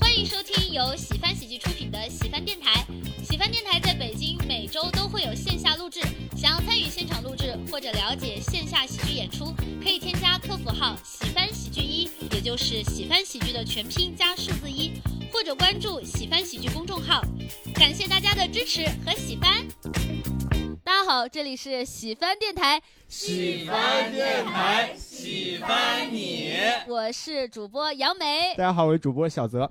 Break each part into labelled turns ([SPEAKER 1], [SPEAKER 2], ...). [SPEAKER 1] 欢迎收听由喜翻喜剧出品的喜翻电台。喜翻电台在北京每周都会有线下录制，想要参与现场录制或者了解线下喜剧演出，可以添加客服号“喜翻喜剧一”，也就是喜翻喜剧的全拼加数字一，或者关注喜翻喜剧公众号。感谢大家的支持和喜 翻。大家好，这里是喜翻电台，
[SPEAKER 2] 喜欢电台，哎喜欢你。
[SPEAKER 1] 我是主播杨梅
[SPEAKER 3] 大。家好，我是主播小泽。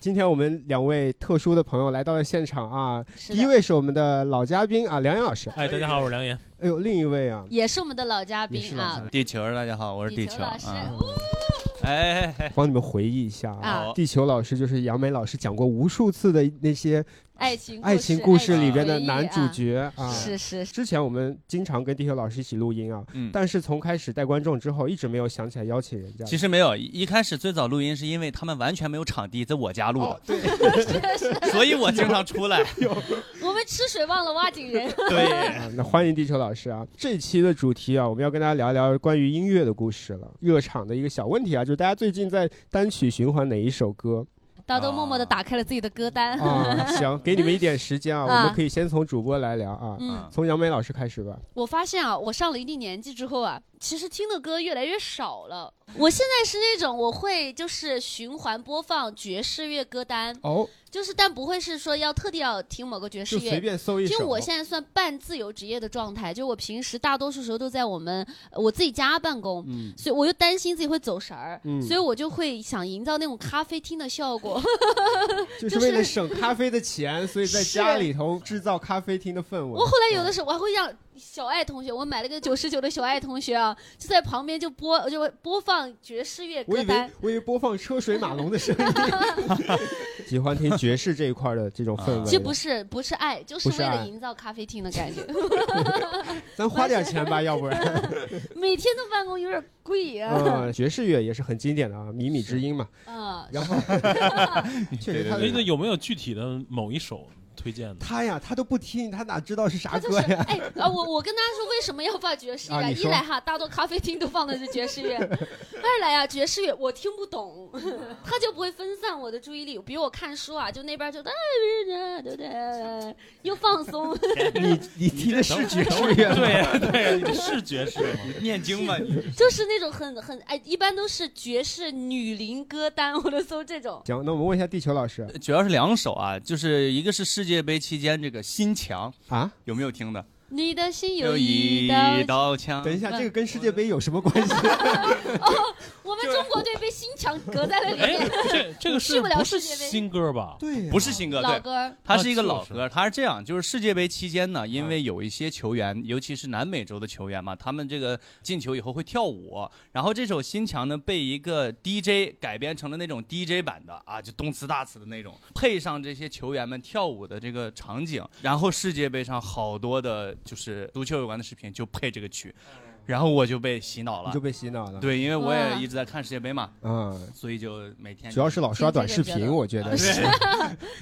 [SPEAKER 3] 今天我们两位特殊的朋友来到了现场啊，
[SPEAKER 1] 是
[SPEAKER 3] 第
[SPEAKER 1] 的
[SPEAKER 3] 一位是我们的老嘉宾啊，梁岩老师。
[SPEAKER 4] 哎，大家好，我是梁岩。
[SPEAKER 3] 哎呦，另一位啊，
[SPEAKER 1] 也是我们的老嘉
[SPEAKER 3] 也是
[SPEAKER 1] 宾
[SPEAKER 3] 老
[SPEAKER 1] 啊
[SPEAKER 3] 嘉，
[SPEAKER 2] 嗯地球，大家好，我是地球
[SPEAKER 1] 老师，
[SPEAKER 2] 啊。哎哎哎，
[SPEAKER 3] 帮你们回忆一下
[SPEAKER 1] 啊
[SPEAKER 3] 地球老师就是杨梅老师讲过无数次的那些
[SPEAKER 1] 爱情
[SPEAKER 3] 爱情故事里边
[SPEAKER 1] 边
[SPEAKER 3] 的男主角啊。
[SPEAKER 1] 是是是
[SPEAKER 3] 之前我们经常跟地球老师一起录音啊，
[SPEAKER 2] 嗯
[SPEAKER 3] 但是从开始带观众之后，一直没有想起来邀请人家。
[SPEAKER 2] 其实没有，一一开始最早录音是因为他们完全没有场地，在我家录的，所以我经常出来。
[SPEAKER 1] 我们吃水忘了挖井人，
[SPEAKER 2] 对，
[SPEAKER 3] 啊，那欢迎地球老师啊！这期的主题啊，我们要跟大家聊一聊关于音乐的故事了。热场的一个小问题啊，就是大家最近在单曲循环哪一首歌
[SPEAKER 1] 大家都默默的打开了自己的歌单。
[SPEAKER 3] 啊？行，给你们一点时间啊，
[SPEAKER 1] 啊
[SPEAKER 3] 我们可以先从主播来聊啊，
[SPEAKER 1] 嗯，
[SPEAKER 3] 从杨梅老师开始吧。
[SPEAKER 1] 我发现啊，我上了一定年纪之后啊，其实听的歌越来越少了。我现在是那种我会就是循环播放爵士乐歌单，
[SPEAKER 3] 哦，
[SPEAKER 1] 就是但不会是说要特地要听某个爵士
[SPEAKER 3] 就
[SPEAKER 1] 乐
[SPEAKER 3] 随，便搜一
[SPEAKER 1] 因
[SPEAKER 3] 首。
[SPEAKER 1] 为我现在算半自由职业的状态，就我平时大多数时候都在我们呃我自己家办公，
[SPEAKER 3] 嗯
[SPEAKER 1] 所以我又担心自己会走神儿，
[SPEAKER 3] 嗯
[SPEAKER 1] 所以我就会想营造那种咖啡厅的效果。
[SPEAKER 3] 就是为了省咖啡的钱，所以在
[SPEAKER 1] 是
[SPEAKER 3] 家里头制造咖啡厅的氛围
[SPEAKER 1] 我。后来有
[SPEAKER 3] 嗯
[SPEAKER 1] 的时候我还会让小爱同学，我买了个九十九的小爱同学啊，就在旁边就播就播放爵士乐
[SPEAKER 3] 我
[SPEAKER 1] 歌
[SPEAKER 3] 以为
[SPEAKER 1] 单。
[SPEAKER 3] 我以为播放车水马龙 的声音，喜欢听爵士这一块的这种氛围。
[SPEAKER 1] 其实不是不是爱，就是
[SPEAKER 3] 嗯不是
[SPEAKER 1] 为了
[SPEAKER 3] 爱
[SPEAKER 1] 营造咖啡厅的感觉。
[SPEAKER 3] 咱花点钱吧，要不然。
[SPEAKER 1] 每天都办公有点贵啊。
[SPEAKER 3] 嗯，爵士乐也是很经典的啊，靡靡之音嘛。
[SPEAKER 1] 嗯，
[SPEAKER 3] 然后，确实他
[SPEAKER 4] 哎，那有没有具体的某一首推荐的？
[SPEAKER 3] 他呀，他都不听，他哪知道是啥
[SPEAKER 1] 他就
[SPEAKER 3] 歌
[SPEAKER 1] 是
[SPEAKER 3] 呀？
[SPEAKER 1] 哎啊，我我跟大家说为什么要放爵士乐？
[SPEAKER 3] 啊你
[SPEAKER 1] 一
[SPEAKER 3] 说
[SPEAKER 1] 来哈，大多咖啡厅都放的是爵士乐；二来啊，爵士乐我听不懂，它就不会分散我的注意力。比如我看书啊，就那边就 哒哒哒哒，又放松。
[SPEAKER 3] 你你提的是爵士乐吗？
[SPEAKER 4] 对对，你是爵士吗？
[SPEAKER 2] 念经嘛，你
[SPEAKER 1] 就是那种很很哎，一般都是爵士女伶歌单，我都搜这种。
[SPEAKER 3] 行，那我们问一下地球老师
[SPEAKER 2] 呃主要是两首啊，就是一个是世界杯期间这个心墙
[SPEAKER 3] 啊，
[SPEAKER 2] 有没有听的？
[SPEAKER 1] 你的心
[SPEAKER 2] 有
[SPEAKER 1] 一
[SPEAKER 2] 一
[SPEAKER 1] 道墙。
[SPEAKER 2] 道墙
[SPEAKER 3] 等。一下，这个跟世界杯有什么关系？
[SPEAKER 1] 我们中国队被心墙隔在了里
[SPEAKER 4] 哎
[SPEAKER 1] 面，，
[SPEAKER 4] 这这 个
[SPEAKER 1] 去
[SPEAKER 4] 是
[SPEAKER 1] 不了
[SPEAKER 4] 不是
[SPEAKER 1] 世界杯
[SPEAKER 4] 新歌吧？
[SPEAKER 3] 对呀
[SPEAKER 2] 不是新歌，
[SPEAKER 1] 老
[SPEAKER 2] 对，
[SPEAKER 1] 歌
[SPEAKER 2] 它是一个老
[SPEAKER 4] 啊
[SPEAKER 2] 歌，它是这样，就是世界杯期间呢，
[SPEAKER 3] 啊
[SPEAKER 2] 因为有一些球员，尤其是南美洲的球员嘛，他们这个进球以后会跳舞，然后这首《心墙》呢被一个 DJ 改编成了那种 DJ 版的啊，就动次大次的那种，配上这些球员们跳舞的这个场景，然后世界杯上好多的就是足球有关的视频就配这个曲，然后我就被洗脑
[SPEAKER 3] 嗯你
[SPEAKER 2] 了
[SPEAKER 3] 就。被洗脑了。
[SPEAKER 2] 对，因为我
[SPEAKER 1] 哇
[SPEAKER 2] 也一直在看世界杯嘛，
[SPEAKER 3] 嗯，
[SPEAKER 2] 所以就每天
[SPEAKER 3] 主要是老刷短视
[SPEAKER 1] 听这
[SPEAKER 3] 频，
[SPEAKER 1] 个
[SPEAKER 3] 我觉得
[SPEAKER 2] 对。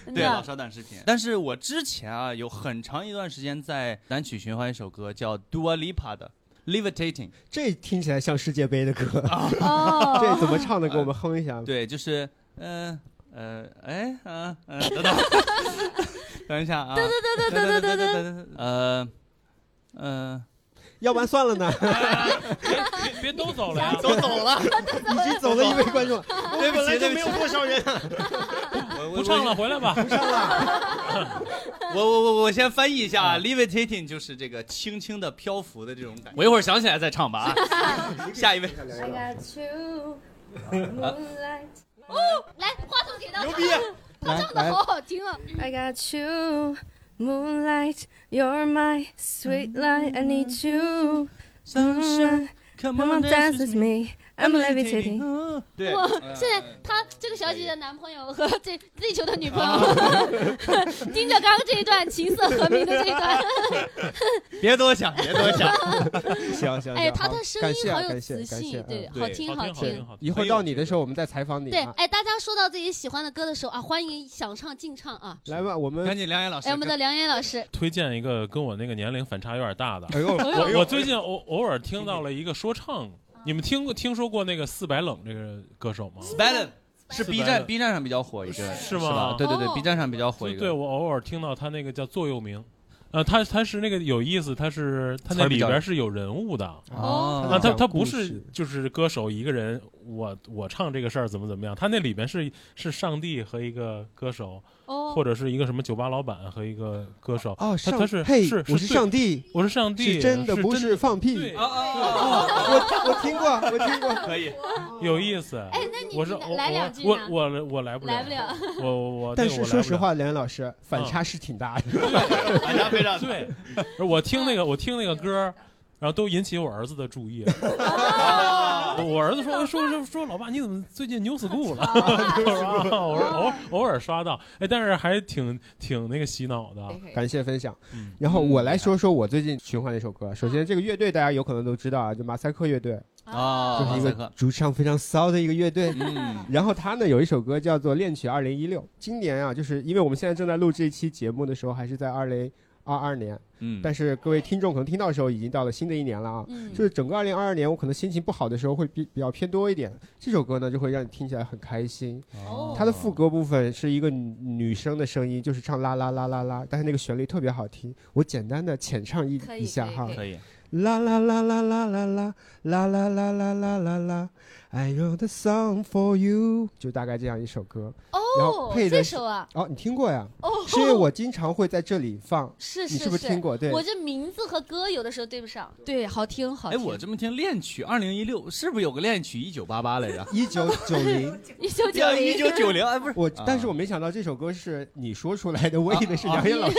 [SPEAKER 1] 真
[SPEAKER 2] 对，老
[SPEAKER 1] 的
[SPEAKER 2] 刷短视频。但是我之前啊，有很长一段时间在单曲循环一首歌，叫 Dua Lipa 的 Levitating。
[SPEAKER 3] 这听起来像世界杯的歌，
[SPEAKER 1] 哦
[SPEAKER 3] 这，怎么唱的？给我们哼一下。
[SPEAKER 2] 对，就是嗯呃哎啊呃等等，等一下啊，等等等等等等等等，呃嗯，
[SPEAKER 3] 要不然算了呢，
[SPEAKER 4] 别别都走了呀！
[SPEAKER 2] 都走了，
[SPEAKER 3] 已经走了一位观 众了，
[SPEAKER 2] 对不起对不起，
[SPEAKER 3] 多少 人啊。
[SPEAKER 2] 不
[SPEAKER 4] 不唱了，回来吧。
[SPEAKER 2] 我我我我先翻译一下啊，levitating 就是这个轻轻的漂浮的这种感觉。我一会儿想起来再唱吧啊。 下一位，啊
[SPEAKER 5] I got you, moonlight.
[SPEAKER 6] 哦
[SPEAKER 1] 来话筒给到
[SPEAKER 2] 牛
[SPEAKER 1] 他
[SPEAKER 2] 逼，
[SPEAKER 6] 啊
[SPEAKER 3] 来
[SPEAKER 1] 唱的
[SPEAKER 3] 来
[SPEAKER 1] 好，好听哦。
[SPEAKER 5] I got you, moonlight. You're my sweet light. I need you. Sunshine,
[SPEAKER 2] Come
[SPEAKER 5] come on, dance with me. I'm levitating.
[SPEAKER 2] 对，
[SPEAKER 1] 哇
[SPEAKER 2] 嗯
[SPEAKER 1] 现在她这个小姐姐的男朋友和这地球的女朋友，
[SPEAKER 2] 啊
[SPEAKER 1] 盯着刚刚这一段琴瑟和鸣的这一 段，
[SPEAKER 2] 别多想，别多 想。
[SPEAKER 3] 行行。
[SPEAKER 1] 哎，
[SPEAKER 3] 行
[SPEAKER 1] 她
[SPEAKER 3] 好
[SPEAKER 1] 的声
[SPEAKER 3] 感
[SPEAKER 1] 音
[SPEAKER 3] 谢
[SPEAKER 1] 好
[SPEAKER 3] 啊
[SPEAKER 1] 有
[SPEAKER 3] 感谢
[SPEAKER 1] 磁
[SPEAKER 3] 感
[SPEAKER 1] 性
[SPEAKER 3] 谢，
[SPEAKER 1] 对，
[SPEAKER 3] 嗯
[SPEAKER 4] 对
[SPEAKER 1] 听
[SPEAKER 4] 好
[SPEAKER 1] 好
[SPEAKER 4] 听好听。好听
[SPEAKER 3] 一会儿到你的时候，我们再采访你
[SPEAKER 1] 对
[SPEAKER 3] 啊，。
[SPEAKER 1] 哎，大家说到自己喜欢的歌的时候啊，欢迎想唱尽唱啊！
[SPEAKER 3] 来吧，我们
[SPEAKER 2] 赶紧梁岩老师，
[SPEAKER 1] 哎，我们的梁岩老师，
[SPEAKER 4] 推荐一个跟我那个年龄反差有点大的。
[SPEAKER 3] 哎呦，
[SPEAKER 1] 哎啊
[SPEAKER 4] 我我最近偶偶尔听到了一个说唱，你们听过听说过那个四百冷这个歌手吗？
[SPEAKER 2] Spellen 是
[SPEAKER 4] 四
[SPEAKER 2] B
[SPEAKER 4] 百
[SPEAKER 2] 站
[SPEAKER 4] 的
[SPEAKER 2] B 站上比较火一个，
[SPEAKER 4] 是吗
[SPEAKER 2] 吧？对对对
[SPEAKER 1] 哦
[SPEAKER 2] ，B 站上比较火一
[SPEAKER 4] 对
[SPEAKER 2] 个。
[SPEAKER 4] 对，我偶尔听到他那个叫 座右铭，呃，他他是那个有意思，他是他
[SPEAKER 2] 词
[SPEAKER 4] 那
[SPEAKER 2] 儿比
[SPEAKER 4] 里
[SPEAKER 2] 较
[SPEAKER 4] 边是有人物的。
[SPEAKER 2] 哦
[SPEAKER 4] 啊，他
[SPEAKER 3] 讲
[SPEAKER 4] 他不
[SPEAKER 3] 故
[SPEAKER 4] 是
[SPEAKER 3] 事
[SPEAKER 4] 就是歌手一个人，我我唱这个事儿怎么怎么样？他那里边是是上帝和一个歌手，
[SPEAKER 1] 哦
[SPEAKER 4] 或者是一个什么酒吧老板和一个歌手。
[SPEAKER 3] 哦，上
[SPEAKER 4] 他是
[SPEAKER 3] 嘿，
[SPEAKER 4] 是
[SPEAKER 3] 我
[SPEAKER 4] 是
[SPEAKER 3] 是
[SPEAKER 4] 对
[SPEAKER 3] 上帝，
[SPEAKER 4] 我是上帝，
[SPEAKER 3] 是真的，不是放屁。
[SPEAKER 4] 对
[SPEAKER 2] 啊，啊啊啊啊
[SPEAKER 3] 我我听过，我听过。
[SPEAKER 2] 可以，
[SPEAKER 4] 有意思。
[SPEAKER 1] 啊哎，那你
[SPEAKER 4] 我是
[SPEAKER 1] 来
[SPEAKER 4] 我
[SPEAKER 1] 来两句
[SPEAKER 4] 我
[SPEAKER 1] 呢？
[SPEAKER 4] 我我来不
[SPEAKER 1] 来不了，
[SPEAKER 4] 我我我，
[SPEAKER 3] 但
[SPEAKER 4] 那个
[SPEAKER 3] 是
[SPEAKER 4] 我来嗯
[SPEAKER 3] 说
[SPEAKER 4] 不
[SPEAKER 3] 实
[SPEAKER 4] 了，
[SPEAKER 3] 话，梁老师反差是挺大的。
[SPEAKER 2] 反差非常大
[SPEAKER 4] 对，我听那个我听那个歌儿，然后都引起我儿子的注意。
[SPEAKER 1] 哦
[SPEAKER 4] 我我儿子说说说说老爸你怎么最近 new school 了？
[SPEAKER 1] 哦
[SPEAKER 4] 我说啊我说偶偶尔刷到，哎，但是还挺挺那个洗脑的。啊
[SPEAKER 1] 哎
[SPEAKER 3] 感谢分享
[SPEAKER 4] 嗯。
[SPEAKER 3] 然后我来说说我最近循环的一首歌。首先，这个乐队大家有可能都知道啊，就马赛克乐队，
[SPEAKER 2] 啊，
[SPEAKER 3] 哦就是
[SPEAKER 2] 马
[SPEAKER 3] 一
[SPEAKER 2] 赛
[SPEAKER 3] 个
[SPEAKER 2] 克，
[SPEAKER 3] 主唱非常骚的一个乐队。
[SPEAKER 2] 嗯，
[SPEAKER 3] 然后他呢有一首歌叫做《恋曲二零一六》，今年啊，就是因为我们现在正在录这一期节目的时候，还是在二零二二年，
[SPEAKER 2] 嗯
[SPEAKER 3] 但是各位听众可能听到的时候已经到了新的一年了啊。
[SPEAKER 1] 嗯
[SPEAKER 3] 就是整个二零二二年，我可能心情不好的时候会比比较偏多一点，这首歌呢就会让你听起来很开心。
[SPEAKER 1] 哦
[SPEAKER 3] 它的副歌部分是一个女女生的声音，就是唱啦啦啦啦啦，但是那个旋律特别好听。我简单的浅唱一
[SPEAKER 5] 可以
[SPEAKER 3] 一下
[SPEAKER 5] 可以
[SPEAKER 3] 哈，
[SPEAKER 5] 可
[SPEAKER 2] 可以，
[SPEAKER 3] 啦啦啦啦啦啦啦啦啦啦啦啦啦啦，I wrote a song for you，就大概这样一首歌。然后
[SPEAKER 1] 哦，
[SPEAKER 3] 配的
[SPEAKER 1] 这
[SPEAKER 3] 是
[SPEAKER 1] 首啊，
[SPEAKER 3] 哦，你听过呀？
[SPEAKER 1] 哦，
[SPEAKER 3] 是因为我经常会在这里放，
[SPEAKER 1] 是
[SPEAKER 3] 你
[SPEAKER 1] 是
[SPEAKER 3] 是不是听过？对，
[SPEAKER 1] 我这名字和歌有的时候对不上。
[SPEAKER 5] 对，好听好
[SPEAKER 2] 哎，
[SPEAKER 5] 听。
[SPEAKER 2] 我这么听恋曲二零一六是不是有个恋曲一九八八来着？
[SPEAKER 3] 一九九零，
[SPEAKER 1] 一九九
[SPEAKER 2] 叫
[SPEAKER 1] 零
[SPEAKER 2] 一九九零，哎，不是
[SPEAKER 3] 我
[SPEAKER 2] 啊
[SPEAKER 3] 但是我没想到这首歌是你说出来的，我以为是梁岩老师。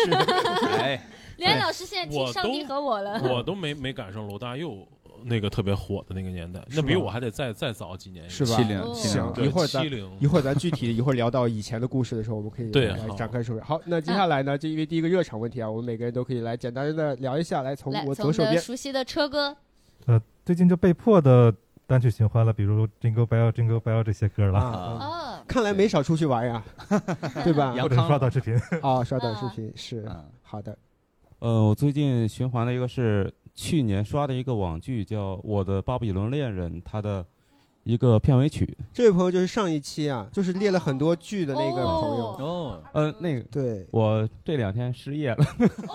[SPEAKER 2] 哎，
[SPEAKER 1] 梁岩老师现在听《
[SPEAKER 4] 哎我
[SPEAKER 1] 上帝
[SPEAKER 4] 都
[SPEAKER 1] 和我》了，
[SPEAKER 4] 我都没没赶上罗大佑那个特别火的那个年代，
[SPEAKER 3] 是
[SPEAKER 4] 那
[SPEAKER 3] 吧
[SPEAKER 4] 比我还得再再早几年，
[SPEAKER 3] 是吧
[SPEAKER 2] 七零
[SPEAKER 1] 哦
[SPEAKER 2] 七
[SPEAKER 3] 行
[SPEAKER 2] 零，
[SPEAKER 4] 对
[SPEAKER 3] 一会儿咱
[SPEAKER 4] 七零
[SPEAKER 3] 一会儿咱具体一会儿聊到以前的故事的时候，我们可以
[SPEAKER 2] 啊
[SPEAKER 4] 对
[SPEAKER 3] 来
[SPEAKER 4] 好
[SPEAKER 3] 展开说说。好，那接下来呢，这因为第一个热场问题啊，我们每个人都可以来简单的聊一下，来从
[SPEAKER 1] 来
[SPEAKER 3] 我
[SPEAKER 1] 从
[SPEAKER 3] 左
[SPEAKER 1] 我
[SPEAKER 3] 手
[SPEAKER 1] 们的
[SPEAKER 3] 边。
[SPEAKER 1] 熟悉的车歌，
[SPEAKER 7] 呃
[SPEAKER 8] 最近就被迫的单曲循环了，比如《Jingle Bell》《Jingle Bell》这些歌了，
[SPEAKER 3] 啊啊
[SPEAKER 1] 哦，
[SPEAKER 3] 看来没少出去 玩呀，对吧？
[SPEAKER 2] 杨
[SPEAKER 8] 或者
[SPEAKER 2] 康
[SPEAKER 8] 是刷短视频。
[SPEAKER 3] 啊，刷短视频是
[SPEAKER 2] 嗯
[SPEAKER 3] 好的。
[SPEAKER 9] 呃，我最近循环的一个是去年刷的一个网剧，叫《我的巴比伦恋人》，它的一个片尾曲。
[SPEAKER 3] 这位朋友就是上一期啊，就是列了很多剧的那个朋友。
[SPEAKER 1] 哦
[SPEAKER 2] 哦，
[SPEAKER 9] 呃，那个
[SPEAKER 3] 对，
[SPEAKER 9] 我这两天失业了，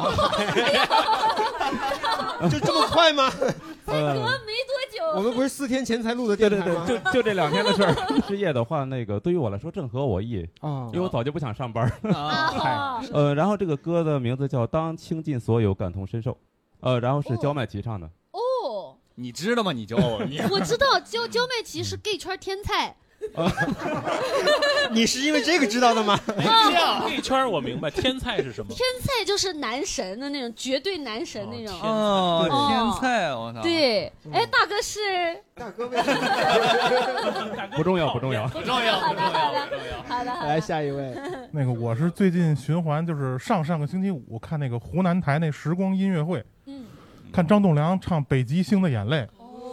[SPEAKER 3] 就这么快吗？
[SPEAKER 9] 呃，
[SPEAKER 1] 没多久，
[SPEAKER 3] 我们不是四天前才录的
[SPEAKER 9] 对
[SPEAKER 3] 电台
[SPEAKER 9] 对
[SPEAKER 3] 吗？
[SPEAKER 9] 对，就就这两天的事儿。失业的话，那个对于我来说正合我意，
[SPEAKER 3] 啊
[SPEAKER 9] 因为我早就不想上班儿。
[SPEAKER 2] 啊
[SPEAKER 1] 啊，
[SPEAKER 9] 呃，然后这个歌的名字叫《当倾尽所有，感同身受》，呃，然后是焦麦琪唱的。
[SPEAKER 1] 哦，
[SPEAKER 2] 你知道吗？你就你
[SPEAKER 1] 我知道焦焦麦琪是 gay 圈天才，
[SPEAKER 3] 你是因为这个知道的吗？
[SPEAKER 4] 那圈儿我明白，天菜是什么？
[SPEAKER 1] 天菜就是男神的那种，绝对男神那种。
[SPEAKER 4] 哦
[SPEAKER 2] 哦，
[SPEAKER 1] 对
[SPEAKER 2] 天
[SPEAKER 3] 啊
[SPEAKER 2] 菜，我操，，
[SPEAKER 1] 对，哎，大哥是
[SPEAKER 3] 大哥为什么？
[SPEAKER 9] 不
[SPEAKER 8] 哎
[SPEAKER 9] 重要，不重要。
[SPEAKER 2] 不重要，不重要，不重要。
[SPEAKER 1] 好的，好
[SPEAKER 3] 来
[SPEAKER 1] 的，
[SPEAKER 3] 下一位，
[SPEAKER 8] 那个我是最近循环，就是上上个星期五看那个湖南台那时光音乐会，
[SPEAKER 1] 嗯，
[SPEAKER 8] 看张栋梁唱《北极星的眼泪》，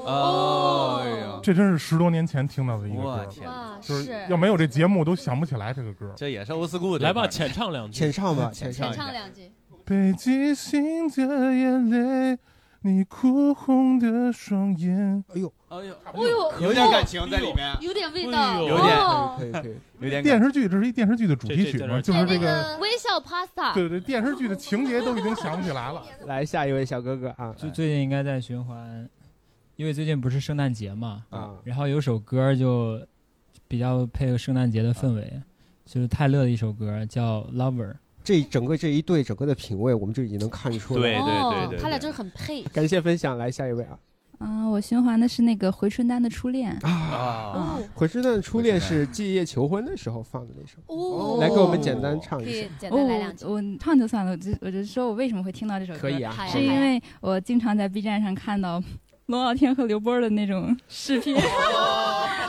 [SPEAKER 2] 哦，哎呀，
[SPEAKER 8] 这真是十多年前听到的一个
[SPEAKER 2] 我
[SPEAKER 8] 歌，
[SPEAKER 2] 天，
[SPEAKER 1] 哇，
[SPEAKER 8] 就是要没有这节目都想不起来这个歌。
[SPEAKER 2] 这也是 old school 的
[SPEAKER 4] 来吧，
[SPEAKER 2] 这
[SPEAKER 4] 浅唱两句。
[SPEAKER 3] 浅 唱吧，浅
[SPEAKER 1] 浅
[SPEAKER 3] 唱。
[SPEAKER 1] 唱两句，
[SPEAKER 8] 北极星的眼泪，你哭红的双眼。
[SPEAKER 3] 哎呦，
[SPEAKER 2] 块儿，哎呦，
[SPEAKER 1] 哎呦，
[SPEAKER 2] 有点感情在里面，
[SPEAKER 1] 有点味
[SPEAKER 3] 哎
[SPEAKER 1] 道，
[SPEAKER 4] 有
[SPEAKER 2] 点
[SPEAKER 1] 哦
[SPEAKER 3] 可以可以。
[SPEAKER 2] 有点
[SPEAKER 8] 电
[SPEAKER 2] 感
[SPEAKER 8] 视剧，这是一电视剧的主题曲嘛，
[SPEAKER 4] 这这
[SPEAKER 8] 就是
[SPEAKER 1] 那
[SPEAKER 8] 这个。
[SPEAKER 1] 个嗯微笑 pasta，
[SPEAKER 8] 对对，电视剧的情节都已经想不起来了。
[SPEAKER 3] 来下一位小哥哥啊，
[SPEAKER 10] 最最近应该在循环，因为最近不是圣诞节嘛，
[SPEAKER 3] 啊，
[SPEAKER 10] 然后有首歌就比较配合圣诞节的氛
[SPEAKER 3] 啊
[SPEAKER 10] 围，就是泰勒的一首歌叫《Lover》。
[SPEAKER 3] 这整个这一对整个的品味，我们就已经能看出来。
[SPEAKER 2] 对对
[SPEAKER 1] 哦
[SPEAKER 2] 对对
[SPEAKER 1] 他俩就是很配，
[SPEAKER 3] 感谢分享，来下一位啊
[SPEAKER 11] 嗯、我循环的是那个回春丹的初恋。
[SPEAKER 3] 啊！
[SPEAKER 2] 啊，
[SPEAKER 11] 啊，
[SPEAKER 3] 《回春丹的初恋》是季夜求婚的时候放的那首，
[SPEAKER 1] 哦，
[SPEAKER 3] 来给我们简单唱
[SPEAKER 1] 可
[SPEAKER 3] 一
[SPEAKER 1] 以
[SPEAKER 3] 首，
[SPEAKER 1] 简
[SPEAKER 11] 哦，
[SPEAKER 1] 单来两句，
[SPEAKER 11] 我我唱就算了，我就我就说我为什么会听到这首歌，
[SPEAKER 3] 可以啊，
[SPEAKER 1] 好呀
[SPEAKER 11] 是因为我经常在 B 站上看到龙傲天和刘波儿的那 种视频，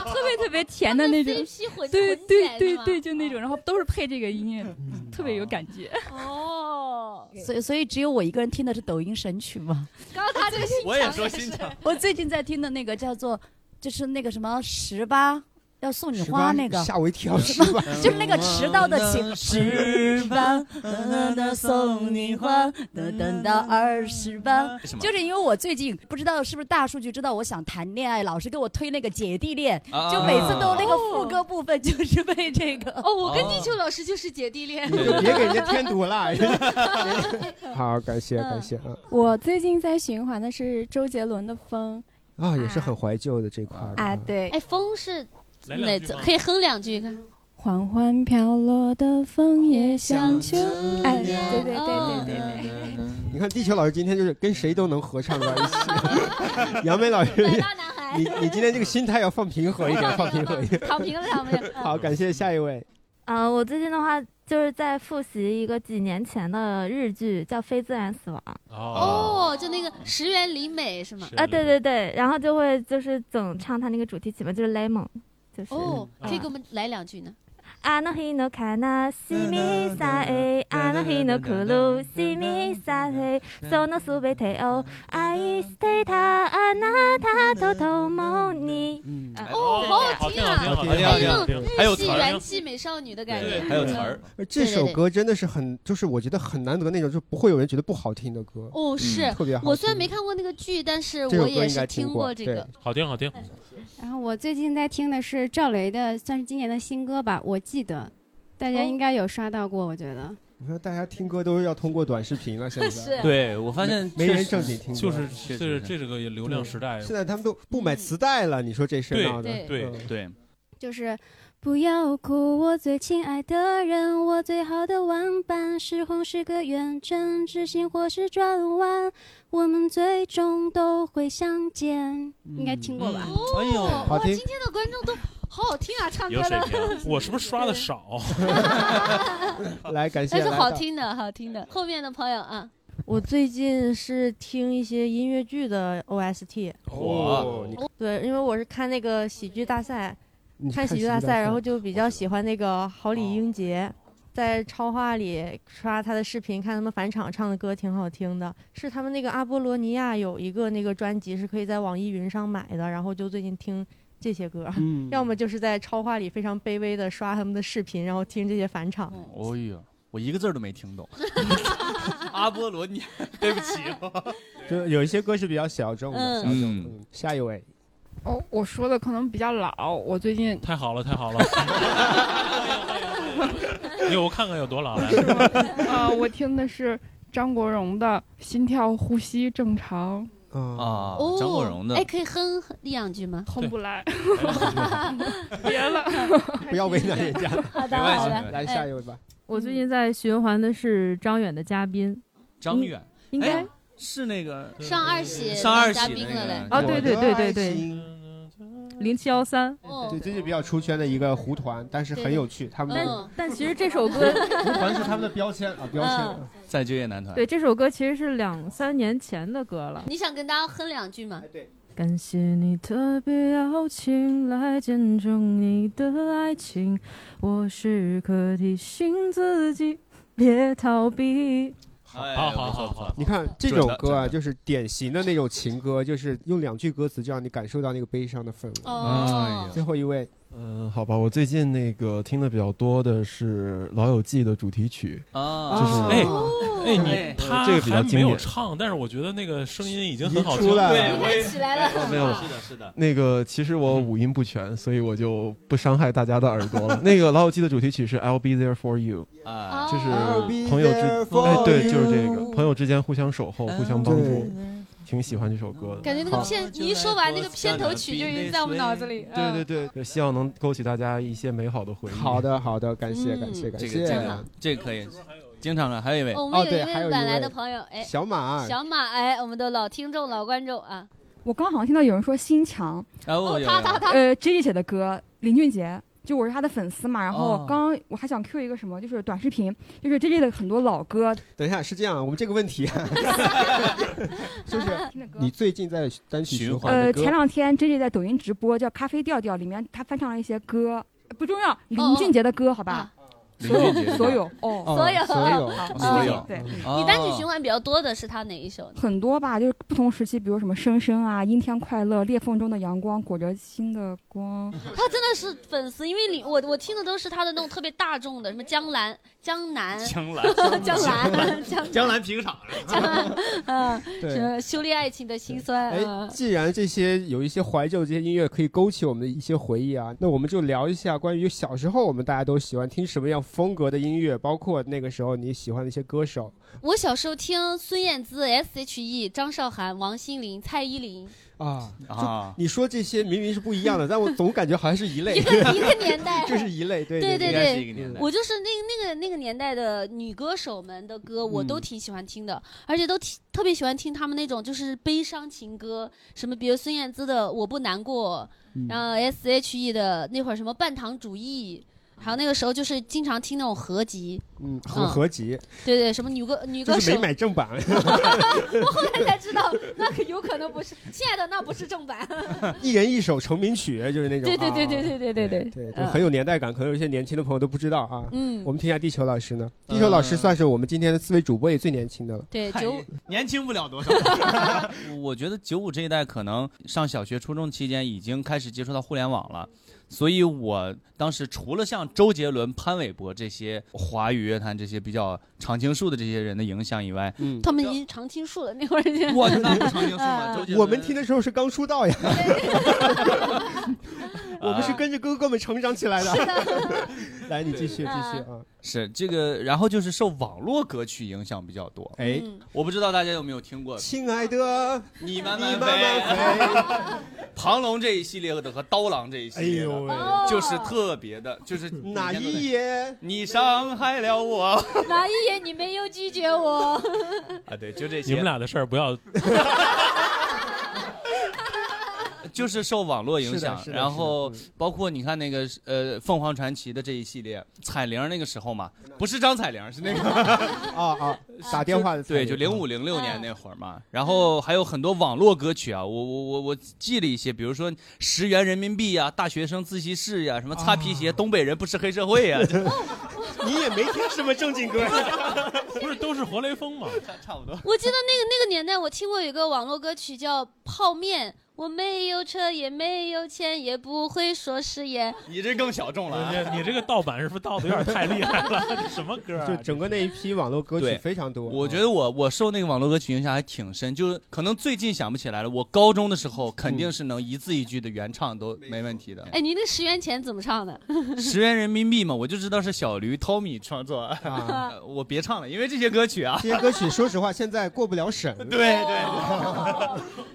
[SPEAKER 11] 特别特别甜的那种，
[SPEAKER 1] CP 混
[SPEAKER 11] 对
[SPEAKER 1] 混起
[SPEAKER 11] 对
[SPEAKER 1] 来
[SPEAKER 11] 对
[SPEAKER 1] 是吗嗯
[SPEAKER 11] 对，就那种，然后都是配这个音乐，特别有感觉。
[SPEAKER 1] 哦，
[SPEAKER 12] 所以，所以只有我一个人听的是抖音神曲嘛。
[SPEAKER 1] 刚刚他这个心
[SPEAKER 2] 我也
[SPEAKER 1] 肠
[SPEAKER 2] 说
[SPEAKER 1] 也
[SPEAKER 2] 心
[SPEAKER 1] 是
[SPEAKER 2] 疼，
[SPEAKER 12] 我最近在听的那个叫做，就是那个什么十八要送你
[SPEAKER 3] 十
[SPEAKER 12] 花
[SPEAKER 3] 八
[SPEAKER 12] 那个，
[SPEAKER 3] 吓我一跳
[SPEAKER 12] 是
[SPEAKER 3] 十
[SPEAKER 12] 吗
[SPEAKER 3] 八？
[SPEAKER 12] 就是那个迟到的情，
[SPEAKER 3] 十
[SPEAKER 12] 八，哒哒哒送你花，哒哒哒二十八
[SPEAKER 13] 什，么
[SPEAKER 12] 就是因为我最近不知道是不是大数据知道我想谈恋爱，老是给我推那个姐弟恋，
[SPEAKER 13] 啊
[SPEAKER 12] 就每次都那个副歌部分就是被这个。
[SPEAKER 13] 哦，我跟地球老师就是姐弟恋，
[SPEAKER 3] 你就别给人家添堵了。好，感谢
[SPEAKER 8] 嗯
[SPEAKER 3] 感谢啊
[SPEAKER 8] 我最近在循环的是周杰伦的《风
[SPEAKER 3] 啊，也是很怀旧的这块儿》的
[SPEAKER 8] 啊，对，
[SPEAKER 1] 哎，风是
[SPEAKER 3] 来两
[SPEAKER 1] 哪
[SPEAKER 3] 句
[SPEAKER 1] 则
[SPEAKER 3] 吗
[SPEAKER 1] 可以哼两句看。
[SPEAKER 8] 缓缓飘落的风也像秋，
[SPEAKER 3] 哦
[SPEAKER 8] 哎，对对对对对
[SPEAKER 2] 嗯
[SPEAKER 8] 对。
[SPEAKER 3] 你看，地球老师今天就是跟谁都能合唱到一起。杨梅老师，你你今天这个心态要放平和一点，放平 和一点。
[SPEAKER 14] 躺平了躺平
[SPEAKER 1] 嗯
[SPEAKER 14] 了
[SPEAKER 3] 好，感谢下一位。
[SPEAKER 14] 呃，我最近的话就是在复习一个几年前的日剧，叫《非自然死亡》。
[SPEAKER 1] 哦，就那个石原里美是吗？
[SPEAKER 14] 啊，对对对，然后就会就是总唱他那个主题曲嘛，就是 Lemon，就是啊
[SPEAKER 1] 哦，可以给我
[SPEAKER 14] 们。
[SPEAKER 1] 们来两句呢？
[SPEAKER 14] あの日の悲しみさえ、あの日の苦しみさえ、そのすべてを愛していたあなたと共に。
[SPEAKER 1] 哦，好好听啊！
[SPEAKER 3] 好听好听
[SPEAKER 1] 哎
[SPEAKER 3] 好听
[SPEAKER 1] 那种
[SPEAKER 3] 还有
[SPEAKER 1] 日系
[SPEAKER 3] 词儿
[SPEAKER 1] 元气美少女的感觉，嗯。
[SPEAKER 3] 哎这首
[SPEAKER 1] 对对对
[SPEAKER 3] 歌真的是很，就是我觉得很难得那种，就不会有人觉得不好听的歌。
[SPEAKER 1] 哦，是
[SPEAKER 3] 嗯特别好。
[SPEAKER 1] 我虽然没看过那个剧，但是
[SPEAKER 3] 这
[SPEAKER 1] 我
[SPEAKER 3] 首歌
[SPEAKER 1] 也
[SPEAKER 3] 应
[SPEAKER 1] 是
[SPEAKER 3] 该
[SPEAKER 1] 听
[SPEAKER 3] 过
[SPEAKER 1] 这个。
[SPEAKER 4] 好听好听，
[SPEAKER 15] 然后我最近在听的是赵雷的，算是今年的新歌吧，我记得，大家应该有刷到过，我觉得。
[SPEAKER 3] 你说大家听歌都是要通过短视频 了，现在
[SPEAKER 1] 啊
[SPEAKER 4] 是对我发现
[SPEAKER 3] 没没人
[SPEAKER 4] 确实
[SPEAKER 3] 正经听歌，
[SPEAKER 4] 就是确实这是这是个流量时代
[SPEAKER 3] 现在他们都不
[SPEAKER 1] 嗯
[SPEAKER 3] 买磁带了，你说这事儿
[SPEAKER 4] 对
[SPEAKER 3] 闹的，
[SPEAKER 4] 对
[SPEAKER 3] 嗯
[SPEAKER 2] 对，
[SPEAKER 15] 就是不要哭，我最亲爱的人，我最好的玩伴，是红是个远征，直行或是转弯，我们最终都会相见。应该听过吧？
[SPEAKER 4] 哎呦，
[SPEAKER 3] 嗯好听
[SPEAKER 1] 哦今天的观众都好好听啊，唱歌
[SPEAKER 4] 有水平
[SPEAKER 1] 的。，
[SPEAKER 4] 我是不是刷的少？
[SPEAKER 3] 来，感
[SPEAKER 1] 但是好听的，好听的。后面的朋友啊，
[SPEAKER 16] 我最近是听一些音乐剧的 OST。哦
[SPEAKER 3] 哇你
[SPEAKER 16] 对，因为我是看那个喜剧大赛
[SPEAKER 3] 你，是
[SPEAKER 16] 看
[SPEAKER 3] 看
[SPEAKER 16] 喜剧
[SPEAKER 3] 喜
[SPEAKER 16] 大
[SPEAKER 3] 剧大赛
[SPEAKER 16] 赛，然后就比较喜欢那个郝李英杰，在超话里刷他的视频，看他们返场唱的歌挺好听的。是他们那个阿波罗尼亚有一个那个专辑是可以在网易云上买的，然后就最近听。这些歌，
[SPEAKER 2] 嗯
[SPEAKER 16] 要么就是在超话里非常卑微的刷他们的视频，然后听这些返场。
[SPEAKER 2] 哎呀，我一个字儿都没听懂。 阿波罗 尼亚，对不起、
[SPEAKER 3] 就有一些歌是比较小众的，
[SPEAKER 17] 嗯
[SPEAKER 3] 小众。嗯下一位，
[SPEAKER 17] 哦，我说的可能比较老，我最 近
[SPEAKER 4] 太好了太好了，给哎我看看有多老来。
[SPEAKER 17] 啊、我听的是张国荣的《心跳呼吸正常》，
[SPEAKER 3] 嗯
[SPEAKER 2] 啊
[SPEAKER 1] 哦，
[SPEAKER 2] 张国荣的
[SPEAKER 1] 哎，可以哼两句吗？
[SPEAKER 17] 哼不 来，
[SPEAKER 1] 别了，
[SPEAKER 3] 不要为难人家。
[SPEAKER 1] 好的，
[SPEAKER 3] 没关
[SPEAKER 1] 好
[SPEAKER 3] 系
[SPEAKER 1] 的，
[SPEAKER 3] 来下一位吧。
[SPEAKER 13] 我最近在循环的是张远的嘉宾，
[SPEAKER 2] 张远，
[SPEAKER 13] 应该
[SPEAKER 2] 哎是那个
[SPEAKER 1] 上二喜
[SPEAKER 2] 上二
[SPEAKER 1] 嘉
[SPEAKER 2] 喜
[SPEAKER 1] 宾
[SPEAKER 2] 那个
[SPEAKER 1] 了嘞
[SPEAKER 13] 啊，对对对对对，
[SPEAKER 3] 对，
[SPEAKER 13] 零七幺三。
[SPEAKER 1] 嗯
[SPEAKER 3] 对，这是比较出圈的一个胡团，但是很有趣。他们
[SPEAKER 1] 嗯
[SPEAKER 13] 但但其实这首歌，
[SPEAKER 3] 胡团是他们的标签啊，标签
[SPEAKER 13] 嗯。
[SPEAKER 2] 在就业男团。
[SPEAKER 13] 对这首歌其实是两三年前的歌了。
[SPEAKER 1] 你想跟大家哼两句吗？
[SPEAKER 3] 对，
[SPEAKER 13] 感谢你特别邀请来见证你的爱情，我时刻提醒自己别逃避。
[SPEAKER 4] 好好好好，
[SPEAKER 3] 你看这种歌啊，就是典型的那种情歌，就是用两句歌词就让你感受到那个悲伤的氛围。
[SPEAKER 1] 哦
[SPEAKER 3] 最后一位，
[SPEAKER 5] 嗯，好吧，我最近那个听的比较多的是《老友记》的主题曲
[SPEAKER 2] 啊
[SPEAKER 5] 就是
[SPEAKER 4] 哎
[SPEAKER 1] 哦
[SPEAKER 4] 哎，
[SPEAKER 5] 哎
[SPEAKER 4] 你他
[SPEAKER 5] 这个比较
[SPEAKER 4] 还
[SPEAKER 5] 经
[SPEAKER 4] 没有
[SPEAKER 5] 典，
[SPEAKER 4] 唱，但是我觉得那个声音已经很好
[SPEAKER 5] 出
[SPEAKER 4] 听
[SPEAKER 5] 来了
[SPEAKER 4] 对我也
[SPEAKER 1] 起来了，啊
[SPEAKER 5] 没有，
[SPEAKER 1] 是的，
[SPEAKER 2] 是的。
[SPEAKER 5] 那个其实我五音不全，所以我就不伤害大家的耳 朵了。那个《老友记》的主题曲是 I'll Be There for You，
[SPEAKER 2] 啊
[SPEAKER 5] 就是
[SPEAKER 3] I'll be
[SPEAKER 5] 朋友
[SPEAKER 3] there
[SPEAKER 5] 之
[SPEAKER 3] for
[SPEAKER 5] 哎对，就是这个
[SPEAKER 3] you 嗯
[SPEAKER 5] 朋友之间互相守候、互相帮
[SPEAKER 3] 对
[SPEAKER 5] 助，挺喜欢这首歌的。
[SPEAKER 13] 感觉那个
[SPEAKER 5] 好
[SPEAKER 13] 片你一说完那个片头曲就已经在我们脑子里。
[SPEAKER 5] 对
[SPEAKER 1] 嗯
[SPEAKER 5] 对对，就希望能勾起大家一些美好的回忆。
[SPEAKER 3] 好的好的，感谢感谢
[SPEAKER 2] 这个
[SPEAKER 3] 感
[SPEAKER 2] 这
[SPEAKER 3] 谢。啊哦
[SPEAKER 2] 个这个可以，经常上还有一位
[SPEAKER 1] 哦我们有
[SPEAKER 3] 对
[SPEAKER 1] 一
[SPEAKER 3] 还有
[SPEAKER 1] 位
[SPEAKER 3] 一
[SPEAKER 1] 晚来
[SPEAKER 3] 位
[SPEAKER 1] 的朋友，哎，
[SPEAKER 3] 小马
[SPEAKER 1] 小马，哎，我们的老听众、老观众啊，
[SPEAKER 18] 我刚好像听到有人说心强，
[SPEAKER 2] 啊我有有
[SPEAKER 18] 呃，J J 写的歌，林俊杰，就我是他的粉丝嘛。然
[SPEAKER 3] 哦
[SPEAKER 18] 后刚刚我还想 Q 一个什么，就是短视频，就是 J J 的很多老歌，
[SPEAKER 3] 等一下，是这样，我们这个问题啊，就是你最近在单曲循环
[SPEAKER 18] 呃，
[SPEAKER 3] 的歌
[SPEAKER 18] 前两天 J J 在抖音直播叫《咖啡调调》，里面他翻唱了一些歌，呃不重要，林俊杰的歌，好吧。
[SPEAKER 2] 林俊杰的
[SPEAKER 18] 所有
[SPEAKER 2] 哦
[SPEAKER 18] 哦
[SPEAKER 1] 所有
[SPEAKER 2] 所有
[SPEAKER 1] 哦
[SPEAKER 2] 所有
[SPEAKER 18] 对，
[SPEAKER 2] 哦
[SPEAKER 1] 你单曲循环比较多的是他哪一首呢？
[SPEAKER 18] 很多吧，就是不同时期，比如什么《声声》啊，《阴天快乐》，《裂缝中的阳光》，裹着新的光。
[SPEAKER 1] 他真的是粉丝，因为你我我听的都是他的那种特别大众的，什么江兰、江南、
[SPEAKER 2] 江
[SPEAKER 1] 江
[SPEAKER 2] 南
[SPEAKER 1] 南、江
[SPEAKER 2] 江南评场，
[SPEAKER 1] 江南， 嗯，
[SPEAKER 3] 对
[SPEAKER 1] 什么修炼爱情的辛酸
[SPEAKER 3] 哎
[SPEAKER 1] 嗯，
[SPEAKER 3] 既然这些有一些怀旧，这些音乐可以勾起我们的一些回忆啊，那我们就聊一下关于小时候我们大家都喜欢听什么样风格的音乐，包括那个时候你喜欢的一些歌手。
[SPEAKER 1] 我小时候听孙燕姿、S.H.E、张韶涵、王心凌、蔡依林，
[SPEAKER 3] 啊
[SPEAKER 2] 啊！
[SPEAKER 3] 你说这些明明是不一样的，但我总感觉好像是一 类，
[SPEAKER 1] 一个一个年代
[SPEAKER 3] 这是一类，对
[SPEAKER 1] 对
[SPEAKER 3] 对
[SPEAKER 1] 对，我就是那那个那个年代的女歌手们的歌，我
[SPEAKER 3] 嗯
[SPEAKER 1] 都挺喜欢听的，而且都挺特别喜欢听她们那种就是悲伤情歌，什么比如孙燕姿的《我不难过》，
[SPEAKER 19] 嗯
[SPEAKER 1] 然后 S.H.E 的那会儿什么《半糖主义》，还有那个时候就是经常听那种合集，
[SPEAKER 3] 嗯，合合集，
[SPEAKER 1] 对对，什么女歌女歌
[SPEAKER 3] 就是
[SPEAKER 1] 手
[SPEAKER 3] 没。买 正版。
[SPEAKER 1] 我 后来才知道，那个有可能不是，亲爱的，那不是正 版。
[SPEAKER 3] 一人一首成名曲，就是那种。
[SPEAKER 1] 对对对对
[SPEAKER 3] 啊
[SPEAKER 1] 对对对对
[SPEAKER 3] 对，就
[SPEAKER 1] 嗯
[SPEAKER 3] 很有年代感，可能有一些年轻的朋友都不知道啊。
[SPEAKER 1] 嗯
[SPEAKER 3] 我们听一下地球老师呢。地球老师算是我们今天的四位主播里最年轻的了。
[SPEAKER 1] 对，
[SPEAKER 2] 九年轻不了 多少。我觉得九五这一代可能上小学、初中期间已经开始接触到互联网了，所以我当时除了像周杰伦、潘玮柏这些华语乐坛这些比较常青树的这些人的影响以外，
[SPEAKER 3] 嗯
[SPEAKER 1] 他们已经常青树了，那会儿已经。
[SPEAKER 2] 我那不常青树
[SPEAKER 1] 嗯
[SPEAKER 2] 吗？周杰
[SPEAKER 3] 我
[SPEAKER 2] 伦。
[SPEAKER 3] 们听的时候是刚出 道呀，我们是跟着哥哥们成长起来的。 来，你继续继续啊。
[SPEAKER 2] 是这个，然后就是受网络歌曲影响比较多。
[SPEAKER 3] 哎
[SPEAKER 1] 嗯
[SPEAKER 2] 我不知道大家有没有听过
[SPEAKER 3] 亲爱的，
[SPEAKER 2] 你慢慢
[SPEAKER 3] 你慢
[SPEAKER 2] 飞，庞龙这一系列的和刀郎这一系列
[SPEAKER 4] 哎
[SPEAKER 2] 的，
[SPEAKER 3] 喂
[SPEAKER 2] 就是特别
[SPEAKER 4] 哦
[SPEAKER 2] 的，就是
[SPEAKER 3] 哪一夜
[SPEAKER 2] 你伤害了我
[SPEAKER 1] 哪一眼你没有拒绝我？
[SPEAKER 2] 啊？对，就这些。
[SPEAKER 4] 你们俩的事儿不要
[SPEAKER 2] 就是受网络影响
[SPEAKER 4] 是的，是的
[SPEAKER 2] 然后包括你看那个呃凤凰传奇的这一系列，彩铃那个时候嘛，
[SPEAKER 4] 嗯
[SPEAKER 2] 不是张彩铃，是那个
[SPEAKER 3] 啊啊，打电话的
[SPEAKER 2] 对，就零五零六年那会儿嘛。然后还有很多网络歌曲啊，我我我我记了一些，比如说十元人民币啊呀、大学生自习室呀、什么
[SPEAKER 4] 啊
[SPEAKER 2] 擦皮鞋，东北人不是黑社会 呀、
[SPEAKER 3] 你也没听什么正经歌，
[SPEAKER 4] 不是都是活雷 锋吗？
[SPEAKER 2] 差 不多。
[SPEAKER 1] 我记得那个那个年代，我听过有一个网络歌曲叫《泡面》，我没有车，也没有钱，也不会说誓言。
[SPEAKER 2] 你这更小众了、啊
[SPEAKER 4] 你你这个盗版是不是盗的有点太厉害 了？这什么歌啊？
[SPEAKER 3] 就整个那一批网络歌曲
[SPEAKER 2] 对
[SPEAKER 3] 非常多。
[SPEAKER 2] 我觉得我我受那个网络歌曲影响还挺深，就是可能最近想不起来了。我高中的时候肯
[SPEAKER 3] 嗯
[SPEAKER 2] 定是能一字一句的原唱都没问题的。
[SPEAKER 1] 哎，你那十元钱怎么唱的？
[SPEAKER 2] 十元人民币嘛，我就知道是小驴 Tommy 创作。呃 我别唱了，因为这些歌曲啊，
[SPEAKER 3] 啊这 些歌曲，说实话，现在过不了审。对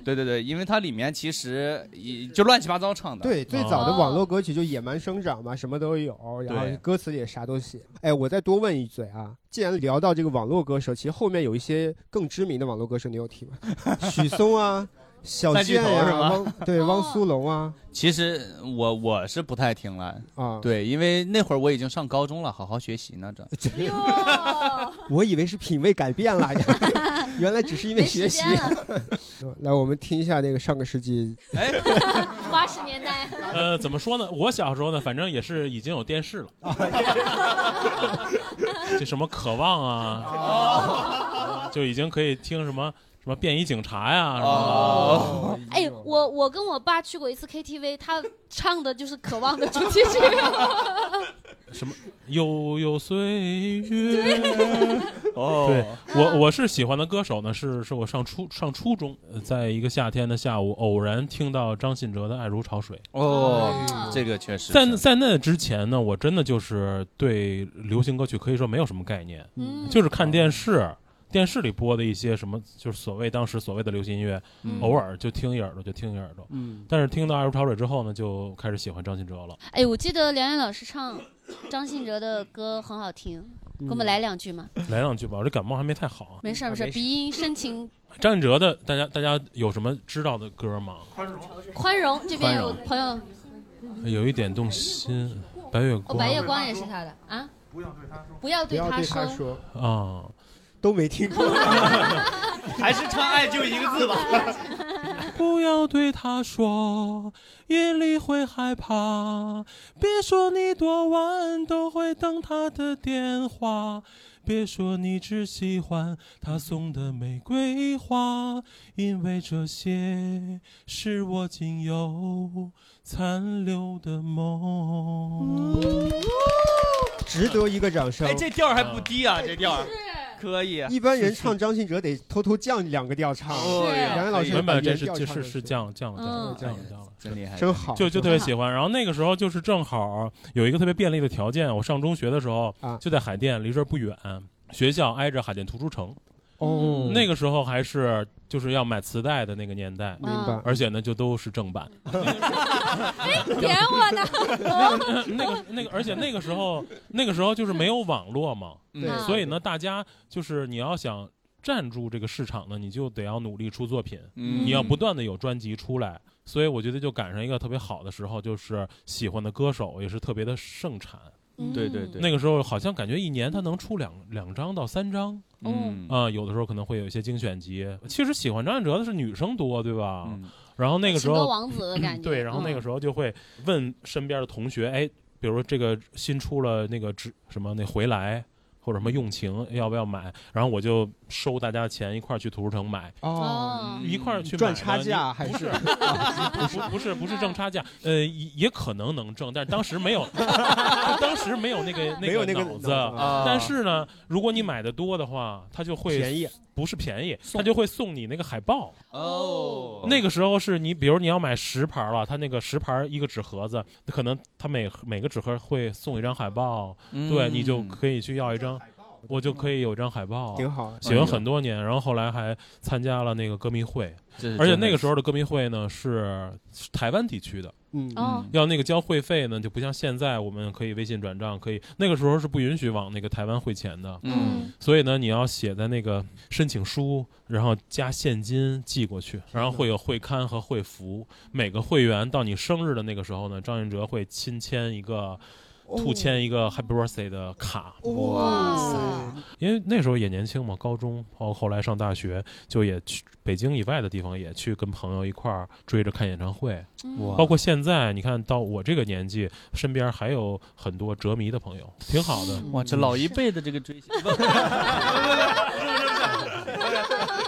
[SPEAKER 2] 对 对对，因为它里面其实也就乱七八糟唱的。
[SPEAKER 3] 对，最早
[SPEAKER 2] 哦
[SPEAKER 3] 的网络歌曲就野蛮生长嘛，什么都有，然后
[SPEAKER 2] 对
[SPEAKER 3] 歌词也啥都写。哎，我再多问一嘴啊，既然聊到这个网络歌手，其实后面有一些更知名的网络歌手，你有听 吗？许嵩啊，小
[SPEAKER 2] 三巨
[SPEAKER 3] 贱呀、
[SPEAKER 2] 头是吗
[SPEAKER 3] 汪对，汪苏泷啊，
[SPEAKER 2] 其实我我是不太听了
[SPEAKER 3] 啊
[SPEAKER 2] 对，因为那会儿我已经上高中了，好好学习 呢，这。
[SPEAKER 3] 我以为是品味改变了，原来只是因为学习。 来，我们听一下那个上个世纪，
[SPEAKER 1] 八十年 代，
[SPEAKER 4] 呃， 怎么说呢？我小时候呢，反正也是已经有电视了，就什么渴望 啊，就已经可以听什么什么便衣警察呀、什
[SPEAKER 2] 哦
[SPEAKER 4] 么的。
[SPEAKER 1] 哎，我我跟我爸去过一次 KTV，他唱的就是《渴望》的主题曲。
[SPEAKER 4] 什么悠悠岁月。 哦对我我是喜欢的歌手呢，是是我上初上初中，呃在一个夏天的下午，偶然听到张信哲的《爱如潮水》。
[SPEAKER 2] 哦，这个确实
[SPEAKER 4] 在在那之前呢，我真的就是对流行歌曲可以说没有什么概念，
[SPEAKER 2] 嗯
[SPEAKER 4] 就是看电视，电视里播的一些什么，就是所谓当时所谓的流行音乐，
[SPEAKER 2] 嗯
[SPEAKER 4] 偶尔就听一耳朵就听一耳朵。
[SPEAKER 2] 嗯
[SPEAKER 4] 但是听到《爱如潮水》之后呢，就开始喜欢张信哲了。
[SPEAKER 1] 哎，我记得梁岩老师唱张信哲的歌很好听，给我们来两句嘛。
[SPEAKER 4] 来两句吧，我这感冒还没太嗯好啊。
[SPEAKER 1] 没事儿没事儿，鼻音深情
[SPEAKER 4] 张信哲的，大家大家有什么知道的歌吗？
[SPEAKER 1] 宽容，这边有
[SPEAKER 4] 宽
[SPEAKER 1] 朋友，
[SPEAKER 4] 有一点动心，白月
[SPEAKER 1] 哦，
[SPEAKER 4] 光，
[SPEAKER 1] 白月光也是他的啊。不要对他说，不要
[SPEAKER 3] 不
[SPEAKER 1] 对
[SPEAKER 3] 要
[SPEAKER 1] 他
[SPEAKER 3] 对他
[SPEAKER 1] 说。
[SPEAKER 3] 说，
[SPEAKER 4] 啊，
[SPEAKER 3] 都没听过，
[SPEAKER 2] 还是唱爱就一个字吧。
[SPEAKER 4] 不要对他说，夜里会害怕。别说你多晚都会等他的电话，别说你只喜欢他送的玫瑰花，因为这些是我仅有残留的梦。
[SPEAKER 3] 值得一个掌声。
[SPEAKER 2] 哎，这调儿还不低啊，这调儿可以。啊
[SPEAKER 3] 一般人唱张信哲得偷偷降两个调唱，杨澜老师
[SPEAKER 4] 文
[SPEAKER 3] 把
[SPEAKER 4] 哦本真
[SPEAKER 3] 原
[SPEAKER 4] 是
[SPEAKER 3] 调
[SPEAKER 4] 就
[SPEAKER 3] 唱
[SPEAKER 4] 是
[SPEAKER 3] 的
[SPEAKER 4] 是降了降了降了
[SPEAKER 3] 嗯
[SPEAKER 4] 降了
[SPEAKER 1] 哦
[SPEAKER 4] 降了，
[SPEAKER 2] 真厉害
[SPEAKER 3] 真好
[SPEAKER 4] 哎就就
[SPEAKER 3] 真
[SPEAKER 4] 特别
[SPEAKER 3] 好
[SPEAKER 4] 喜欢。然后那个时候就是正好有一个特别便利的条件，我上中学的时候
[SPEAKER 3] 啊
[SPEAKER 4] 就在海淀，离这儿不远，学校挨着海淀图书城。
[SPEAKER 3] 哦
[SPEAKER 4] 那个时候还是就是要买磁带的那个年代，
[SPEAKER 3] 明白
[SPEAKER 4] 而且呢，就都是正版。
[SPEAKER 11] 点我呢
[SPEAKER 4] 那个那个，而且那个时候那个时候就是没有网络嘛，
[SPEAKER 2] 嗯
[SPEAKER 11] 对
[SPEAKER 4] 所以呢，大家就是你要想。站住这个市场呢，你就得要努力出作品，
[SPEAKER 2] 嗯
[SPEAKER 4] 你要不断的有专辑出来，所以我觉得就赶上一个特别好的时候，就是喜欢的歌手也是特别的盛产，
[SPEAKER 2] 对对对，
[SPEAKER 4] 那个时候好像感觉一年他能出两两张到三张，
[SPEAKER 2] 嗯
[SPEAKER 4] 啊、有的时候可能会有一些精选集。其实喜欢张信哲的是女生多，对吧？
[SPEAKER 2] 嗯
[SPEAKER 4] 然后那个时
[SPEAKER 1] 情
[SPEAKER 4] 候
[SPEAKER 1] 歌王子的感觉嗯
[SPEAKER 4] 嗯对，然后那个时候就会问身边的同学，哎，比如说这个新出了那个只什么那回来。或者什么用情要不要买？然后我就收大家的钱一块儿去图书城买，
[SPEAKER 3] 哦
[SPEAKER 4] 一块儿去买
[SPEAKER 3] 赚
[SPEAKER 4] 呢
[SPEAKER 3] 差
[SPEAKER 4] 你
[SPEAKER 3] 价还
[SPEAKER 4] 不
[SPEAKER 3] 是
[SPEAKER 4] 是啊不不是不是挣差价，呃，也也可能能挣，但是当时没有，当时没有那 个
[SPEAKER 3] 没有那个
[SPEAKER 4] 脑子
[SPEAKER 3] 脑子啊。
[SPEAKER 4] 但是呢，如果你买的多的话，它就会
[SPEAKER 3] 便宜，
[SPEAKER 4] 不是便宜，它就会送你那个海报。
[SPEAKER 2] 哦，
[SPEAKER 4] 那个时候是你，比如你要买十盘了，它那个十盘一个纸盒子，可能它每每个纸盒会送一张海报，
[SPEAKER 2] 嗯
[SPEAKER 4] 对你就可以去要一张。我就可以有一张海报，
[SPEAKER 3] 挺好
[SPEAKER 2] 哎
[SPEAKER 4] 喜欢很多年，然后后来还参加了那个歌迷会
[SPEAKER 2] 这是，
[SPEAKER 4] 而且
[SPEAKER 2] 真的
[SPEAKER 4] 那个时候的歌迷会呢是是台湾地区的，
[SPEAKER 3] 嗯
[SPEAKER 2] 哦
[SPEAKER 4] 要那个交会费呢，就不像现在我们可以微信转账，可以那个时候是不允许往那个台湾汇钱的，
[SPEAKER 2] 嗯，
[SPEAKER 4] 所以呢，你要写在那个申请书，然后加现金寄过去，然后会有会刊和会服，每个会员到你生日的那个时候呢，张信哲会亲签一个。
[SPEAKER 3] 哦
[SPEAKER 4] 兔签一个 Happy Birthday 的卡，
[SPEAKER 3] 哇塞！
[SPEAKER 4] 因为那时候也年轻嘛，高中，包括后来上大学，就也去北京以外的地方也去跟朋友一块儿追着看演唱会
[SPEAKER 2] 哇，
[SPEAKER 4] 包括现在，你看到我这个年纪，身边还有很多哲迷的朋友，挺好的。
[SPEAKER 2] 哇，这老一辈的这个追星，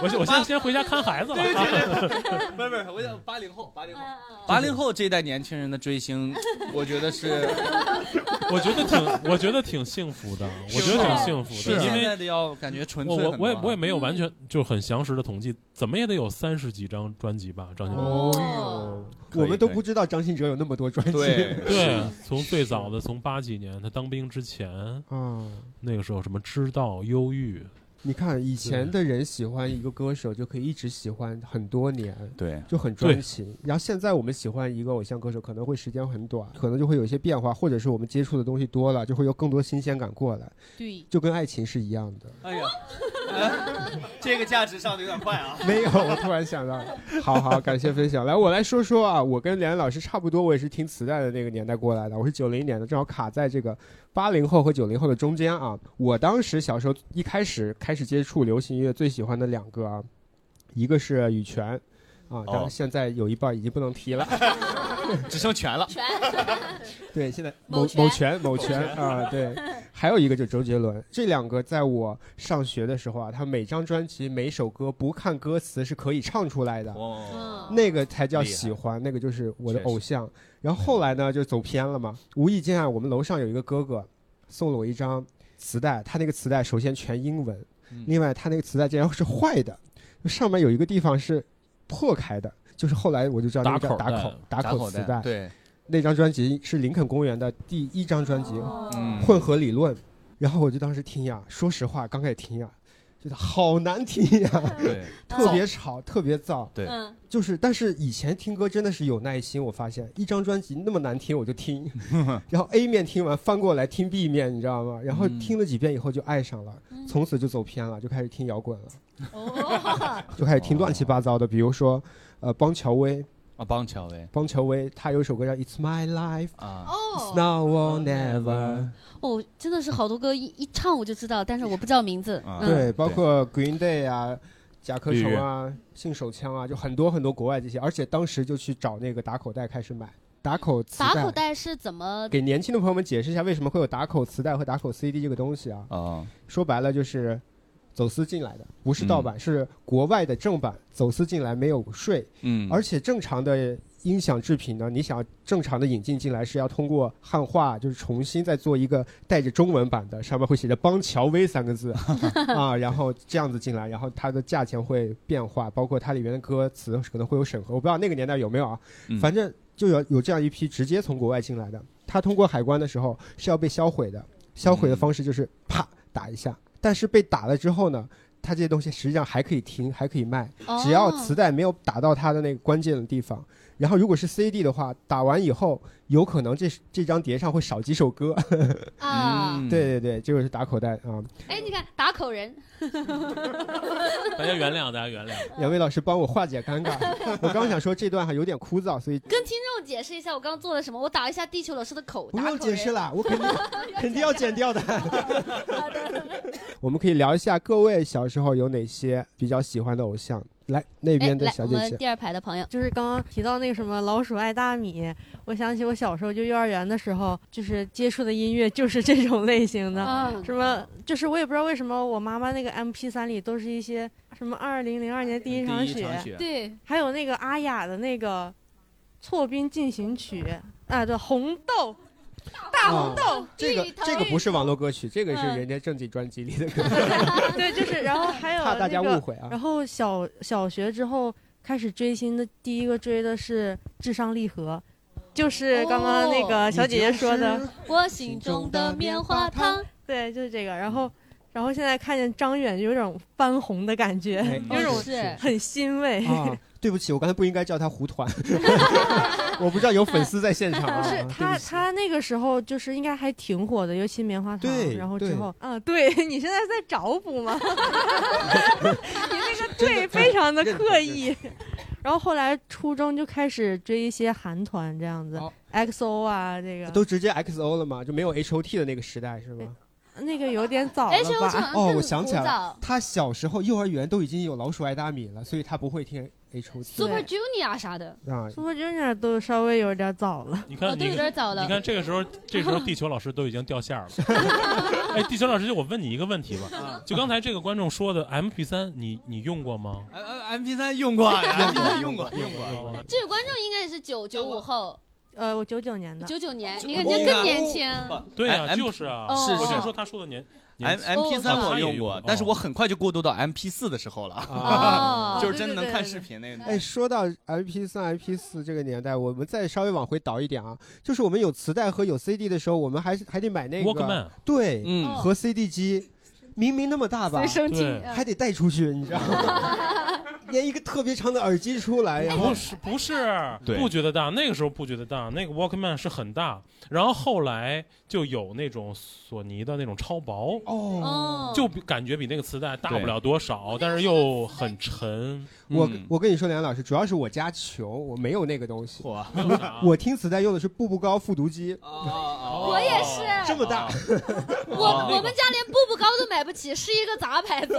[SPEAKER 4] 我先我先先回家看孩子了。
[SPEAKER 2] 对 对对，不是不是，我想八零后，八零后，八零后这一代年轻人的追星，我觉得是，
[SPEAKER 4] 我觉得 挺，我觉得挺幸福的，我觉得挺幸福的，因
[SPEAKER 2] 现在
[SPEAKER 4] 为
[SPEAKER 2] 的要感觉纯
[SPEAKER 4] 我
[SPEAKER 2] 粹
[SPEAKER 4] 我
[SPEAKER 2] 很多
[SPEAKER 4] 我也
[SPEAKER 2] 了
[SPEAKER 4] 我也没有完全就很详实的统计，怎么也得有三十几张专辑吧，张信哲。
[SPEAKER 3] 哦 我们都不知道张信哲有那么多专辑。
[SPEAKER 4] 对，从最早的从八几年他当兵之前，
[SPEAKER 3] 嗯，
[SPEAKER 4] 那个时候什么知道忧郁，
[SPEAKER 3] 你看以前的人喜欢一个歌手，就可以一直喜欢很多年，
[SPEAKER 2] 对
[SPEAKER 3] 就很专情。然后现在我们喜欢一个偶像歌手，可能会时间很短，可能就会有一些变化，或者是我们接触的东西多了，就会有更多新鲜感过来。
[SPEAKER 2] 对
[SPEAKER 3] 就跟爱情是一样的。
[SPEAKER 2] 哎呀，哎这个价值上的有点快啊，
[SPEAKER 3] 没有，哎我突然想到了， 好好感谢分享。来，我来说说啊，我跟梁老师差不多，我也是听磁带的那个年代过来的，我是九零年的，正好卡在这个八零后和九零后的中间啊。我当时小时候一开始开始接触流行音乐，最喜欢的两个啊，一个是羽泉啊，当
[SPEAKER 2] 哦
[SPEAKER 3] 然现在有一半已经不能提了。
[SPEAKER 2] 只剩全了，
[SPEAKER 3] 对，现在
[SPEAKER 2] 某权
[SPEAKER 3] 某某权某
[SPEAKER 2] 某
[SPEAKER 3] 权
[SPEAKER 2] 权
[SPEAKER 3] 啊， 对，还有一个就是周杰伦，这两个在我上学的时候啊，他每张专辑每首歌不看歌词是可以唱出来的，那个才叫
[SPEAKER 2] 哦嗯厉害
[SPEAKER 3] 喜欢，那个就是我的偶像。然后后来呢，就走偏了嘛，无意间啊，我们楼上有一个哥哥送了我一张磁带，他那个磁带首先全英文，
[SPEAKER 2] 嗯
[SPEAKER 3] 另外他那个磁带竟然是坏的，就上面有一个地方是破开的，就是后来我就知道那个叫
[SPEAKER 2] 打口
[SPEAKER 3] 打
[SPEAKER 2] 袋
[SPEAKER 3] 口打
[SPEAKER 2] 打
[SPEAKER 3] 口
[SPEAKER 2] 口
[SPEAKER 3] 磁
[SPEAKER 2] 袋
[SPEAKER 3] 带，
[SPEAKER 2] 对。
[SPEAKER 3] 那张专辑是林肯公园的第一张专辑，混合理论。然后我就当时听呀，说实话，刚开始听呀，觉得好难听呀，
[SPEAKER 2] 对
[SPEAKER 3] 特别吵，特别燥。
[SPEAKER 2] 对
[SPEAKER 1] 嗯
[SPEAKER 3] 就是，但是以前听歌真的是有耐心，我发现一张专辑那么难听我就听，然后 A 面听完翻过来听 B 面，你知道吗？然后听了几遍以后就爱上了，从此就走偏了，就开始听摇滚了， 就开始听乱七八糟的，比如说，呃，邦乔威。
[SPEAKER 2] 啊，邦乔维
[SPEAKER 3] 邦乔维他有一首歌叫《It's My Life》
[SPEAKER 2] 啊
[SPEAKER 1] 哦
[SPEAKER 3] ，It's Now or Never。
[SPEAKER 19] 哦，真的是好多歌一一唱我就知道，但是我不知道名字。嗯
[SPEAKER 3] 对，包括 Green Day 啊，甲壳虫啊、性手枪啊，就很多很多国外这些，而且当时就去找那个打口袋开始买打口磁
[SPEAKER 1] 打口袋是怎么？
[SPEAKER 3] 给年轻的朋友们解释一下，为什么会有打口磁带和打口 CD 这个东西啊？
[SPEAKER 2] 啊，
[SPEAKER 3] 说白了就是走私进来的，不是盗版，是国外的正版走私进来没有税。
[SPEAKER 2] 嗯
[SPEAKER 3] 而且正常的音响制品呢，你想正常的引进进来是要通过汉化，就是重新再做一个带着中文版的，上面会写着“邦乔威”三个 字啊，然后这样子进来，然后它的价钱会变化，包括它里面的歌词可能会有审核，我不知道那个年代有没有啊，
[SPEAKER 2] 嗯
[SPEAKER 3] 反正就有有这样一批直接从国外进来的，它通过海关的时候是要被销毁的，销
[SPEAKER 2] 嗯
[SPEAKER 3] 毁的方式就是啪打一下，但是被打了之后呢，它这些东西实际上还可以听，还可以卖
[SPEAKER 19] 哦，
[SPEAKER 3] 只要磁带没有打到它的那个关键的地方。然后如果是 CD 的话，打完以后有可能这这张碟上会少几首歌。
[SPEAKER 1] 啊嗯
[SPEAKER 3] 对对对，这就是打口袋
[SPEAKER 16] 嗯
[SPEAKER 3] 啊。
[SPEAKER 1] 哎，你看打口人，
[SPEAKER 4] 大家原谅，大家原谅。
[SPEAKER 3] 两位老师帮我化解尴尬， 我刚想说这段还有点枯燥，所以
[SPEAKER 1] 跟听众解释一下我刚做了什么，我打一下地球老师的口，
[SPEAKER 3] 不
[SPEAKER 1] 打
[SPEAKER 3] 用
[SPEAKER 1] 口
[SPEAKER 3] 解释
[SPEAKER 1] 人
[SPEAKER 3] 了，我肯定肯定要 剪掉的。我们可以聊一下各位小时候有哪些比较喜欢的偶像。来，那边
[SPEAKER 16] 哎
[SPEAKER 3] 的
[SPEAKER 16] 来
[SPEAKER 3] 小姐
[SPEAKER 16] 我们
[SPEAKER 3] 姐，
[SPEAKER 16] 第
[SPEAKER 1] 二排的朋友，
[SPEAKER 16] 就是刚刚提到那个什么老鼠爱大米，我想起我小时候就幼儿园的时候，就是接触的音乐就是这种类型 的，
[SPEAKER 6] 嗯
[SPEAKER 5] 嗯
[SPEAKER 1] 啊
[SPEAKER 16] 什么就是我也不知道为什么我妈妈那个 M P 三里都是一些什么二零零二年第一场
[SPEAKER 1] 第一场雪对，
[SPEAKER 16] 还有那个阿雅的那个《错兵进行曲》啊，对，红豆，大红豆，
[SPEAKER 3] 啊这个这个不是网络歌曲，这个是
[SPEAKER 16] 嗯
[SPEAKER 3] 人家正经专辑里的歌。
[SPEAKER 16] 对，就是，然后还有、那
[SPEAKER 3] 怕
[SPEAKER 16] 个、
[SPEAKER 3] 大家误会啊
[SPEAKER 16] 然后小小学之后开始追星的，第一个追的是《至上励合》，就是刚刚那
[SPEAKER 3] 哦
[SPEAKER 16] 个小姐姐说的。
[SPEAKER 1] 我哦心中的棉花糖。
[SPEAKER 16] 对，就是这个。然后，然后现在看见张远就有种翻红的感觉，
[SPEAKER 3] 哎
[SPEAKER 16] 有
[SPEAKER 1] 哦
[SPEAKER 16] 种
[SPEAKER 3] 是是
[SPEAKER 16] 很欣慰。
[SPEAKER 3] 啊，对不起，我刚才不应该叫他胡团，我不知道有粉丝在现场啊。
[SPEAKER 16] 不 是
[SPEAKER 3] 对
[SPEAKER 16] 他，
[SPEAKER 3] 起
[SPEAKER 16] 他那个时候就是应该还挺火的，尤其棉花糖。
[SPEAKER 3] 对
[SPEAKER 16] 然后之
[SPEAKER 3] 对
[SPEAKER 16] 后，啊，对 你现在在找补吗？ 你那个对非常的刻意。然后后来初中就开始追一些韩团这样
[SPEAKER 4] 哦
[SPEAKER 16] 子，XO 啊，这个
[SPEAKER 3] 都直接 XO 了吗？就没有 HOT 的那个时代是吗？
[SPEAKER 16] 那个有点早
[SPEAKER 1] 哎
[SPEAKER 16] 了
[SPEAKER 3] HOT
[SPEAKER 16] 吧？
[SPEAKER 3] 哦，我想起来了，，他小时候幼儿园都已经有老鼠爱大米了，所以他不会听 HOT。
[SPEAKER 1] Super Junior 啥的，
[SPEAKER 3] 啊，
[SPEAKER 16] Super Junior 都稍微有点早了。
[SPEAKER 4] 你
[SPEAKER 1] 哦
[SPEAKER 4] 看，
[SPEAKER 1] 对
[SPEAKER 4] 你
[SPEAKER 1] 有点早了
[SPEAKER 4] 你看这个时候，这时候地球老师都已经掉线儿了。 哎，地球老师，就我问你一个问题
[SPEAKER 2] 啊
[SPEAKER 4] 吧，就刚才这个观众说的 MP 三，你你用过吗？
[SPEAKER 2] 呃 M P 三用过，M 啊 P 三用过，用过。
[SPEAKER 1] 这个观众应该也是九九五后，
[SPEAKER 16] 呃，我九九年的，
[SPEAKER 1] 九九年，哎你看人家更年轻。
[SPEAKER 4] 对啊，
[SPEAKER 2] 哎
[SPEAKER 4] 就是啊，
[SPEAKER 1] 哦是
[SPEAKER 4] 我
[SPEAKER 1] 是
[SPEAKER 4] 就说他说的年
[SPEAKER 2] M
[SPEAKER 4] 年纪
[SPEAKER 2] 哎 M P 三
[SPEAKER 4] 哦
[SPEAKER 2] 我
[SPEAKER 4] 他也
[SPEAKER 2] 用过，但是我很快就过渡到 M P 四的时候了
[SPEAKER 3] 啊 哦，
[SPEAKER 2] 就是真的能看
[SPEAKER 3] 对对对对
[SPEAKER 2] 视频那个。
[SPEAKER 3] 哎，说到 MP 三、MP 四这个年代，我们再稍微往回倒一点啊，就是我们有磁带和有 CD 的时候，我们还是还得买那个
[SPEAKER 4] Walkman
[SPEAKER 3] 对，
[SPEAKER 2] 嗯
[SPEAKER 3] 和 CD 机，明明那么大吧，
[SPEAKER 4] 随身听对
[SPEAKER 3] 还得带出去，你知道吗？连一个特别长的耳机出来，然后
[SPEAKER 4] 不是不是，
[SPEAKER 2] 对
[SPEAKER 4] 不觉得大，那个时候不觉得大，那个 Walkman 是很大，然后后来就有那种索尼的那种超薄，
[SPEAKER 1] 嗯
[SPEAKER 4] 嗯
[SPEAKER 3] 哦
[SPEAKER 4] 就比感觉比那个磁带大不了多少，但是又很沉。
[SPEAKER 3] 我
[SPEAKER 4] 嗯
[SPEAKER 3] 我跟你说，梁老师，主要是我家穷，我没有那个东西。
[SPEAKER 2] 我
[SPEAKER 4] 没有啥
[SPEAKER 3] 我听磁带用的是步步高复读机，
[SPEAKER 1] 我也是，
[SPEAKER 3] 哦这么
[SPEAKER 4] 哦
[SPEAKER 3] 大。
[SPEAKER 1] 我我们家连步步高都买不起，是一个杂牌子。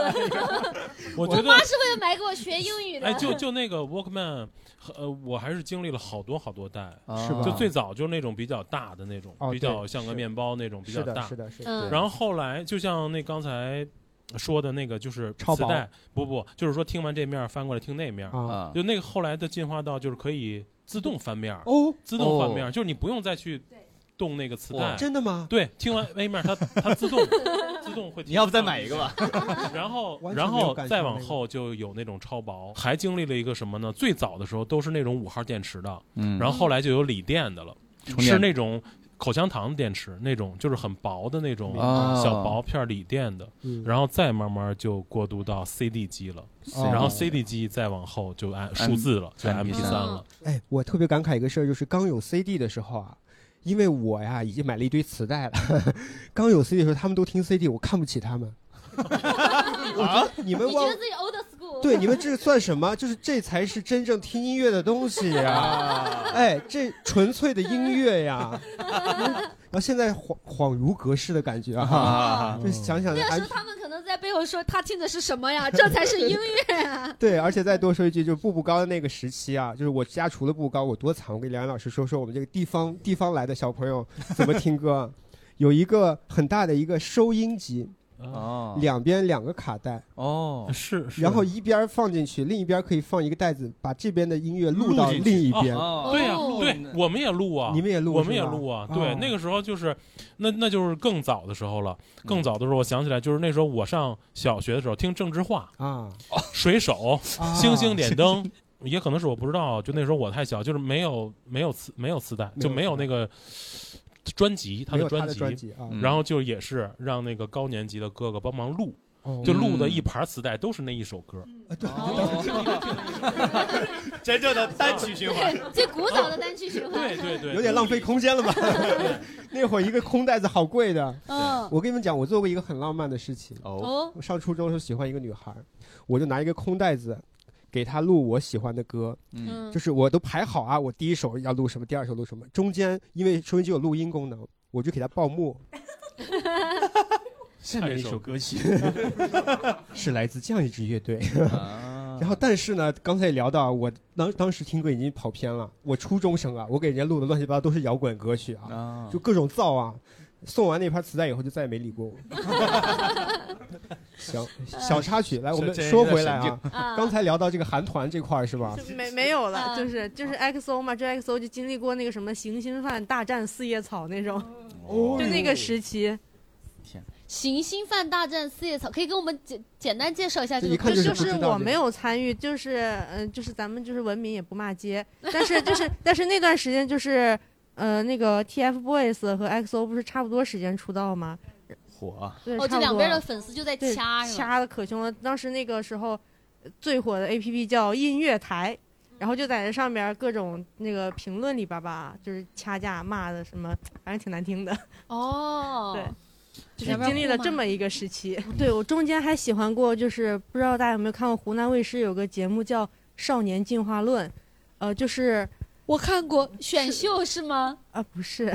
[SPEAKER 4] 我
[SPEAKER 1] 我
[SPEAKER 4] 觉得
[SPEAKER 1] 妈是为了买给我学英语的。
[SPEAKER 4] 哎，就就那个 Walkman，呃，我还是经历了好多好多代，
[SPEAKER 3] 是吧
[SPEAKER 4] 就最早就是那种比较大的那种，
[SPEAKER 3] 啊哦
[SPEAKER 4] 比较像个面包那种比
[SPEAKER 3] 是
[SPEAKER 4] 较
[SPEAKER 3] 的
[SPEAKER 4] 大，
[SPEAKER 3] 是的是的嗯对
[SPEAKER 4] 然后后来就像那刚才。说的那个就是
[SPEAKER 3] 超
[SPEAKER 4] 磁
[SPEAKER 3] 薄
[SPEAKER 4] 带，不不，就是说听完这面儿翻过来听那面儿，
[SPEAKER 3] 啊
[SPEAKER 4] 就那个后来的进化到就是可以自动翻面儿
[SPEAKER 3] 哦
[SPEAKER 4] 自动翻面
[SPEAKER 3] 哦
[SPEAKER 4] 儿，就是你不用再去动那个磁
[SPEAKER 3] 哇
[SPEAKER 4] 带，
[SPEAKER 3] 真的吗
[SPEAKER 4] 对，听完 A 面儿它它自动自动会，
[SPEAKER 2] 你要不再买一个吧？
[SPEAKER 4] 然后
[SPEAKER 2] 完全
[SPEAKER 4] 然
[SPEAKER 2] 没有
[SPEAKER 4] 后
[SPEAKER 2] 感
[SPEAKER 4] 再
[SPEAKER 2] 受
[SPEAKER 4] 往
[SPEAKER 2] 那个
[SPEAKER 4] 后就有那种超薄，还经历了一个什么呢？最早的时候都是那种五号电池的，
[SPEAKER 2] 嗯
[SPEAKER 4] 然后后来就有锂电的了，
[SPEAKER 2] 充
[SPEAKER 4] 是
[SPEAKER 2] 电
[SPEAKER 4] 那种口香糖电池，那种就是很薄的那种
[SPEAKER 2] 哦
[SPEAKER 4] 小薄片锂电的，
[SPEAKER 2] 嗯
[SPEAKER 4] 然后再慢慢就过渡到 CD 机了，
[SPEAKER 3] 哦
[SPEAKER 4] 然后 CD 机再往后就按数字了，就 MP 三了。
[SPEAKER 3] 哎，我特别感慨一个事儿，就是刚有 CD 的时候啊，因为我呀已经买了一堆磁带了， 刚有 CD 的时候他们都听 CD，我看不起他们。啊！你们
[SPEAKER 1] 你觉
[SPEAKER 3] 忘
[SPEAKER 1] 得自己 old school？
[SPEAKER 3] 对你们这算什么？就是这才是真正听音乐的东西呀！哎，这纯粹的音乐呀！嗯然后现在恍恍如隔世的感觉啊！就想想
[SPEAKER 1] 那
[SPEAKER 3] 那
[SPEAKER 1] 个时啊
[SPEAKER 3] M 哎
[SPEAKER 1] 候他们可能在背后
[SPEAKER 19] 后说他听的是什么呀？这才是音乐啊！
[SPEAKER 3] 对，而且再多说一句，就是步步高的那个时期啊，就是我家除了步步高，我多惨！我给梁岩老师说说，我们这个地方地方来的小朋友怎么听歌啊？有一个很大的一个收音机，
[SPEAKER 2] 哦
[SPEAKER 3] 啊两边两个卡带，
[SPEAKER 2] 哦，
[SPEAKER 4] 是是
[SPEAKER 3] 然后一边放进去，另一边可以放一个袋子，把这边的音乐录到
[SPEAKER 4] 进
[SPEAKER 3] 另
[SPEAKER 4] 去
[SPEAKER 3] 一
[SPEAKER 19] 哦
[SPEAKER 3] 边。
[SPEAKER 4] 对呀、对，我们也录啊，
[SPEAKER 3] 你们也录
[SPEAKER 4] 我们也
[SPEAKER 3] 是吧
[SPEAKER 4] 录啊。对，
[SPEAKER 3] 哦
[SPEAKER 4] 那个时候就是，那那就是更早的时候了。更早的时候，我想起来，就是那时候我上小学的时候听郑智化
[SPEAKER 3] 啊，
[SPEAKER 4] 水手、
[SPEAKER 3] 啊
[SPEAKER 4] 星星点灯。
[SPEAKER 3] 哦
[SPEAKER 4] 也可能是我不知道，就那时候我太小，就是没有没有磁没有磁带，
[SPEAKER 3] 没有
[SPEAKER 4] 就没有那个专辑，
[SPEAKER 3] 没
[SPEAKER 4] 的
[SPEAKER 3] 有他的
[SPEAKER 4] 辑，
[SPEAKER 3] 专辑啊
[SPEAKER 4] 然后就也是让那个高年级的哥哥帮忙录，
[SPEAKER 3] 哦嗯
[SPEAKER 4] 就录的一盘磁带都是那一首歌，
[SPEAKER 3] 哦
[SPEAKER 4] 啊
[SPEAKER 2] 真正的单曲循环。哦
[SPEAKER 19] 对，最古早的单曲循环。
[SPEAKER 4] 对对对
[SPEAKER 3] 有点浪费空间了吧？ 那会儿一个空袋子好贵的。
[SPEAKER 19] 嗯
[SPEAKER 3] 我跟你们讲，我做过一个很浪漫的事情。
[SPEAKER 19] 哦
[SPEAKER 3] 我上初中的时候喜欢一个女孩，我就拿一个空袋子。给她录我喜欢的歌，
[SPEAKER 19] 嗯
[SPEAKER 3] 就是我都排好啊，我第一首要录什么，第二首录什么，中间因为收音机有录音功能，我就给她报幕。
[SPEAKER 2] 下面一首歌 曲
[SPEAKER 3] 是来自这样一支乐队。
[SPEAKER 20] 啊
[SPEAKER 3] 然后，但是呢，刚才也聊到，我当当时听歌已经跑偏了。我初中生啊，我给人家录的乱七八糟都是摇滚歌曲啊，就各种造啊。送完那盘磁带以后，就再也没理过 我。行，小插曲，来，我们
[SPEAKER 20] 这
[SPEAKER 3] 说回来
[SPEAKER 20] 这有点神
[SPEAKER 3] 啊
[SPEAKER 20] 经
[SPEAKER 16] 啊，
[SPEAKER 3] 刚才聊到这个韩团这块儿是吧？
[SPEAKER 16] 没没有了，
[SPEAKER 19] 啊
[SPEAKER 16] 就是就是 XO 嘛，这 XO 就经历过那个什么行星饭大战四叶草那种，
[SPEAKER 19] 哦
[SPEAKER 16] 就那个时期。
[SPEAKER 19] 行星饭大战四叶草，可以给我们简简单介绍一下这个故
[SPEAKER 16] 就
[SPEAKER 19] 事？
[SPEAKER 16] 是我没有参与，就是嗯、呃就是咱们就是文明也不骂街，但是就是但是那段时间就是呃，那个 TFBOYS 和 XO 不是差不多时间出道吗？
[SPEAKER 2] 火啊
[SPEAKER 16] 对，
[SPEAKER 19] 哦，
[SPEAKER 16] 差不
[SPEAKER 19] 这两
[SPEAKER 16] 多
[SPEAKER 19] 边的粉丝就在
[SPEAKER 16] 对
[SPEAKER 19] 掐是吧？
[SPEAKER 16] 掐的可凶了。当时那个时候呃最火的 A P P 叫音乐台，
[SPEAKER 19] 嗯
[SPEAKER 16] 然后就在那上面各种那个评论里边吧，就是掐架骂的什么，反正挺难 听的。
[SPEAKER 19] 哦，
[SPEAKER 16] 对。就是经历了这么一个时 期，对我中间还喜欢过，就是不知道大家有没有看过湖南卫视有个节目叫《少年进化论》，呃，就是
[SPEAKER 19] 我看过选秀是吗？
[SPEAKER 16] 啊，不是，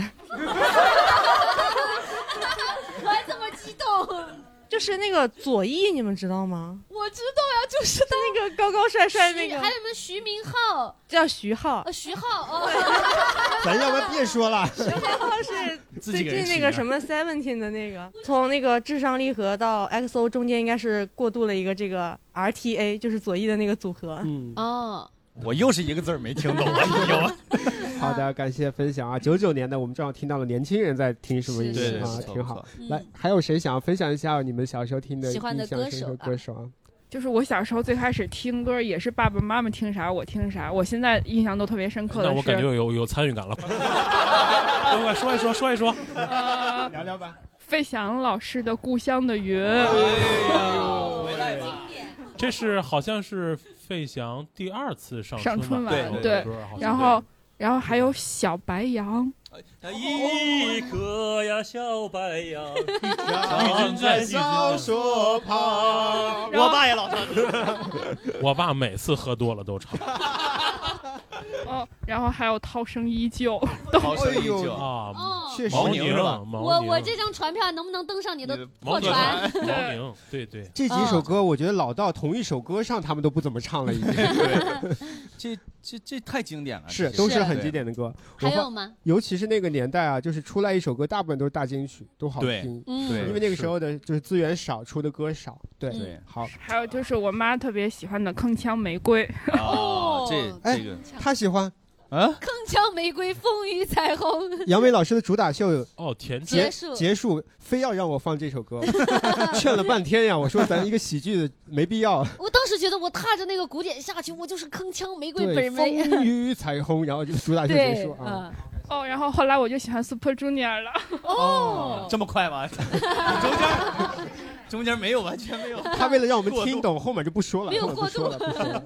[SPEAKER 19] 我还这么激动，
[SPEAKER 16] 就是那个左翼，你们知道吗？
[SPEAKER 19] 我知道呀，啊就是他
[SPEAKER 16] 那个高高帅帅那个
[SPEAKER 19] 还有没有徐明浩？
[SPEAKER 16] 叫徐浩，
[SPEAKER 19] 呃，徐浩哦，
[SPEAKER 3] 咱要不然别说了。
[SPEAKER 16] 是
[SPEAKER 3] 自己
[SPEAKER 16] 最
[SPEAKER 3] 给人
[SPEAKER 16] 近
[SPEAKER 3] 起
[SPEAKER 16] 那
[SPEAKER 3] 的
[SPEAKER 16] 个什么 Seventeen 的那个，从那个智商励合到 XO 中间应该是过渡了一个这个 RTA，就是左翼的那个组合。
[SPEAKER 3] 嗯
[SPEAKER 19] 哦，
[SPEAKER 2] 我又是一个字儿没听 懂啊！你有
[SPEAKER 3] 好的，感谢分享啊！九九年的我们正好听到了年轻人在听什么音
[SPEAKER 2] 是是
[SPEAKER 3] 乐啊，
[SPEAKER 2] 是
[SPEAKER 3] 挺好
[SPEAKER 2] 不错。
[SPEAKER 3] 来，还有谁想要分享一下你们小时候听的
[SPEAKER 17] 喜欢的
[SPEAKER 3] 印象
[SPEAKER 17] 歌
[SPEAKER 3] 深
[SPEAKER 17] 手
[SPEAKER 3] 刻
[SPEAKER 17] 吧
[SPEAKER 3] 歌手啊？
[SPEAKER 17] 就是我小时候最开始听歌也是爸爸妈妈听啥我听啥，我现在印象都特别深刻
[SPEAKER 4] 那
[SPEAKER 17] 的
[SPEAKER 4] 我感觉
[SPEAKER 17] 是
[SPEAKER 4] 有有参与感了。快快说一说，说一说。
[SPEAKER 3] 聊聊吧。
[SPEAKER 17] 呃费翔老师的《故乡的云》，
[SPEAKER 4] 哎这是好像是费翔第二次上
[SPEAKER 17] 上春
[SPEAKER 4] 晚
[SPEAKER 17] 晚
[SPEAKER 4] 唱的
[SPEAKER 17] 对
[SPEAKER 4] 歌好像，
[SPEAKER 17] 然后然后还有小白杨，
[SPEAKER 2] 一颗呀，小白杨，
[SPEAKER 4] 长在小
[SPEAKER 2] 说旁
[SPEAKER 17] 然后
[SPEAKER 2] 我爸也老唱。
[SPEAKER 4] 我爸每次喝多了都 唱。
[SPEAKER 17] 哦，然后还有《涛声依旧》，
[SPEAKER 4] 涛声
[SPEAKER 3] 哎
[SPEAKER 4] 依旧啊
[SPEAKER 19] 哦，
[SPEAKER 4] 确实
[SPEAKER 19] 毛
[SPEAKER 4] 宁是吧毛
[SPEAKER 19] 我
[SPEAKER 4] 宁
[SPEAKER 19] 呃我这张船票能不能登上你的破
[SPEAKER 4] 宁
[SPEAKER 19] 船？
[SPEAKER 4] 毛宁，对对。
[SPEAKER 3] 这几
[SPEAKER 2] 哦
[SPEAKER 3] 首歌，我觉得老到同一首歌上，他们都不怎么唱 了，已经。
[SPEAKER 2] 这这这太经典了，
[SPEAKER 3] 是，
[SPEAKER 2] 这些
[SPEAKER 3] 都是很经典的歌。
[SPEAKER 2] 还
[SPEAKER 3] 我发
[SPEAKER 2] 有吗？
[SPEAKER 3] 尤其是那个年代啊，就是出来一首歌，大部分都是大金曲，都好
[SPEAKER 2] 对
[SPEAKER 3] 听。
[SPEAKER 17] 嗯对
[SPEAKER 3] 因为那个时候的就是资源少，出的歌少。对
[SPEAKER 2] 对
[SPEAKER 3] 好。
[SPEAKER 17] 还有就是我妈特别喜欢的《铿锵玫瑰》。
[SPEAKER 2] 哦
[SPEAKER 3] 哎，他喜欢
[SPEAKER 2] 啊。
[SPEAKER 19] 铿锵玫瑰，风雨彩虹。
[SPEAKER 3] 杨梅老师的主打秀
[SPEAKER 4] 哦，田
[SPEAKER 19] 忌
[SPEAKER 3] 结
[SPEAKER 19] 结束
[SPEAKER 3] 结束，非要让我放这首歌，劝了半天呀！我说咱一个喜剧的没必要。
[SPEAKER 19] 我当时觉得我踏着那个鼓点下去，我就是铿锵玫瑰
[SPEAKER 3] 对，
[SPEAKER 19] 本
[SPEAKER 3] 风
[SPEAKER 19] 人。
[SPEAKER 3] 雨彩虹，然后就主打秀结
[SPEAKER 17] 对
[SPEAKER 3] 束，啊。
[SPEAKER 17] 哦，然后后来我就喜欢 Super Junior 了。
[SPEAKER 2] 哦，这么快吗？中间中间没有，完全没有。
[SPEAKER 3] 他为了让我们听懂，后面就不说了，
[SPEAKER 2] 没有
[SPEAKER 3] 后面不说了，
[SPEAKER 2] 过
[SPEAKER 3] 不
[SPEAKER 2] 渡
[SPEAKER 3] 说了。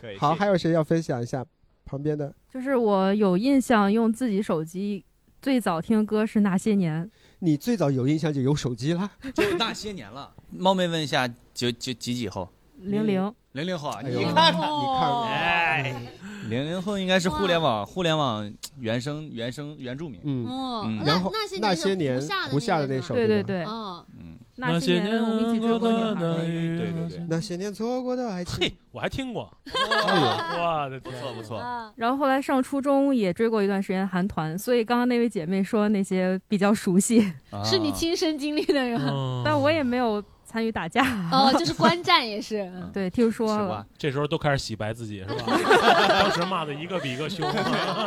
[SPEAKER 2] 可以
[SPEAKER 3] 好，还有谁要分享一下？旁边的，
[SPEAKER 13] 就是我有印象，用自己手机最早听歌是那些年，
[SPEAKER 3] 你最早有印象就有手机啦。
[SPEAKER 2] 就那些年了。冒昧问一下，九九几几后？
[SPEAKER 13] 零零。
[SPEAKER 2] 零零后啊，
[SPEAKER 3] 哎呦
[SPEAKER 2] 你看看，
[SPEAKER 3] 你看看
[SPEAKER 2] 哎，零零后应该是互联网互联网原生原生原住民。
[SPEAKER 3] 嗯
[SPEAKER 19] 哦，
[SPEAKER 2] 嗯
[SPEAKER 19] 那
[SPEAKER 2] 然后
[SPEAKER 19] 那些
[SPEAKER 3] 那些
[SPEAKER 19] 年
[SPEAKER 3] 年
[SPEAKER 19] 是胡夏的
[SPEAKER 3] 胡夏的
[SPEAKER 19] 那
[SPEAKER 3] 那
[SPEAKER 19] 首歌
[SPEAKER 3] 首对
[SPEAKER 13] 对对对
[SPEAKER 19] 哦，
[SPEAKER 4] 那些年我们一起追过的女孩嗯对对对
[SPEAKER 3] 那些年错过的爱情。
[SPEAKER 4] 嘿，我还 听过，
[SPEAKER 19] 哎
[SPEAKER 4] 我的天，啊不错不错，
[SPEAKER 1] 嗯
[SPEAKER 13] 然后后来上初中也追过一段时间韩团，所以刚刚那位姐妹说那些比较熟悉，
[SPEAKER 1] 是你亲身经历的是吧？
[SPEAKER 13] 但我也没有参与打架。
[SPEAKER 1] 哦，就是观战也是。嗯
[SPEAKER 13] 对，听说
[SPEAKER 4] 是
[SPEAKER 13] 了。
[SPEAKER 4] 吧？这时候都开始洗白自己是吧？当时骂的一个比一个凶。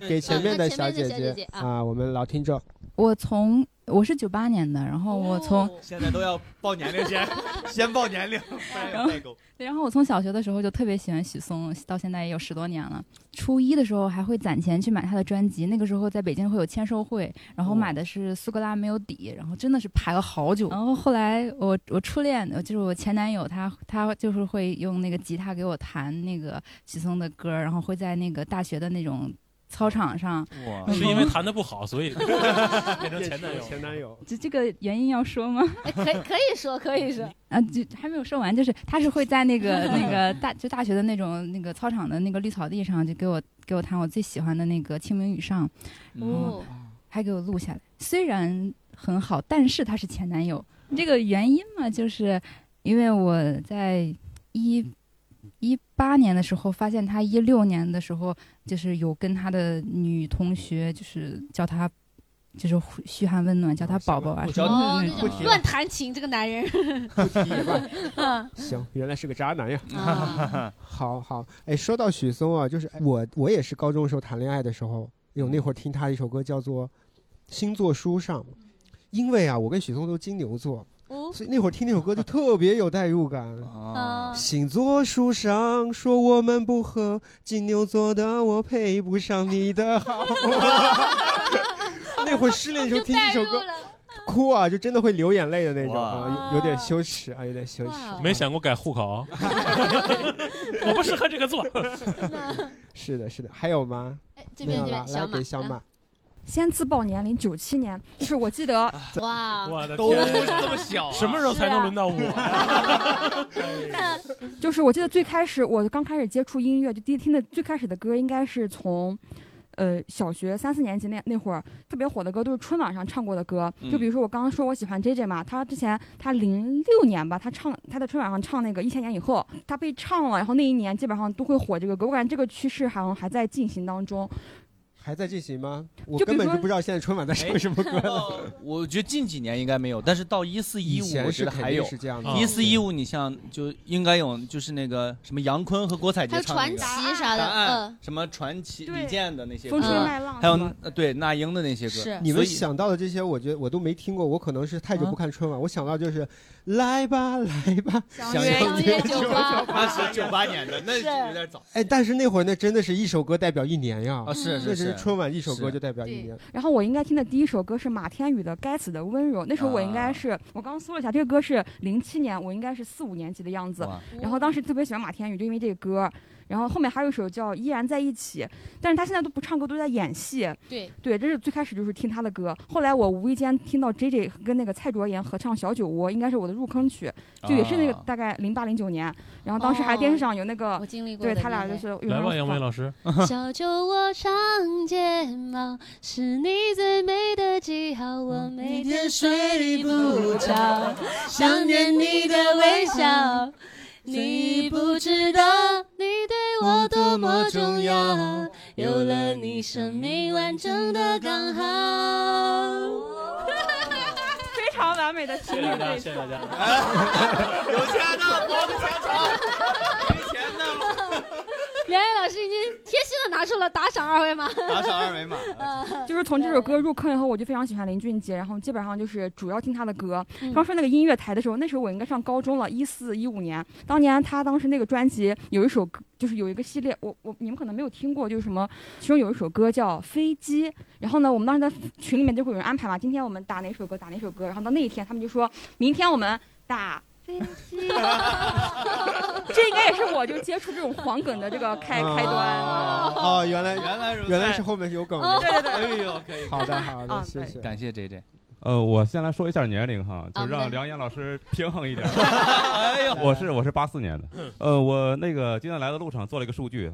[SPEAKER 3] 给前面的小姐
[SPEAKER 11] 前面的小姐姐啊
[SPEAKER 3] 啊，我们老听众，
[SPEAKER 11] 我从我是九八年的，然后
[SPEAKER 1] 哦
[SPEAKER 11] 我从
[SPEAKER 2] 现在都要报年龄先，先报年龄，代沟。
[SPEAKER 11] 对，然后我从小学的时候就特别喜欢许嵩，到现在也有十多年了。初一的时候还会攒钱去买他的专辑，那个时候在北京会有签售会，然后买的是《苏格拉没有底》，然后真的是排了好久。然后后来我我初恋呃就是我前男友他，他就是会用那个吉他给我弹那个许嵩的歌，然后会在那个大学的那种操场上，
[SPEAKER 4] 哇，是因为弹的不好，所以 变成前男友。
[SPEAKER 3] 前男友，
[SPEAKER 11] 这这个原因要说吗？
[SPEAKER 1] 哎可以可以说可以说，
[SPEAKER 11] 啊，就还没有说完，就是他是会在那个 那个大就大学的那种那个操场的那个绿草地上，就给我给我弹我最喜欢的那个《清明雨上》，然后
[SPEAKER 1] 哦
[SPEAKER 11] 还给我录下来。虽然很好，但是他是前男友。这个原因嘛，就是因为我在一一八年的时候发现他一六年的时候，就是有跟他的女同学就是叫他。就是嘘寒问暖，叫他宝宝啊
[SPEAKER 3] 不
[SPEAKER 11] 什么
[SPEAKER 3] 叫
[SPEAKER 1] 哦
[SPEAKER 19] 哦
[SPEAKER 11] 的
[SPEAKER 3] 你
[SPEAKER 11] 那
[SPEAKER 3] 不
[SPEAKER 11] 种
[SPEAKER 3] 提，
[SPEAKER 1] 乱弹琴这个男人。 嗯，
[SPEAKER 3] 行，原来是个渣男呀。好好，哎，说到许嵩啊，就是哎我我也是高中的时候谈恋爱的时候，有那会儿听他一首歌叫做《星座书上》，因为啊，我跟许嵩都金牛座。
[SPEAKER 19] 哦
[SPEAKER 3] 所以那会儿听那首歌就特别有代入感。
[SPEAKER 4] 啊
[SPEAKER 2] 嗯
[SPEAKER 3] 星座书上说我们不合，金牛座的我配不上你的好。 那会儿失恋的时候听这首歌，哭啊，就真的会流眼泪的那种啊，有有点羞耻啊，有点羞耻。
[SPEAKER 4] 没想过改户口， 我不适合这个座。
[SPEAKER 3] 是的，是的，还有吗？
[SPEAKER 18] 哎这
[SPEAKER 3] 没
[SPEAKER 18] 边
[SPEAKER 3] 有
[SPEAKER 18] 这边
[SPEAKER 3] 了
[SPEAKER 18] 小
[SPEAKER 3] 来
[SPEAKER 18] 马
[SPEAKER 3] 给小
[SPEAKER 18] 嗯
[SPEAKER 3] 马。
[SPEAKER 18] 先自报年龄，九七年，就是我记得，
[SPEAKER 1] 哇，
[SPEAKER 4] 我的
[SPEAKER 18] 都
[SPEAKER 4] 天，
[SPEAKER 18] 这么
[SPEAKER 4] 小，啊什么时候才能轮到我呀？
[SPEAKER 18] 就是我记得最开始我刚开始接触音乐，就第一听的最开始的歌应该是从。呃，小学三四年级那那会儿特别火的歌都是春晚上唱过的歌，
[SPEAKER 11] 嗯
[SPEAKER 18] 就比如说我刚刚说我喜欢 J J 嘛，他之前他零六年吧，他唱他在春晚上唱那个一千年以后，他被唱了，然后那一年基本上都会火这个歌，我感觉这个趋势好像还在进行当中。
[SPEAKER 3] 还在进行吗？我
[SPEAKER 18] 就比
[SPEAKER 3] 根
[SPEAKER 18] 如
[SPEAKER 3] 本就
[SPEAKER 18] 说哎
[SPEAKER 3] 不知道现在春晚在唱什么歌了。
[SPEAKER 2] 哎我觉得近几年应该没有，但是到一四一
[SPEAKER 3] 以
[SPEAKER 2] 五，
[SPEAKER 3] 前
[SPEAKER 2] 我觉得
[SPEAKER 3] 是
[SPEAKER 2] 还
[SPEAKER 3] 肯定
[SPEAKER 2] 有
[SPEAKER 3] 是这样的啊
[SPEAKER 2] 一四一五，你像就应该有，就是那个什么杨坤和郭采洁唱的那个、
[SPEAKER 1] 还有传奇啥的
[SPEAKER 2] 答案
[SPEAKER 1] 嗯
[SPEAKER 2] 什么传奇
[SPEAKER 1] 对
[SPEAKER 2] 李健的那些歌，
[SPEAKER 1] 风吹麦浪
[SPEAKER 2] 还有
[SPEAKER 1] 是吧
[SPEAKER 2] 呃对那英的那些歌，所以
[SPEAKER 3] 你们想到的这些，我觉得我都没听过，我可能是太久不看春晚，我想到就是来吧来吧，
[SPEAKER 2] 想
[SPEAKER 3] 约
[SPEAKER 2] 约
[SPEAKER 3] 酒
[SPEAKER 2] 吧
[SPEAKER 3] 吧，
[SPEAKER 2] 那是九八年的，那有点早。
[SPEAKER 3] 哎，但是那会儿那真的是一首歌代表一年呀！
[SPEAKER 2] 啊是是
[SPEAKER 3] 那真
[SPEAKER 2] 是
[SPEAKER 3] 春晚一首歌
[SPEAKER 2] 是
[SPEAKER 3] 就代表一年。
[SPEAKER 18] 然后我应该听的第一首歌是马天宇的《该死的温柔》，那时候我应
[SPEAKER 3] 啊
[SPEAKER 18] 该是、我刚搜了一下，这个歌是零七年，我应该是四五年级的样子
[SPEAKER 1] 哦
[SPEAKER 2] 哇。
[SPEAKER 18] 然后当时特别喜欢马天宇，就因为这个歌。然后后面还有一首叫《依然在一起》，但是他现在都不唱歌，都在演戏。
[SPEAKER 1] 对
[SPEAKER 18] 对，这是最开始就是听他的歌，后来我无意间听到 J J 跟那个蔡卓妍合唱《小酒窝》，应该是我的入坑曲，就也是那个
[SPEAKER 4] 啊
[SPEAKER 18] 大概零八零九年。然后当时还电视上有那个，我
[SPEAKER 1] 哦经历过
[SPEAKER 18] 对
[SPEAKER 1] 的
[SPEAKER 18] 他俩
[SPEAKER 1] 年
[SPEAKER 18] 就
[SPEAKER 1] 代
[SPEAKER 18] 是有
[SPEAKER 4] 来
[SPEAKER 18] 那
[SPEAKER 4] 吧，
[SPEAKER 18] 种
[SPEAKER 4] 杨梅老 师，
[SPEAKER 1] 小酒窝长睫毛，是你最美的记号。我每天睡不着，想念你的微笑。你不知道你对我多么重要，有了你，生命完整的刚好。
[SPEAKER 18] 非常完美的情侣对
[SPEAKER 4] 谢谢大家。
[SPEAKER 2] 有钱的脖子强长，没钱的
[SPEAKER 1] 梁岩老师已经贴心的拿出了打赏二维码，
[SPEAKER 2] 打赏二维码。
[SPEAKER 18] 就是从这首歌入坑以后，我就非常喜欢林俊杰，然后基本上就是主要听他的歌。刚说那个音乐台的时候，那时候我应该上高中了，一四一五年，当年他当时那个专辑有一首歌，就是有一个系列，我我你们可能没有听过，就是什么，其中有一首歌叫《飞机》，然后呢，我们当时在群里面就会有人安排嘛，今天我们打哪首歌，打哪首歌，然后到那一天他们就说明天我们打。飞机，这应该也是我就接触这种黄梗的这个开开端。
[SPEAKER 3] 哦，原来
[SPEAKER 2] 原来如此
[SPEAKER 3] 原来是后面是有梗的。
[SPEAKER 18] 哦对对对
[SPEAKER 2] 哎呦，可以。
[SPEAKER 1] 哦
[SPEAKER 3] 好的好的
[SPEAKER 18] 啊
[SPEAKER 3] 谢
[SPEAKER 18] 对
[SPEAKER 3] 谢
[SPEAKER 2] 感谢 J J。
[SPEAKER 9] 呃，我先来说一下年龄
[SPEAKER 1] 哦
[SPEAKER 9] 哈，就
[SPEAKER 19] 啊
[SPEAKER 9] 让
[SPEAKER 19] 对
[SPEAKER 9] 梁岩老师平衡一 点。
[SPEAKER 19] 哎呦
[SPEAKER 9] 我是我是八四年的，呃，我那个今天来的路上做了一个数据，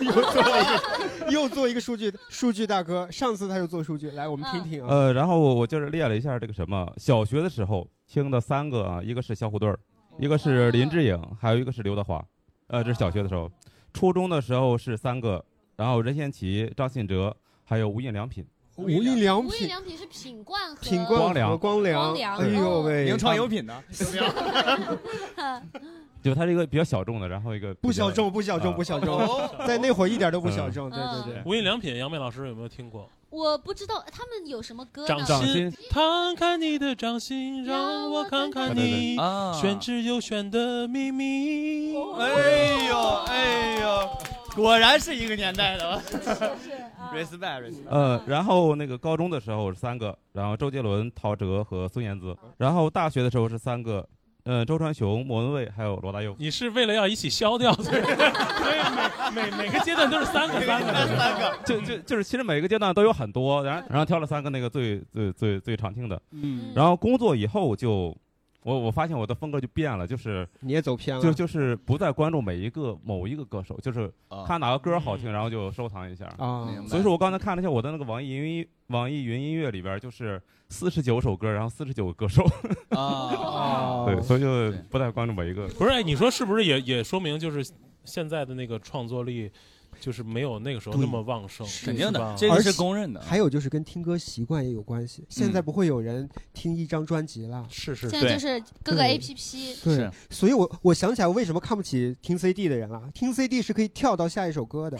[SPEAKER 3] 又做了一个，又做一个数据，数据大哥，上次他就做数据，来我们听听啊。
[SPEAKER 9] 呃，然后我我就是列了一下这个什么，小学的时候听的三个啊，一个是小虎队儿，一个是林志颖，还有一个是刘德华，呃，这是小学的时候。初中的时候是三个，然后任贤齐、张信哲，还有无印良品。
[SPEAKER 3] 无印良
[SPEAKER 1] 无印良品是品冠和哦
[SPEAKER 9] 品冠光良和
[SPEAKER 3] 光良光良哎呦喂
[SPEAKER 2] 名创优 品呢？
[SPEAKER 1] 呃
[SPEAKER 9] 就它是一个比较小众的，然后一个啊
[SPEAKER 3] 不小众，不小众，不小众，
[SPEAKER 4] 哦
[SPEAKER 3] 在那会儿一点都不小众。对
[SPEAKER 1] 嗯
[SPEAKER 3] 对对，
[SPEAKER 4] 无印良品，杨梅老师有没有听过？
[SPEAKER 1] 我不知道他们有什么歌呢？
[SPEAKER 4] 心，摊开你的掌心，让我看看你
[SPEAKER 2] 啊对对对啊
[SPEAKER 4] 玄之又玄的秘密。
[SPEAKER 2] 哎呦哎呦，果然是一个年代的。respect
[SPEAKER 1] 啊
[SPEAKER 2] respect。
[SPEAKER 9] 呃，然后那个高中的时候是三个，然后周杰伦、陶喆和孙燕姿，然后大学的时候是三个，呃，周传雄、莫文蔚还有罗大佑。
[SPEAKER 4] 你是为了要一起消掉， 所以所以每每每个阶段都是三个 三个三 个。
[SPEAKER 9] 就就就是，其实每个阶段都有很多，然后然后挑了三个那个最最最最常听的，
[SPEAKER 3] 嗯
[SPEAKER 9] 然后工作以后就，我我发现我的风格就变了，就是
[SPEAKER 3] 你也走偏了
[SPEAKER 9] 就就是不再关注每一个某一个歌手，就是看哪个歌好听，然后就收藏一下
[SPEAKER 3] 嗯啊明白
[SPEAKER 9] 所以说我刚才看了一下我的那个网易云音网易云音乐里边，就是四十九首歌，然后四十九个歌手
[SPEAKER 2] 啊
[SPEAKER 9] 对，所以就不再关注每一个。
[SPEAKER 4] 不是，哎你说是不是也也说明就是现在的那个创作力，就是没有那个时候那么旺盛，是吧
[SPEAKER 3] 而且还有就是跟听歌习惯也有关系，现在不会有人听一张专辑了，
[SPEAKER 4] 嗯是是
[SPEAKER 1] 现在就是各个
[SPEAKER 3] 对
[SPEAKER 1] APP
[SPEAKER 3] 对
[SPEAKER 1] 是，
[SPEAKER 3] 所以我我想起来，我为什么看不起听 CD 的人了？听 CD 是可以跳到下一首歌的。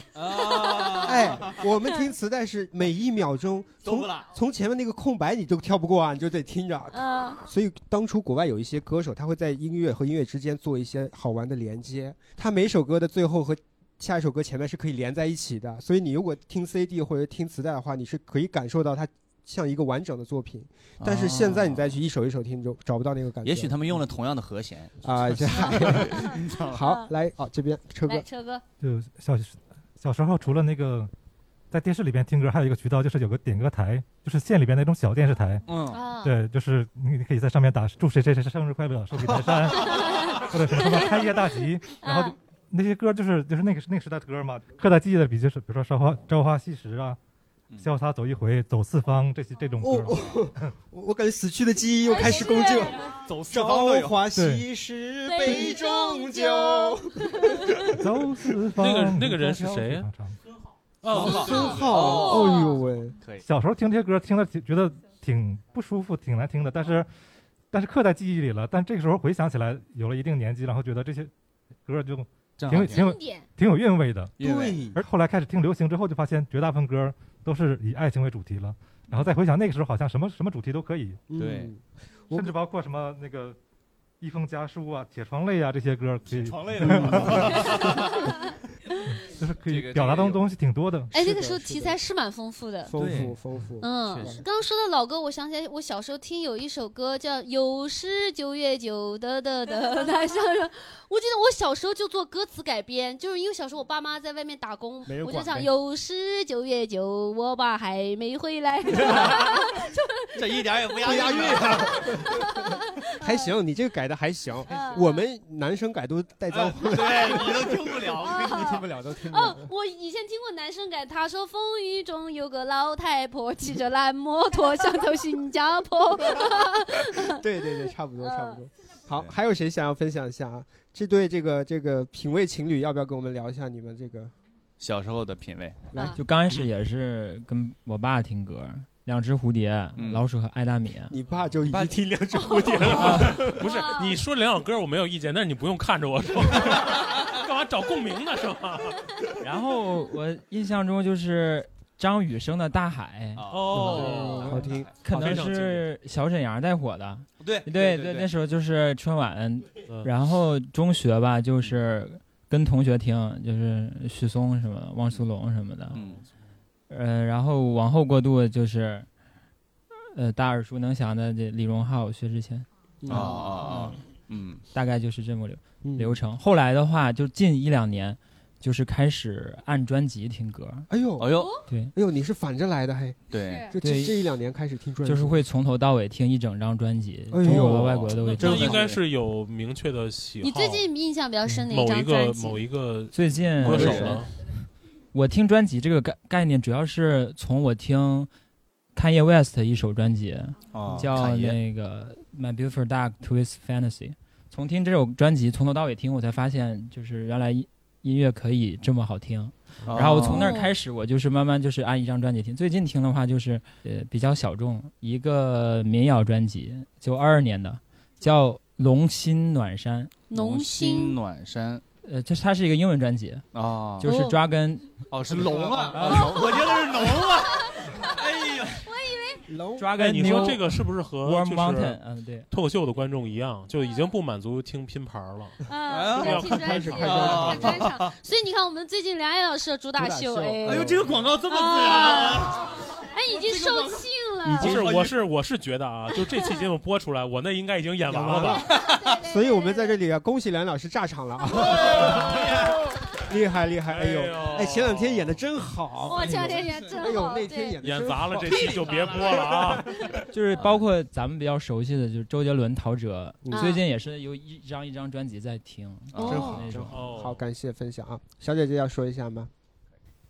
[SPEAKER 3] 哎，我们听磁带是每一秒钟
[SPEAKER 2] 啊都
[SPEAKER 3] 从
[SPEAKER 2] 不拉
[SPEAKER 3] 从前面那个空白你都跳不过啊，你就得听着。
[SPEAKER 1] 嗯
[SPEAKER 3] 所以当初国外有一些歌手，他会在音乐和音乐之间做一些好玩的连接，他每首歌的最后和下一首歌前面是可以连在一起的。所以你如果听 CD 或者听磁带的话，你是可以感受到它像一个完整的作品。但是现在你再去一首一首听，你就找不到那个感觉了。
[SPEAKER 2] 也许他们用了同样的和弦
[SPEAKER 3] 嗯啊，这 好来啊，这边车哥
[SPEAKER 1] 嗯来，，车哥，
[SPEAKER 7] 就小小时候，除了那个在电视里边听歌，还有一个渠道就是有个点歌台，就是县里边那种小电视台。
[SPEAKER 2] 嗯啊
[SPEAKER 7] 对，就是你你可以在上面打祝谁谁谁生日快乐，寿比 南山，或者是什么开业大吉，
[SPEAKER 19] 嗯
[SPEAKER 7] 然后就那些歌就是就是那个那个时代的歌嘛，刻在记忆的比就是比如说朝花朝花夕拾啊，
[SPEAKER 4] 嗯
[SPEAKER 7] 潇洒走一回，走四方这些这种歌。
[SPEAKER 3] 哦哦，我我感觉死去的记
[SPEAKER 1] 哎
[SPEAKER 3] 忆又开始公正，
[SPEAKER 1] 嗯
[SPEAKER 2] 走
[SPEAKER 7] 四方都有
[SPEAKER 3] 朝花夕
[SPEAKER 7] 对
[SPEAKER 3] 拾杯
[SPEAKER 19] 哎杯
[SPEAKER 3] 中
[SPEAKER 19] 中
[SPEAKER 3] 酒
[SPEAKER 19] 酒。
[SPEAKER 7] 走四方。
[SPEAKER 4] 哦那个那个人是谁啊呀？
[SPEAKER 3] 哦
[SPEAKER 4] 哦
[SPEAKER 3] 孙浩，
[SPEAKER 4] 哦
[SPEAKER 3] 哦呦喂，
[SPEAKER 2] 可以
[SPEAKER 7] 小时候听这些歌，听了觉得挺不舒服，挺难听的，但是但是刻在记忆里了。但这个时候回想起来，有了一定年纪，然后觉得这些歌就
[SPEAKER 2] 正
[SPEAKER 7] 挺
[SPEAKER 2] 好
[SPEAKER 7] 有
[SPEAKER 2] 听
[SPEAKER 7] 挺有
[SPEAKER 2] 经典
[SPEAKER 7] 挺有韵味的。
[SPEAKER 2] 韵味
[SPEAKER 7] 而后来开始听流行之后，就发现绝大部分歌都是以爱情为主题了。然后再回想那个时候，好像什么什么主题都可以。
[SPEAKER 2] 对嗯，
[SPEAKER 7] 甚至包括什么那个。一封家书啊，铁窗泪啊，这些歌可以。铁
[SPEAKER 2] 窗
[SPEAKER 19] 泪
[SPEAKER 7] 泪
[SPEAKER 19] 的歌
[SPEAKER 7] 就是可
[SPEAKER 2] 这个
[SPEAKER 7] 以表达的东西挺多的。
[SPEAKER 1] 哎，那个时候题材是蛮丰富的，
[SPEAKER 7] 丰
[SPEAKER 3] 富丰富
[SPEAKER 1] 嗯，刚刚说到老歌，我想起来我小时候听有一首歌叫《有诗九月九》的的的，大象说，我记得我小时候就做歌词改编，就是因为小时候我爸妈在外面打工
[SPEAKER 19] 没人，
[SPEAKER 1] 我
[SPEAKER 19] 管
[SPEAKER 1] 就想
[SPEAKER 19] 呗
[SPEAKER 1] 有诗九月九，我爸还没回来。
[SPEAKER 2] 这一点也不押
[SPEAKER 3] 押啊
[SPEAKER 2] 韵。啊
[SPEAKER 3] 还行，你这个改的还行，
[SPEAKER 1] 嗯
[SPEAKER 3] 我们男生改都带脏话，
[SPEAKER 2] 嗯对你都听不 了，我跟你
[SPEAKER 3] 听不了，都听不了
[SPEAKER 1] 哦。，我以前听过男生改，他说风雨中有个老太婆骑着烂摩托想走新加 坡。
[SPEAKER 3] 对对对，差不多差不多。
[SPEAKER 1] 嗯
[SPEAKER 3] 好，还有谁想要分享一下啊？这对这个这个品味情侣，要不要跟我们聊一下你们这个？
[SPEAKER 2] 小时候的品味，
[SPEAKER 10] 就刚开始也是跟我爸听歌，《两只蝴蝶》老鼠和爱大米》。
[SPEAKER 3] 嗯你爸就已经听两只蝴蝶
[SPEAKER 10] 啊
[SPEAKER 4] 了。 不是，你说两首歌我没有意见，但是你不用看着我说，干嘛找共鸣呢？是吧？
[SPEAKER 10] 然后我印象中就是张雨生的《大海》
[SPEAKER 4] 哦
[SPEAKER 10] 就是
[SPEAKER 4] 好听
[SPEAKER 10] 可能
[SPEAKER 4] 好听
[SPEAKER 10] 是小沈阳带火的。
[SPEAKER 2] 对
[SPEAKER 10] 对
[SPEAKER 2] 对对对
[SPEAKER 10] 那时候就是春晚，
[SPEAKER 3] 嗯
[SPEAKER 10] 然后中学吧，就是跟同学听，就是许嵩什么的、汪苏泷什么的。
[SPEAKER 2] 嗯，
[SPEAKER 10] 呃，然后往后过渡就是，呃，大家耳熟能详的这李荣浩、薛之谦。
[SPEAKER 2] 哦哦哦，嗯，
[SPEAKER 10] 大概就是这么流
[SPEAKER 3] 嗯
[SPEAKER 10] 流程。后来的话，就近一两年，就是开始按专辑听歌。
[SPEAKER 3] 哎呦，
[SPEAKER 2] 哎呦，
[SPEAKER 1] 哦
[SPEAKER 10] 对，
[SPEAKER 3] 哎呦，你是反着来的嘿。
[SPEAKER 2] 对
[SPEAKER 3] 就这
[SPEAKER 10] 对
[SPEAKER 3] 这一两年开始听专辑，
[SPEAKER 10] 就是会从头到尾听一整张专辑，
[SPEAKER 3] 哎呦
[SPEAKER 10] 中国的、外国的为主。
[SPEAKER 4] 这应该是有明确的喜好。
[SPEAKER 19] 你最近印象比较深的一
[SPEAKER 4] 某一
[SPEAKER 19] 张
[SPEAKER 4] 个
[SPEAKER 19] 专辑，
[SPEAKER 4] 某一个
[SPEAKER 10] 最近
[SPEAKER 4] 歌手了，
[SPEAKER 10] 我听专辑这个概概念，主要是从我听 Kanye West 的一首专辑，
[SPEAKER 2] 哦
[SPEAKER 10] 叫
[SPEAKER 2] 侃爷
[SPEAKER 10] 那个《My Beautiful Dark Twisted Fantasy》。从听这首专辑从头到尾听，我才发现就是原来音音乐可以这么好听。
[SPEAKER 2] 哦
[SPEAKER 10] 然后我从那儿开始，我就是慢慢就是按一张专辑听。最近听的话就是呃比较小众，一个民谣专辑，九二二年的，叫《龙心暖山》。
[SPEAKER 19] 龙心
[SPEAKER 2] 暖山。
[SPEAKER 10] 呃，这它是一个英文专辑
[SPEAKER 2] 啊
[SPEAKER 10] 就是
[SPEAKER 19] 哦
[SPEAKER 10] Dragon
[SPEAKER 2] 哦，是龙啊，
[SPEAKER 10] 啊
[SPEAKER 2] 啊龙我觉得是龙 啊。 哎呀，
[SPEAKER 10] 抓
[SPEAKER 4] 哎，
[SPEAKER 10] 个
[SPEAKER 4] 你
[SPEAKER 10] 牛
[SPEAKER 4] 说这个是不是和
[SPEAKER 10] Warm
[SPEAKER 4] 就是
[SPEAKER 10] Mountain，嗯
[SPEAKER 2] 啊
[SPEAKER 10] 对
[SPEAKER 4] 脱口秀的观众一样，就已经不满足听拼盘了，
[SPEAKER 1] 嗯
[SPEAKER 2] 哎
[SPEAKER 19] 啊，
[SPEAKER 4] 要
[SPEAKER 19] 现在
[SPEAKER 4] 看
[SPEAKER 19] 听
[SPEAKER 4] 专
[SPEAKER 19] 专
[SPEAKER 4] 场
[SPEAKER 19] 场，看专场。所以你看，我们最近梁爱老师的主打秀，哎，
[SPEAKER 2] 哎呦，这个广告这么自然啊！
[SPEAKER 19] 啊，哎，已经售罄
[SPEAKER 1] 嗯
[SPEAKER 19] 了，
[SPEAKER 4] 不是，我是我是觉得啊，就这期节目播出来，我那应该已经演完了吧？
[SPEAKER 3] 所以我们在这里啊，恭喜梁老师炸场了 啊！厉害厉害，哎呦，哎，前两天演的真好，
[SPEAKER 19] 我前两天演真好
[SPEAKER 3] 哎呦，那天
[SPEAKER 19] 对
[SPEAKER 3] 演的
[SPEAKER 4] 演砸了这期就别播了啊！
[SPEAKER 10] 就是包括咱们比较熟悉的，就是周杰伦、陶喆，
[SPEAKER 3] 嗯
[SPEAKER 10] 最近也是有一张一张专辑在
[SPEAKER 2] 啊
[SPEAKER 10] 听，
[SPEAKER 3] 真好
[SPEAKER 10] 那
[SPEAKER 3] 真
[SPEAKER 10] 种。
[SPEAKER 4] 哦
[SPEAKER 3] 好，好，感谢分享啊，小姐姐要说一下吗？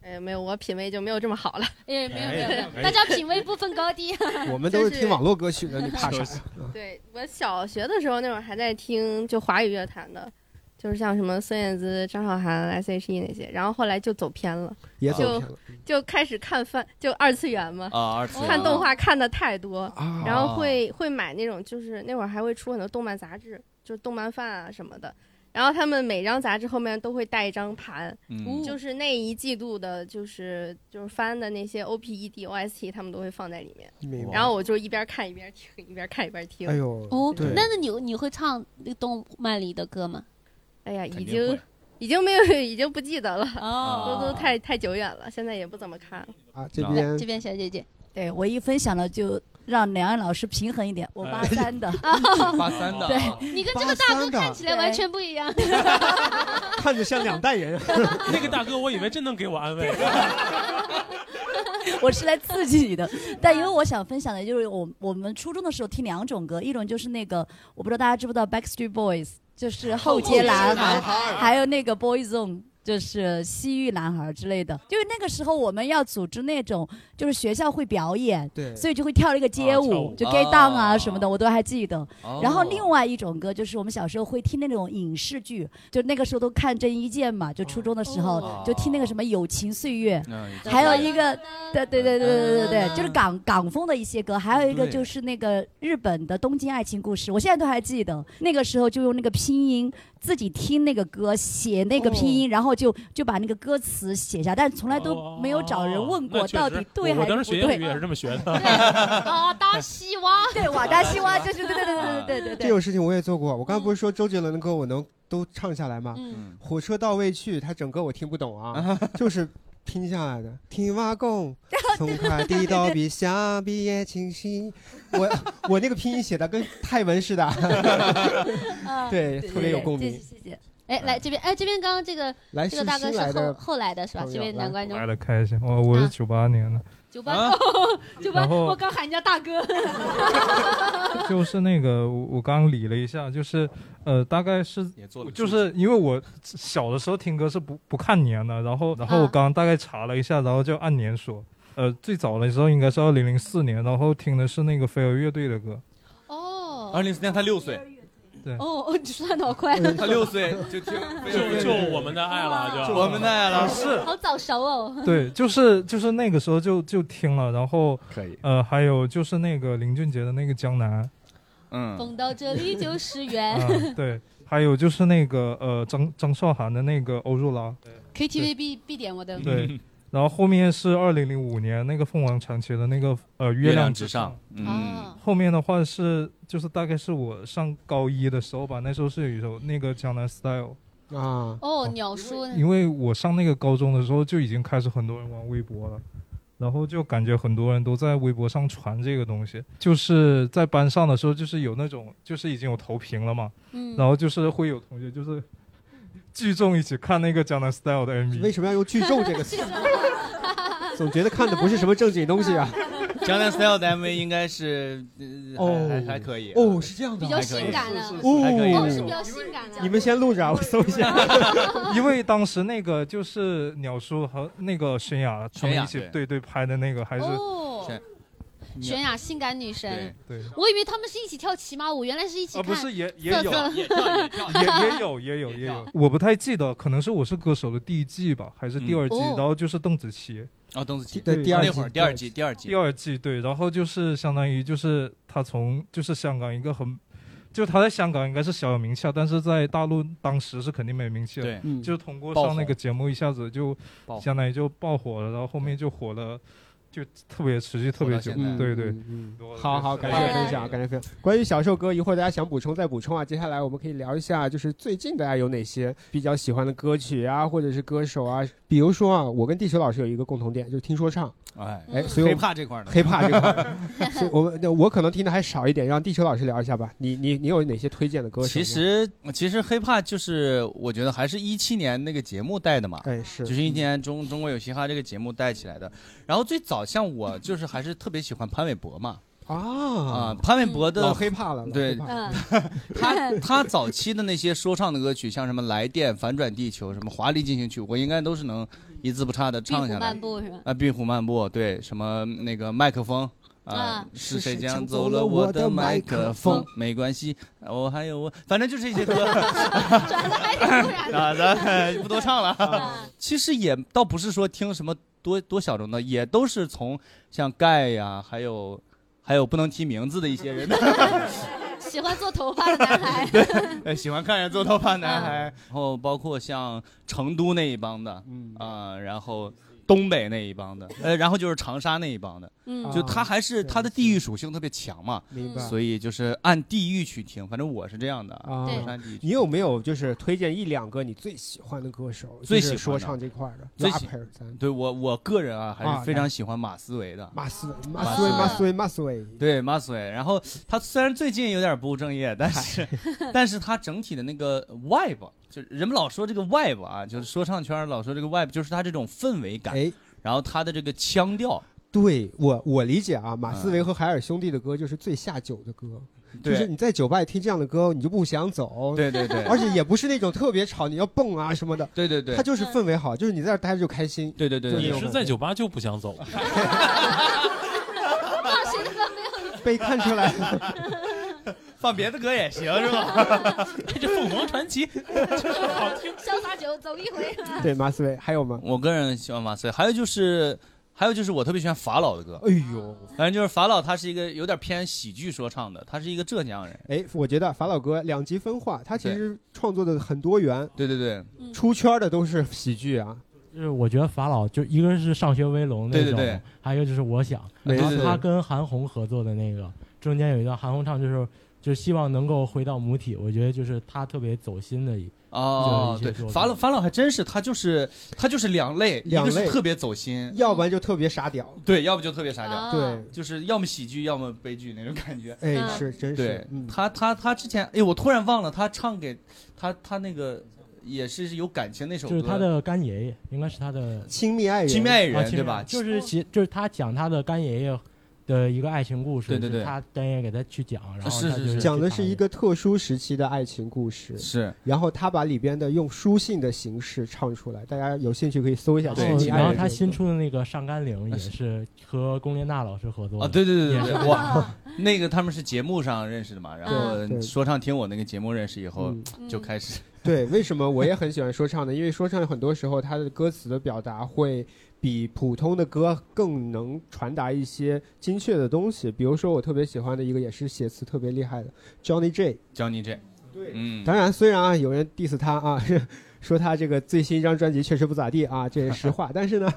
[SPEAKER 6] 哎，没有，我品味就没有这么好了。
[SPEAKER 19] 哎，没有没有没
[SPEAKER 3] 哎
[SPEAKER 19] 有，大家品味不分 高低。
[SPEAKER 3] 我们都是听网络歌曲的，你怕啥呀？
[SPEAKER 6] 对我小学的时候那会儿还在听就华语乐坛的，就是像什么孙燕姿、张韶涵、S.H.E 那些，然后后来就走偏了，
[SPEAKER 3] 也走
[SPEAKER 6] 就
[SPEAKER 3] 偏了嗯
[SPEAKER 6] 就开始看番，就二次元嘛，
[SPEAKER 2] 啊二次元
[SPEAKER 6] 看动画看的太多，
[SPEAKER 2] 啊
[SPEAKER 6] 然后会会买那种就是那会儿还会出很多动漫杂志，就是动漫饭啊什么的。然后他们每张杂志后面都会带一张盘，
[SPEAKER 19] 嗯
[SPEAKER 6] 就是那一季度的，就是就是翻的那些 O P E D O S T，他们都会放在里面
[SPEAKER 19] 明白。
[SPEAKER 6] 然后我就一边看一边听，一边看一边听。
[SPEAKER 3] 哎呦
[SPEAKER 19] 哦
[SPEAKER 3] 对，
[SPEAKER 19] 那那你你会唱那动漫里的歌吗？
[SPEAKER 6] 哎呀，已
[SPEAKER 19] 定
[SPEAKER 6] 经
[SPEAKER 19] 会
[SPEAKER 6] 已经没有， 已经不记得了，
[SPEAKER 19] 哦
[SPEAKER 6] 都都太太久远了，现在也不怎么看了。
[SPEAKER 3] 啊，
[SPEAKER 6] 这
[SPEAKER 19] 对
[SPEAKER 6] 边
[SPEAKER 19] 这边小姐姐，
[SPEAKER 12] 对我一分享了，就让梁安老师平衡一点。我八三的，
[SPEAKER 19] 啊
[SPEAKER 2] 八三的啊
[SPEAKER 12] 对，
[SPEAKER 19] 你跟这个大哥看起来完全不一样。
[SPEAKER 3] 看着像两代人。
[SPEAKER 4] 那个大哥，我以为真能给我安慰。
[SPEAKER 12] 我是来刺激你的。但因为我想分享的就是我我们初中的时候听两种歌，一种就是那个我不知道大家知不知道 Backstreet Boys，就是后街男孩，
[SPEAKER 19] 后街男孩啊
[SPEAKER 12] 还有那个 Boyzone。就是西域男孩之类的，就是那个时候我们要组织那种，就是学校会表演，
[SPEAKER 19] 对啊
[SPEAKER 12] 所以就会跳一个街舞，
[SPEAKER 19] 跳舞
[SPEAKER 12] 就 get down 啊什么的，我都还记得。
[SPEAKER 19] 哦
[SPEAKER 12] 然后另外一种歌就是我们小时候会听那种影视剧，就那个时候都看郑伊健嘛，就初中的时候、
[SPEAKER 19] 哦
[SPEAKER 12] 就听那个什么《友情岁月》，
[SPEAKER 19] 嗯
[SPEAKER 12] 还有一个，对对对对对
[SPEAKER 4] 嗯
[SPEAKER 12] 对对，就是港港风的一些歌，还有一个
[SPEAKER 19] 对
[SPEAKER 12] 就是那个日本的《东京爱情故事》，我现在都还记得。那个时候就用那个拼音自己听那个歌，写那
[SPEAKER 4] 哦
[SPEAKER 12] 个拼音，然后就就把那个歌词写下，但从来都没有找人问过
[SPEAKER 4] 哦那确
[SPEAKER 12] 到底
[SPEAKER 4] 实
[SPEAKER 12] 对
[SPEAKER 4] 我
[SPEAKER 12] 还
[SPEAKER 4] 我
[SPEAKER 12] 是
[SPEAKER 4] 当时
[SPEAKER 12] 不
[SPEAKER 4] 学英语
[SPEAKER 12] 对。
[SPEAKER 4] 也是这么 学 的。
[SPEAKER 19] 啊，达西哇，
[SPEAKER 12] 对瓦达西哇就是对对对对对对对
[SPEAKER 3] 这种事情我也做过。我刚才不是说周杰伦的歌我能都唱下来吗？
[SPEAKER 19] 嗯
[SPEAKER 3] 火车到未去，他整个我听不懂啊，就是拼下来的。听瓦工，从快递到笔下，笔也清晰。我我那个拼音写的跟泰文似的，啊
[SPEAKER 12] 嗯
[SPEAKER 3] 对，特别有共鸣。
[SPEAKER 19] 谢谢。哎，来这边，哎，这边刚刚这个
[SPEAKER 3] 来
[SPEAKER 19] 这个大哥是
[SPEAKER 3] 是新来的
[SPEAKER 19] 后后来的是吧？
[SPEAKER 3] 朋友
[SPEAKER 19] 这位男观众
[SPEAKER 7] 来了，开心。我我是九八年的，
[SPEAKER 19] 九八 九八，
[SPEAKER 7] 啊然后
[SPEAKER 19] 我刚喊人家大哥。
[SPEAKER 7] 就是那个我我刚理了一下，就是呃，大概是
[SPEAKER 2] 做了
[SPEAKER 7] 就是因为我小的时候听歌是不不看年的，然
[SPEAKER 2] 嗯
[SPEAKER 7] 后然后我刚大概查了一下，然后就按年说。呃，最早的时候应该是二零零四年，然后听的是那个飞儿乐队的歌，
[SPEAKER 2] 二零四年他六岁，
[SPEAKER 7] 对
[SPEAKER 19] 哦哦，你算的好快。
[SPEAKER 2] 他六岁就听，
[SPEAKER 4] 就就我们的爱了，就
[SPEAKER 2] 我们的爱了
[SPEAKER 7] 是
[SPEAKER 19] 好早熟哦。
[SPEAKER 7] 对，就是就是那个时候就就听了，然后
[SPEAKER 2] 可以，
[SPEAKER 7] 呃，还有就是那个林俊杰的那个《江南》，
[SPEAKER 2] 嗯
[SPEAKER 19] 蹦到这里就是缘。
[SPEAKER 7] 啊，对，还有就是那个呃张张韶涵的那个《欧若拉》，
[SPEAKER 19] KTV 必必点我的。
[SPEAKER 7] 对，然后后面是二零零五年那个凤凰传奇的那个呃
[SPEAKER 2] 月
[SPEAKER 7] 亮
[SPEAKER 2] 亮之
[SPEAKER 7] 上，
[SPEAKER 2] 上，
[SPEAKER 19] 哦
[SPEAKER 2] 嗯，
[SPEAKER 7] 后面的话是就是大概是我上高一的时候吧，那时候是有一首那个《江南 Style》
[SPEAKER 3] 啊，
[SPEAKER 19] 哦，鸟叔呢。
[SPEAKER 7] 因为我上那个高中的时候就已经开始很多人玩微博了。然后就感觉很多人都在微博上传这个东西，就是在班上的时候，就是有那种，就是已经有投屏了嘛，
[SPEAKER 19] 嗯
[SPEAKER 7] 然后就是会有同学就是聚众一起看那个《江南 Style》的 MV。
[SPEAKER 3] 为什么要用聚众这个词？总觉得看的不是什么正经东西啊。
[SPEAKER 2] 江南 Style 的 MV 应该是呃
[SPEAKER 3] 哦
[SPEAKER 2] 还还还可以
[SPEAKER 3] 哦，是这样的，
[SPEAKER 19] 比较性感的，
[SPEAKER 2] 还可以
[SPEAKER 19] 哦，是比较性感的。
[SPEAKER 3] 你们先录着啊，我搜一下。
[SPEAKER 7] 因为当时那个就是鸟叔和那个泫雅他
[SPEAKER 2] 泫
[SPEAKER 7] 们
[SPEAKER 2] 雅
[SPEAKER 7] 一起
[SPEAKER 2] 对
[SPEAKER 7] 对对拍的那个，还是
[SPEAKER 19] 哦
[SPEAKER 2] 是
[SPEAKER 19] 泫雅性感女神，
[SPEAKER 7] 对
[SPEAKER 19] 我以为他们是一起跳骑马舞，原来是一起
[SPEAKER 7] 啊
[SPEAKER 19] 看。
[SPEAKER 7] 不是也也
[SPEAKER 19] 瑟
[SPEAKER 7] 有
[SPEAKER 19] 瑟
[SPEAKER 7] 也也 也有也有也有，我不太记得，可能是《我是歌手》的第一季吧，还是第二季，
[SPEAKER 2] 嗯哦
[SPEAKER 7] 然后就是邓紫棋。
[SPEAKER 2] 哦，邓紫棋
[SPEAKER 7] 对第二
[SPEAKER 2] 那会儿
[SPEAKER 7] 季
[SPEAKER 2] 第二季第二季
[SPEAKER 7] 第二季对，然后就是相当于就是他从就是香港一个很，就他在香港应该是小有名气啊，但是在大陆当时是肯定没名气的
[SPEAKER 2] 对，嗯
[SPEAKER 7] 就通过
[SPEAKER 2] 爆
[SPEAKER 7] 上那
[SPEAKER 2] 火
[SPEAKER 7] 个节目一下子就
[SPEAKER 2] 爆火
[SPEAKER 7] 相当于就爆火了，然后后面就火了，就特别持续特别久，对对，
[SPEAKER 3] 好嗯好，感谢分享，感谢分享。关于小受歌，一会儿大家想补充再补充啊。接下来我们可以聊一下，就是最近大家有哪些比较喜欢的歌曲啊，或者是歌手啊。比如说啊，我跟地球老师有一个共同点，就是听说唱。
[SPEAKER 2] 哎
[SPEAKER 3] 哎，所以我
[SPEAKER 2] 黑怕这块儿的
[SPEAKER 3] 黑怕这块儿， 所以我们那我可能听的还少一点，让地球老师聊一下吧。你你你有哪些推荐的歌手呢？
[SPEAKER 2] 其实其实 hiphop 就是我觉得还是一七年那个节目带的嘛，
[SPEAKER 3] 哎是，
[SPEAKER 2] 就是一七年中中国有嘻哈这个节目带起来的。然后最早像我就是还是特别喜欢潘玮柏嘛。
[SPEAKER 3] 啊
[SPEAKER 2] 啊，潘玮柏的
[SPEAKER 3] 老黑怕了，老
[SPEAKER 2] 对
[SPEAKER 3] 黑怕
[SPEAKER 19] 嗯
[SPEAKER 3] 了
[SPEAKER 2] 他他早期的那些说唱的歌曲，像什么《来电》《反转地球》什么《华丽进行曲》，我应该都是能一字不差的
[SPEAKER 19] 壁
[SPEAKER 2] 唱
[SPEAKER 19] 虎
[SPEAKER 2] 下来
[SPEAKER 19] 漫。步是吧？
[SPEAKER 2] 啊，壁虎漫步，对，什么那个麦克风。啊
[SPEAKER 19] 啊，
[SPEAKER 2] 是谁
[SPEAKER 19] 是谁
[SPEAKER 2] 抢
[SPEAKER 19] 抢
[SPEAKER 2] 走
[SPEAKER 19] 走
[SPEAKER 2] 了
[SPEAKER 19] 了
[SPEAKER 2] 我
[SPEAKER 19] 我
[SPEAKER 2] 的
[SPEAKER 19] 的
[SPEAKER 2] 麦
[SPEAKER 19] 麦
[SPEAKER 2] 克
[SPEAKER 19] 克
[SPEAKER 2] 风
[SPEAKER 19] 风？
[SPEAKER 2] 没关系，我还有我，反正就这些歌。 啊，咱们不多唱了。其实也倒不是说听什么多多小众的，也都是从像盖呀、还有还有不能提名字的一些人
[SPEAKER 19] 喜欢做头发的男 孩，
[SPEAKER 2] 呃，喜欢看人做头发男孩，然后包括像成都那一帮的，
[SPEAKER 3] 嗯
[SPEAKER 2] 啊、然后东北那一帮的，呃，然后就是长沙那一帮的，
[SPEAKER 19] 嗯
[SPEAKER 2] 就他还是他的地域属性特别强嘛，
[SPEAKER 3] 啊明白
[SPEAKER 2] 所以就是按地域去听，反正我是这样的，
[SPEAKER 3] 啊
[SPEAKER 2] 我是按地域。
[SPEAKER 3] 你有没有就是推荐一两个你最喜欢的歌手，
[SPEAKER 2] 最
[SPEAKER 3] 就
[SPEAKER 2] 喜
[SPEAKER 3] 是
[SPEAKER 2] 欢的
[SPEAKER 3] 说唱这块儿的
[SPEAKER 2] 最喜
[SPEAKER 3] rapper 咱
[SPEAKER 2] 对我我个人啊，还
[SPEAKER 3] 啊
[SPEAKER 2] 是非
[SPEAKER 3] 来
[SPEAKER 2] 常喜欢马思唯的。
[SPEAKER 3] 马思唯，马思唯，马思唯，马思唯。
[SPEAKER 2] 对马思唯，然后他虽然最近有点不务正业，但 是但是他整体的那个 vibe，就是人们老说这个 vibe 啊，就是说唱圈老说这个 vibe，就是他这种氛围感，
[SPEAKER 3] 哎
[SPEAKER 2] 然后他的这个腔调，
[SPEAKER 3] 对我我理解啊，马思唯和海尔兄弟的歌就是最下酒的歌。就
[SPEAKER 2] 对
[SPEAKER 3] 是你在酒吧里听这样的歌，你就不想走。
[SPEAKER 2] 对对对
[SPEAKER 3] 而且也不是那种特别吵，你要蹦啊什么的。
[SPEAKER 2] 对对对
[SPEAKER 3] 它就是氛围好，就是你在这儿待着就开心。
[SPEAKER 2] 对对对
[SPEAKER 3] 就是
[SPEAKER 4] 你
[SPEAKER 3] 那种
[SPEAKER 4] 是在酒吧就不想走，
[SPEAKER 19] 放谁的歌没有？
[SPEAKER 3] 被看 出来。
[SPEAKER 2] 放别的歌也行是 吧？
[SPEAKER 4] 这凤凰传奇，
[SPEAKER 19] 潇洒酒走一回。
[SPEAKER 3] 对马思唯还有吗？
[SPEAKER 2] 我个人喜欢马思唯，还有就是还有就是我特别喜欢法老的歌，
[SPEAKER 3] 哎呦，
[SPEAKER 2] 反正就是法老他是一个有点偏喜剧说唱的，他是一个浙江人，
[SPEAKER 3] 哎，我觉得法老哥两极分化，他其实创作的很多元，
[SPEAKER 2] 对对对，
[SPEAKER 3] 出圈的都是喜剧啊。
[SPEAKER 5] 就是我觉得法老就一个是上学威龙那
[SPEAKER 2] 对
[SPEAKER 5] 种，
[SPEAKER 2] 对对
[SPEAKER 5] 还有就是我想，
[SPEAKER 3] 没
[SPEAKER 5] 然后
[SPEAKER 3] 错
[SPEAKER 5] 他跟韩红合作的那个中间有一段韩红唱就是就希望能够回到母体，我觉得就是他特别走心的一
[SPEAKER 2] 哦，
[SPEAKER 5] 就
[SPEAKER 2] 对
[SPEAKER 5] 是一些，作
[SPEAKER 2] 法老
[SPEAKER 5] 品
[SPEAKER 2] 法老还真是，他就是他就是两类，
[SPEAKER 3] 两
[SPEAKER 2] 一个
[SPEAKER 3] 类
[SPEAKER 2] 是特别走心，
[SPEAKER 3] 要不然就特别傻屌。
[SPEAKER 2] 对，要不就特别傻屌，
[SPEAKER 3] 对，
[SPEAKER 2] 就是要么喜剧，要么悲剧那种感觉。
[SPEAKER 3] 哎嗯是真是
[SPEAKER 2] 对他他他之前，哎，我突然忘了他唱给他他那个也是有感情那首
[SPEAKER 5] 就
[SPEAKER 2] 歌，
[SPEAKER 5] 是他的干爷爷，应该是他的
[SPEAKER 3] 亲密爱人
[SPEAKER 2] 亲密爱人
[SPEAKER 5] 啊亲
[SPEAKER 2] 对吧
[SPEAKER 5] 就是其就是他讲他的干爷爷的一个爱情故事，
[SPEAKER 2] 对对对
[SPEAKER 5] 是他干爷爷给他去讲，然后他就是去
[SPEAKER 3] 讲的
[SPEAKER 5] 谈
[SPEAKER 3] 是一个特殊时期的爱情故事，
[SPEAKER 2] 是。
[SPEAKER 3] 然后他把里边的用书信的形式唱出来，大家有兴趣可以搜一下。
[SPEAKER 5] 然
[SPEAKER 3] 亲
[SPEAKER 5] 后，
[SPEAKER 3] 密
[SPEAKER 5] 哦
[SPEAKER 3] 爱
[SPEAKER 5] 然后
[SPEAKER 3] 人
[SPEAKER 5] 他
[SPEAKER 3] 这
[SPEAKER 5] 新出的那个《上甘岭》也是和龚琳娜老师合作的
[SPEAKER 2] 啊，对对对对
[SPEAKER 5] 也
[SPEAKER 2] 对，
[SPEAKER 5] 是
[SPEAKER 2] 哇，那个他们是节目上认识的嘛，然
[SPEAKER 3] 对对嗯
[SPEAKER 2] 后说唱听我那个节目认识以后就开始，
[SPEAKER 3] 对，为什么我也很喜欢说唱呢？因为说唱很多时候它的歌词的表达会比普通的歌更能传达一些精确的东西。比如说，我特别喜欢的一个也是写词特别厉害的 Johnny J。
[SPEAKER 2] 教你这，对，嗯，
[SPEAKER 3] 当然，虽然啊有人 diss 他啊， 是说他这个最新一张专辑确实不咋地啊，这是 实话。但是呢，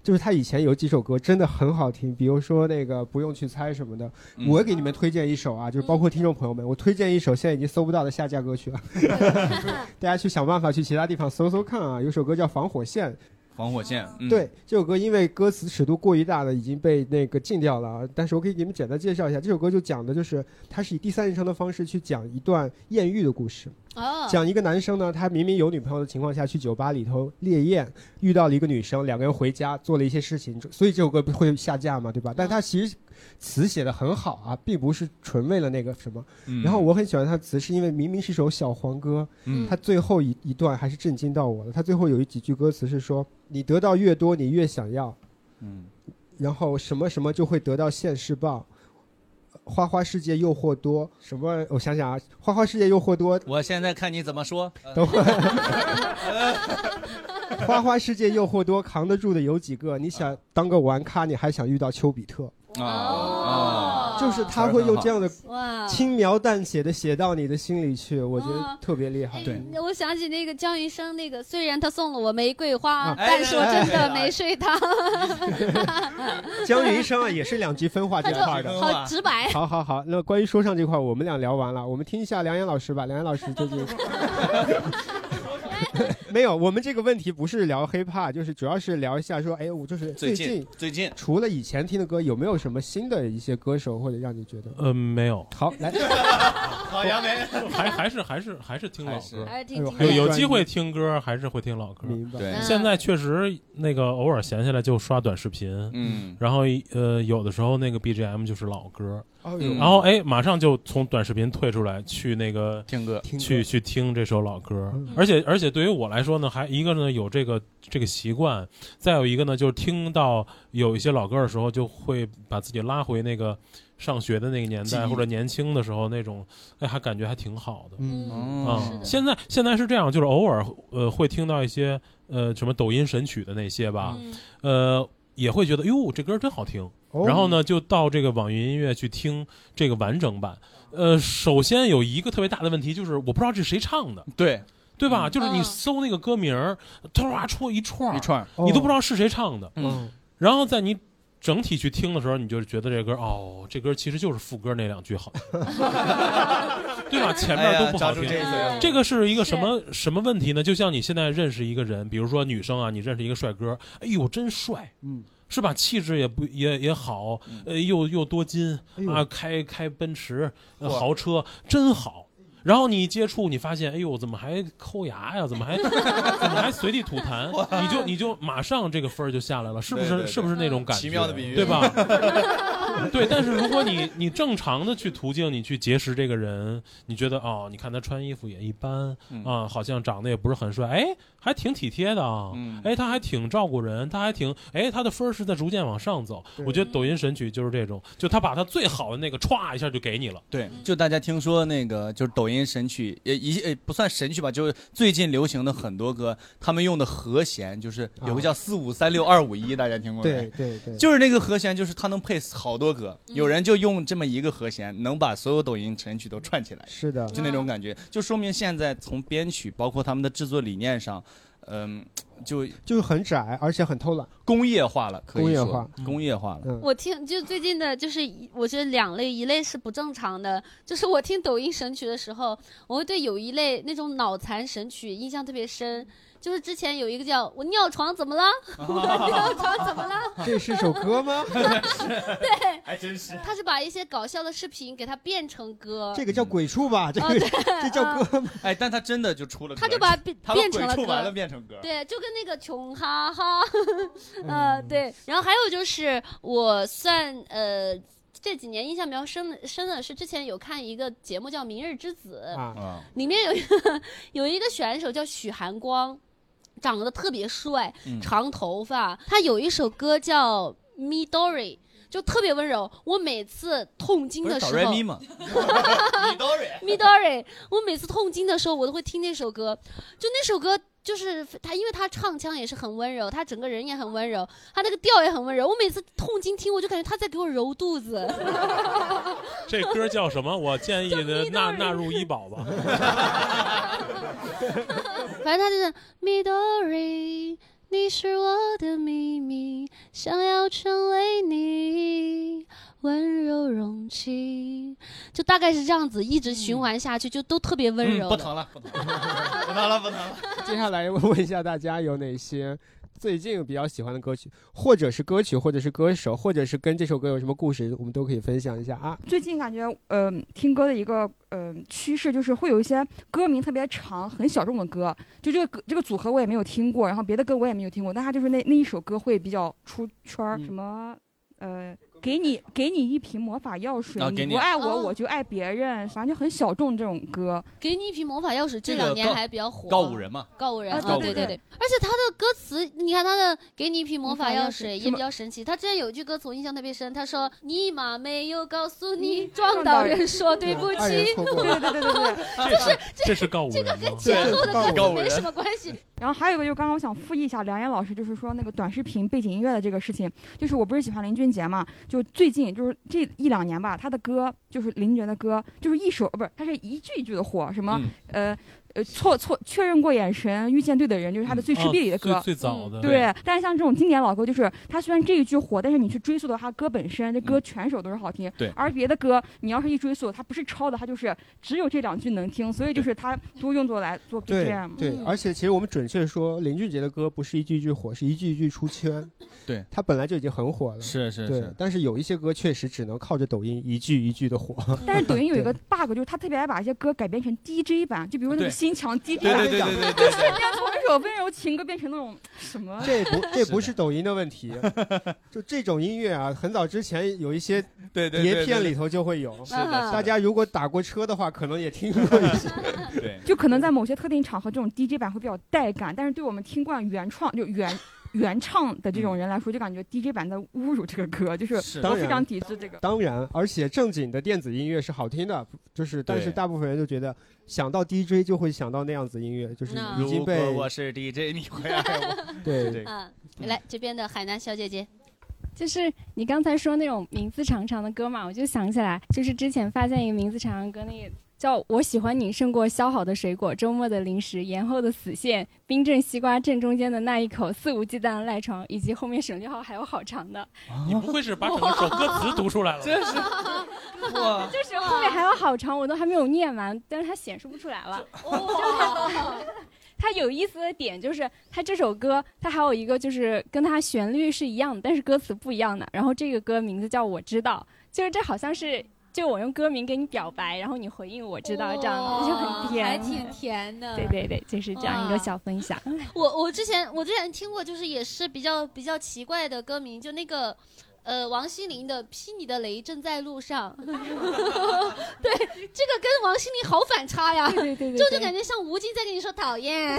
[SPEAKER 3] 就是他以前有几首歌真的很好听，比如说那个不用去猜什么的。
[SPEAKER 2] 嗯
[SPEAKER 3] 我给你们推荐一首啊，就是包括听众朋友们，我推荐一首现在已经搜不到的下架歌 曲了， 大家去想办法去其他地方搜搜看啊。有首歌叫《防火线》，
[SPEAKER 2] 防火线，嗯
[SPEAKER 3] 对，这首歌因为歌词尺度过于大了，已经被那个禁掉了啊。但是我可以给你们简单介绍一下，这首歌就讲的就是它是以第三人称的方式去讲一段艳遇的故事。
[SPEAKER 19] 哦
[SPEAKER 3] 讲一个男生呢，他明明有女朋友的情况下去酒吧里头烈焰，遇到了一个女生，两个人回家做了一些事情，所以这首歌不会下架嘛，对吧？但他其实词写的很好啊，并不是纯为了那个什么。
[SPEAKER 7] 嗯
[SPEAKER 3] 然后我很喜欢他的词，是因为明明是首小黄歌，
[SPEAKER 7] 嗯
[SPEAKER 3] 他最后一一段还是震惊到我了。他最后有一几句歌词是说：“你得到越多，你越想要。”
[SPEAKER 2] 嗯，
[SPEAKER 3] 然后什么什么就会得到现世报。花花世界诱惑多，什么？我想想啊，花花世界诱惑多，
[SPEAKER 2] 我现在看你怎么说。
[SPEAKER 3] 等会花花世界诱惑多，扛得住的有几个？你想当个玩咖，你还想遇到丘比特？
[SPEAKER 2] 啊，
[SPEAKER 3] 就是他会用这样的
[SPEAKER 1] 哇
[SPEAKER 3] 轻描淡写的写到你的心里去，我觉
[SPEAKER 1] 哇
[SPEAKER 3] 得特别厉害。对
[SPEAKER 1] 我想起那个江云生，那个虽然他送了我玫瑰花
[SPEAKER 3] 啊，
[SPEAKER 1] 但是我
[SPEAKER 7] 哎
[SPEAKER 1] 真的没睡他。
[SPEAKER 3] 江云生啊，也是两极分化这
[SPEAKER 1] 他就
[SPEAKER 3] 块的，
[SPEAKER 1] 好直白
[SPEAKER 3] 好好好，那关于说唱这块，我们俩聊完了，我们听一下梁岩老师吧。梁岩老师 最近 没有，我们这个问题不是聊 hiphop，就是主要是聊一下说，哎，我就是
[SPEAKER 2] 最
[SPEAKER 3] 近
[SPEAKER 2] 近最近
[SPEAKER 3] 除了以前听的歌，有没有什么新的一些歌手或者让你觉得？
[SPEAKER 4] 嗯，没有。
[SPEAKER 3] 好， 来，
[SPEAKER 2] 好哦杨梅
[SPEAKER 4] 还还是还是还是听老歌，
[SPEAKER 1] 还是听经典
[SPEAKER 4] 有有机会听歌还是会听老歌。
[SPEAKER 3] 白
[SPEAKER 1] 对
[SPEAKER 4] 现在确实那个偶尔闲下来就刷短视频，
[SPEAKER 2] 嗯，
[SPEAKER 4] 然后呃有的时候那个 BGM 就是老歌，
[SPEAKER 3] 哦
[SPEAKER 2] 嗯
[SPEAKER 3] 哟
[SPEAKER 4] 然后哎马上就从短视频退出来去那个
[SPEAKER 2] 听歌，嗯
[SPEAKER 4] 去去听这首老歌。而且而且对于我来说呢，还一个呢有这个这个习惯，再有一个呢就是听到有一些老歌的时候，就会把自己拉回那个。上学的那个年
[SPEAKER 2] 记忆
[SPEAKER 4] 代，或者年轻的时候那种，哎，还感觉还挺好的。
[SPEAKER 2] 嗯
[SPEAKER 4] 啊、
[SPEAKER 2] 是的
[SPEAKER 4] 现在现在是这样，就是偶尔呃会听到一些呃什么抖音神曲的那些吧，
[SPEAKER 2] 嗯
[SPEAKER 4] 呃也会觉得哟这歌真好听，
[SPEAKER 2] 哦
[SPEAKER 4] 然后呢就到这个网易云音乐去听这个完整版。呃，首先有一个特别大的问题就是我不知道这是谁唱的，
[SPEAKER 2] 对
[SPEAKER 4] 对
[SPEAKER 2] 嗯
[SPEAKER 4] 吧？就是
[SPEAKER 2] 啊
[SPEAKER 4] 你搜那个歌名儿，唰出一串
[SPEAKER 2] 一串儿
[SPEAKER 4] 你都不知道是谁唱的，
[SPEAKER 2] 嗯，
[SPEAKER 4] 然后在你。整体去听的时候，你就觉得这歌哦，这歌其实就是副歌那两句好，
[SPEAKER 2] 哎
[SPEAKER 4] 对吧？前面都不
[SPEAKER 2] 哎呀抓
[SPEAKER 4] 好听。
[SPEAKER 2] 住这一次
[SPEAKER 4] 这个是一个什么什么问题呢？就像你现在认识一个人，比如说女生啊，你认识一个帅哥，哎呦，真帅，
[SPEAKER 3] 嗯，
[SPEAKER 4] 是吧？气质也不也也好，呃，又又多金、
[SPEAKER 2] 嗯哎呦
[SPEAKER 4] 啊，开开奔驰、呃
[SPEAKER 2] 嚯
[SPEAKER 4] 豪车，真好。然后你一接触，你发现，哎呦，怎么还抠牙呀？怎么还怎么还随地吐痰？你就你就马上这个分儿就下来了，是不是？
[SPEAKER 2] 对对对
[SPEAKER 4] 是不是那种感觉？
[SPEAKER 2] 奇妙的比喻
[SPEAKER 4] 对吧？ 对，但是如果你你正常的去途径，你去结识这个人，你觉得哦，你看他穿衣服也一般
[SPEAKER 2] 嗯
[SPEAKER 4] 啊，好像长得也不是很帅，哎，还挺体贴的啊，哎，他还挺照顾人，他还挺哎，他的分儿是在逐渐往上走。我觉得抖音神曲就是这种，就他把他最好的那个歘一下就给你了。
[SPEAKER 2] 对，就大家听说那个就是抖音神曲，也一呃不算神曲吧，就是最近流行的很多歌，他们用的和弦就是有
[SPEAKER 4] 啊
[SPEAKER 2] 个叫四五三六二五一，大家听过没？
[SPEAKER 3] 对对对，
[SPEAKER 2] 就是那个和弦，就是它能配好多歌，
[SPEAKER 3] 嗯
[SPEAKER 2] 有人就用这么一个和弦，能把所有抖音神曲都串起来，
[SPEAKER 3] 是的，
[SPEAKER 2] 就那种感觉，就说明现在从编曲，包括他们的制作理念上，嗯，就
[SPEAKER 3] 就是很窄，而且很偷 懒，
[SPEAKER 2] 工业化了，可以说
[SPEAKER 3] 工业化
[SPEAKER 2] 工业化了。
[SPEAKER 4] 嗯
[SPEAKER 1] 我听就最近的，就是一我觉得两类，一类是不正常的，就是我听抖音神曲的时候，我会对有一类那种脑残神曲印象特别深。就是之前有一个叫“我尿床怎么了”，
[SPEAKER 3] 啊
[SPEAKER 1] 我尿床怎么了？
[SPEAKER 3] 这是首 歌吗？
[SPEAKER 1] 对，
[SPEAKER 2] 还真是
[SPEAKER 1] 他是把一些搞笑的视频给它变成歌，
[SPEAKER 3] 这个叫鬼畜
[SPEAKER 1] 哦
[SPEAKER 3] 吧？这 个这叫歌吗？
[SPEAKER 2] 哎，但他真的就出了歌，
[SPEAKER 1] 嗯他就把它变
[SPEAKER 2] 他
[SPEAKER 1] 变成了
[SPEAKER 2] 鬼畜完
[SPEAKER 1] 歌
[SPEAKER 2] 了变成歌，
[SPEAKER 1] 对，就跟那个穷哈 哈，
[SPEAKER 2] 嗯
[SPEAKER 1] 呃，对。然后还有就是，我算呃这几年印象比较深的深的是，之前有看一个节目叫《明日之子》，
[SPEAKER 2] 啊
[SPEAKER 1] 里面有一个 有一个选手叫许寒光，长得特别帅，
[SPEAKER 15] 嗯
[SPEAKER 1] 长头发。他有一首歌叫《Midori》，就特别温柔。我每次痛经
[SPEAKER 2] 不是
[SPEAKER 1] 的时
[SPEAKER 2] 哆
[SPEAKER 1] 候，
[SPEAKER 2] 瑞咪嘛，
[SPEAKER 1] Midori，我每次痛经的时候，我都会听那首歌。就那首歌，就是他，因为他唱腔也是很温柔，他整个人也很温柔，他那个调也很温柔。我每次痛经听，我就感觉他在给我揉肚子。
[SPEAKER 4] 这歌叫什么？我建议呢纳纳入医保吧。
[SPEAKER 1] 反正他就是 Midori，你是我的秘密，想要成为你温柔容器，就大概是这样子，一直循环下去，就都特
[SPEAKER 3] 嗯
[SPEAKER 1] 别温柔、
[SPEAKER 2] 嗯 不疼了，不疼了，不疼了，不疼了。
[SPEAKER 3] 接下来问一下大家有哪些最近比较喜欢的歌曲，或者是歌曲，或者是歌手，或者是跟这首歌有什么故事，我们都可以分享一下啊。
[SPEAKER 18] 最近感觉，呃，听歌的一个呃趋势就是会有一些歌名特别长、很小众的歌，就这个歌这个组合我也没有听过，然后别的歌我也没有听过，但它就是那那一首歌会比较出圈
[SPEAKER 2] 嗯
[SPEAKER 18] 儿，什么呃。给你给你一瓶魔法药水，
[SPEAKER 2] 啊给
[SPEAKER 18] 你
[SPEAKER 2] 你
[SPEAKER 18] 不爱我、
[SPEAKER 1] 哦
[SPEAKER 18] 我就爱别人，反正就很小众这种歌。
[SPEAKER 1] 给你一瓶魔法药水，这
[SPEAKER 18] 这个
[SPEAKER 1] 两年
[SPEAKER 18] 告
[SPEAKER 1] 还比较火。
[SPEAKER 2] 告五人嘛
[SPEAKER 1] 告五人，
[SPEAKER 2] 啊
[SPEAKER 1] 啊
[SPEAKER 2] 对
[SPEAKER 1] 对
[SPEAKER 2] 对
[SPEAKER 1] 对
[SPEAKER 2] 对
[SPEAKER 1] 对。而且他的歌词，你看他的“给你一瓶魔法药水”
[SPEAKER 18] 什
[SPEAKER 1] 也
[SPEAKER 18] 么
[SPEAKER 1] 比较神奇。他之前有一句歌词我印象特别深，他说：“尼玛没有告诉你，撞到人说 对不起。”
[SPEAKER 4] 二人错过
[SPEAKER 18] 对对对对对，
[SPEAKER 1] 就是
[SPEAKER 4] 这是告五人吗？
[SPEAKER 1] 跟前后的歌词没什么关系。
[SPEAKER 18] 然后还有一个，就是刚刚我想复议一下梁岩老师，就是说那个短视频背景音乐的这个事情，就是我不是喜欢林俊杰嘛，就最近就是这一两年吧，他的歌就是林俊杰的歌，就是一首呃不是，他是一句一句的火，什么、
[SPEAKER 4] 嗯
[SPEAKER 18] 呃。呃，错错确认过眼神，遇见对的人，就是他的最吃力里的歌、
[SPEAKER 4] 嗯啊最最早的
[SPEAKER 18] 对，但是像这种经典老歌，就是它虽然这一句火，但是你去追溯到它歌本身，这
[SPEAKER 3] 嗯
[SPEAKER 18] 歌全首都是好听。
[SPEAKER 4] 对
[SPEAKER 18] 而别的歌，你要是一追溯，它不是抄的，它就是只有这两句能听，所以就是它多用作来做 BGM。
[SPEAKER 3] 对，而且其实我们准确说，林俊杰的歌不是一句一句火，是一句一句出圈。
[SPEAKER 2] 对，
[SPEAKER 3] 他本来就已经很火了。
[SPEAKER 2] 是是
[SPEAKER 3] 对
[SPEAKER 2] 是，
[SPEAKER 3] 但是有一些歌确实只能靠着抖音一句一句的火。
[SPEAKER 18] 但是抖音有一个 bug，就是他特别爱把一些歌改编成 DJ 版，就比如那
[SPEAKER 3] 对
[SPEAKER 18] 个新墙 DJ
[SPEAKER 3] 对
[SPEAKER 18] 版，
[SPEAKER 3] 对对对对对
[SPEAKER 18] 就是 要从一首温柔情歌变成那种什么，
[SPEAKER 3] 这 不这不是抖音的 问题，就这种音乐啊，很早之前有一些
[SPEAKER 2] 对对对
[SPEAKER 3] 碟片里头就会有。
[SPEAKER 2] 是的是
[SPEAKER 18] 啊
[SPEAKER 2] 的
[SPEAKER 3] 大家如果打过车的话，可能也听过一些。
[SPEAKER 2] 对，
[SPEAKER 18] 就可能在某些特定场合，这种 DJ 版会比较带感，但是对我们听惯原创就原。原唱的这
[SPEAKER 3] 嗯
[SPEAKER 18] 种人来说，就感觉 DJ 版在侮辱这个歌，就是我
[SPEAKER 3] 当然
[SPEAKER 18] 非常抵制这个。
[SPEAKER 3] 当然，而且正经的电子音乐是好听的，就是但是大部分人就觉得想到 DJ 就会想到那样子音乐，就是
[SPEAKER 1] 嗯
[SPEAKER 3] 已
[SPEAKER 2] 如
[SPEAKER 3] 经
[SPEAKER 2] 果
[SPEAKER 3] 被
[SPEAKER 2] 我是 DJ，你会爱我。
[SPEAKER 3] 对
[SPEAKER 2] 这 个
[SPEAKER 1] 啊，来这边的海南小姐姐，
[SPEAKER 8] 就是你刚才说那种名字长长的歌嘛，我就想起来，就是之前发现一个名字长长的歌，那个叫《我喜欢你胜过削好的水果》，周末的零食，延后的死线，冰镇西瓜正中间的那一口，肆无忌惮的赖床，以及后面省略号还有好长的，
[SPEAKER 4] 你不会是把整个首歌词读出来了吧？
[SPEAKER 8] 真
[SPEAKER 4] 是
[SPEAKER 8] 哇， 就是后面还有好长，我都还没有念完，但是它显示不出来了。 它有意思的点就是，它这首歌它还有一个就是跟它旋律是一样的，但是歌词不一样的。然后这个歌名字叫《我知道》，就是这好像是就我用歌名给你表白，然后你回应我知道这样的，就很甜，
[SPEAKER 1] 还挺。甜的。
[SPEAKER 8] 对对对，就是这样一个小分 享。
[SPEAKER 1] 我我之前我之前听过，就是也是比较比较奇怪的歌名，就那个。呃，王心凌的《劈你的雷正在路上》， 对，这个跟王心凌好反差呀，
[SPEAKER 8] 对对对
[SPEAKER 1] 就就感觉像吴京在跟你说 讨厌，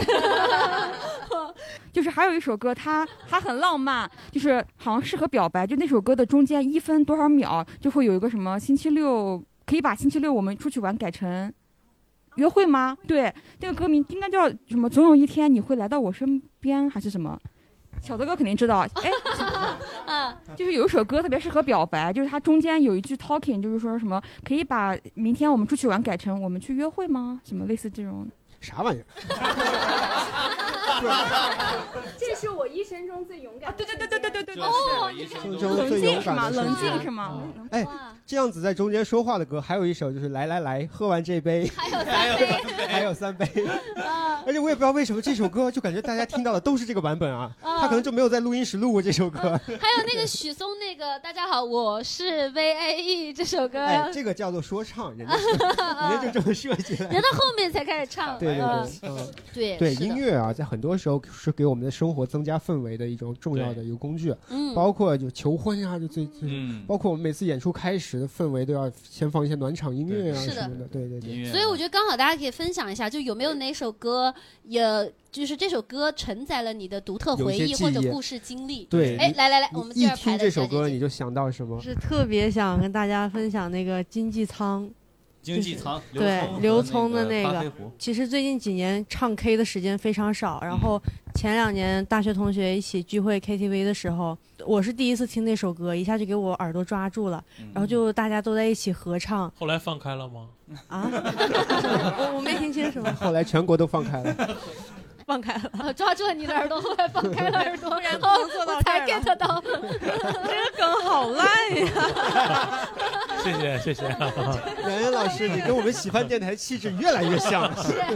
[SPEAKER 18] 就是还有一首歌，它它很浪漫，就是好像适合表白。就那首歌的中间一分多少秒，就会有一个什么星期六，可以把星期六我们出去玩改成约会吗？对，这个歌名应该叫什么？总有一天你会来到我身边，还是什么？小泽哥肯定知道，哎，
[SPEAKER 1] 啊，
[SPEAKER 18] 就是有一首歌特别适合表白，就是它中间有一句 talking，就是说什么可以把明天我们出去玩改成我们去约会吗？什么类似这种。
[SPEAKER 3] 啥玩意儿？
[SPEAKER 8] 这是我一生中最勇敢。啊对对对对对对对
[SPEAKER 18] 对哦你看
[SPEAKER 3] 生中最勇敢的
[SPEAKER 18] 冷
[SPEAKER 3] 瞬间
[SPEAKER 18] 静是吗？
[SPEAKER 3] 哎，这样子在中间说话的歌，还有一首就是来来来，喝完这杯，还
[SPEAKER 1] 有三
[SPEAKER 3] 杯， 还有三杯。
[SPEAKER 18] 嗯
[SPEAKER 3] 而且我也不知道为什么这首歌，就感觉大家听到的都是这个版本啊，
[SPEAKER 1] 啊
[SPEAKER 3] 他可能就没有在录音室录过这首歌。
[SPEAKER 1] 还有那个许嵩那个“大家好，我是 V A E” 这首歌，
[SPEAKER 3] 哎，这个叫做说唱，人家是人家就这么设计来
[SPEAKER 1] 嗯人
[SPEAKER 3] 的。
[SPEAKER 1] 到后面才开始唱，
[SPEAKER 3] 对对对，
[SPEAKER 1] 嗯
[SPEAKER 3] 嗯，
[SPEAKER 1] 对
[SPEAKER 3] 对
[SPEAKER 1] 是的
[SPEAKER 3] 音乐啊，在很多时候是给我们的生活增加氛围的一种重要的一个工具，
[SPEAKER 1] 嗯
[SPEAKER 3] 包括就求婚啊，就最，就是
[SPEAKER 2] 嗯
[SPEAKER 3] 包括我们每次演出开始的氛围都要先放一些暖场音乐啊
[SPEAKER 1] 对是的
[SPEAKER 3] 什么的，对对对，
[SPEAKER 1] 所以我觉得刚好大家可以分享一下，就有没有哪首歌，也就是这首歌承载了你的独特回
[SPEAKER 3] 有一
[SPEAKER 1] 忆
[SPEAKER 3] 些
[SPEAKER 1] 或者
[SPEAKER 3] 记忆
[SPEAKER 1] 故事经历。
[SPEAKER 3] 对，
[SPEAKER 1] 哎
[SPEAKER 3] 你，
[SPEAKER 1] 来来来，
[SPEAKER 3] 你
[SPEAKER 1] 我们
[SPEAKER 3] 一
[SPEAKER 1] 第二排
[SPEAKER 3] 听
[SPEAKER 1] 的
[SPEAKER 3] 这
[SPEAKER 1] 小
[SPEAKER 3] 首
[SPEAKER 1] 姐
[SPEAKER 3] 歌你就想到什么？
[SPEAKER 16] 是特别想跟大家分享那个经济舱。
[SPEAKER 2] 经济舱
[SPEAKER 16] 就是对刘聪的那
[SPEAKER 2] 那个
[SPEAKER 16] 个
[SPEAKER 2] 咖啡壶，
[SPEAKER 16] 其实最近几年唱 K 的时间非常少。然后前两年大学同学一起聚会 KTV 的时候，我是第一次听那首歌，一下就给我耳朵抓住了。然后就大家都在一起合唱，
[SPEAKER 4] 后来放开了吗？
[SPEAKER 16] 啊，我我没听清楚，
[SPEAKER 3] 后来全国都放开了，
[SPEAKER 16] 放 开了，
[SPEAKER 1] 啊抓住了你的耳朵，后来放开了耳朵，
[SPEAKER 16] 突然
[SPEAKER 1] 然后
[SPEAKER 16] 不能做到
[SPEAKER 1] 我才
[SPEAKER 16] 这儿
[SPEAKER 1] get 到。
[SPEAKER 16] 这个梗好烂呀！
[SPEAKER 4] 谢谢谢 谢。
[SPEAKER 3] 冉冉老师，你跟我们喜欢电台气质越来越像了。
[SPEAKER 1] 是
[SPEAKER 3] 啊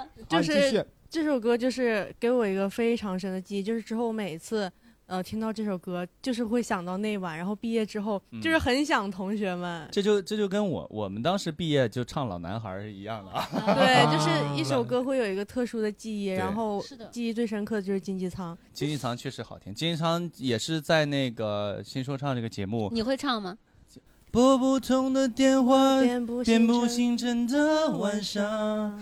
[SPEAKER 16] 嗯就
[SPEAKER 3] 你继续
[SPEAKER 16] 是这首歌就是给我一个非常深的记忆，就是之后每次呃听到这首歌，就是会想到那晚，然后毕业之后，
[SPEAKER 2] 嗯
[SPEAKER 16] 就是很想同学 们。
[SPEAKER 2] 这就这就跟我我们当时毕业就唱《老男孩》是一样的啊。
[SPEAKER 16] 对，就是一首歌会有一个特殊的记忆，然后
[SPEAKER 1] 是的
[SPEAKER 16] 记忆最深刻的就是《经济舱》。
[SPEAKER 2] 金一仓确实好听，金一仓也是在那个新说唱这个节目，
[SPEAKER 1] 你 会唱吗？
[SPEAKER 2] 拨不通的电话，
[SPEAKER 1] 遍布
[SPEAKER 2] 遍布星辰的晚上。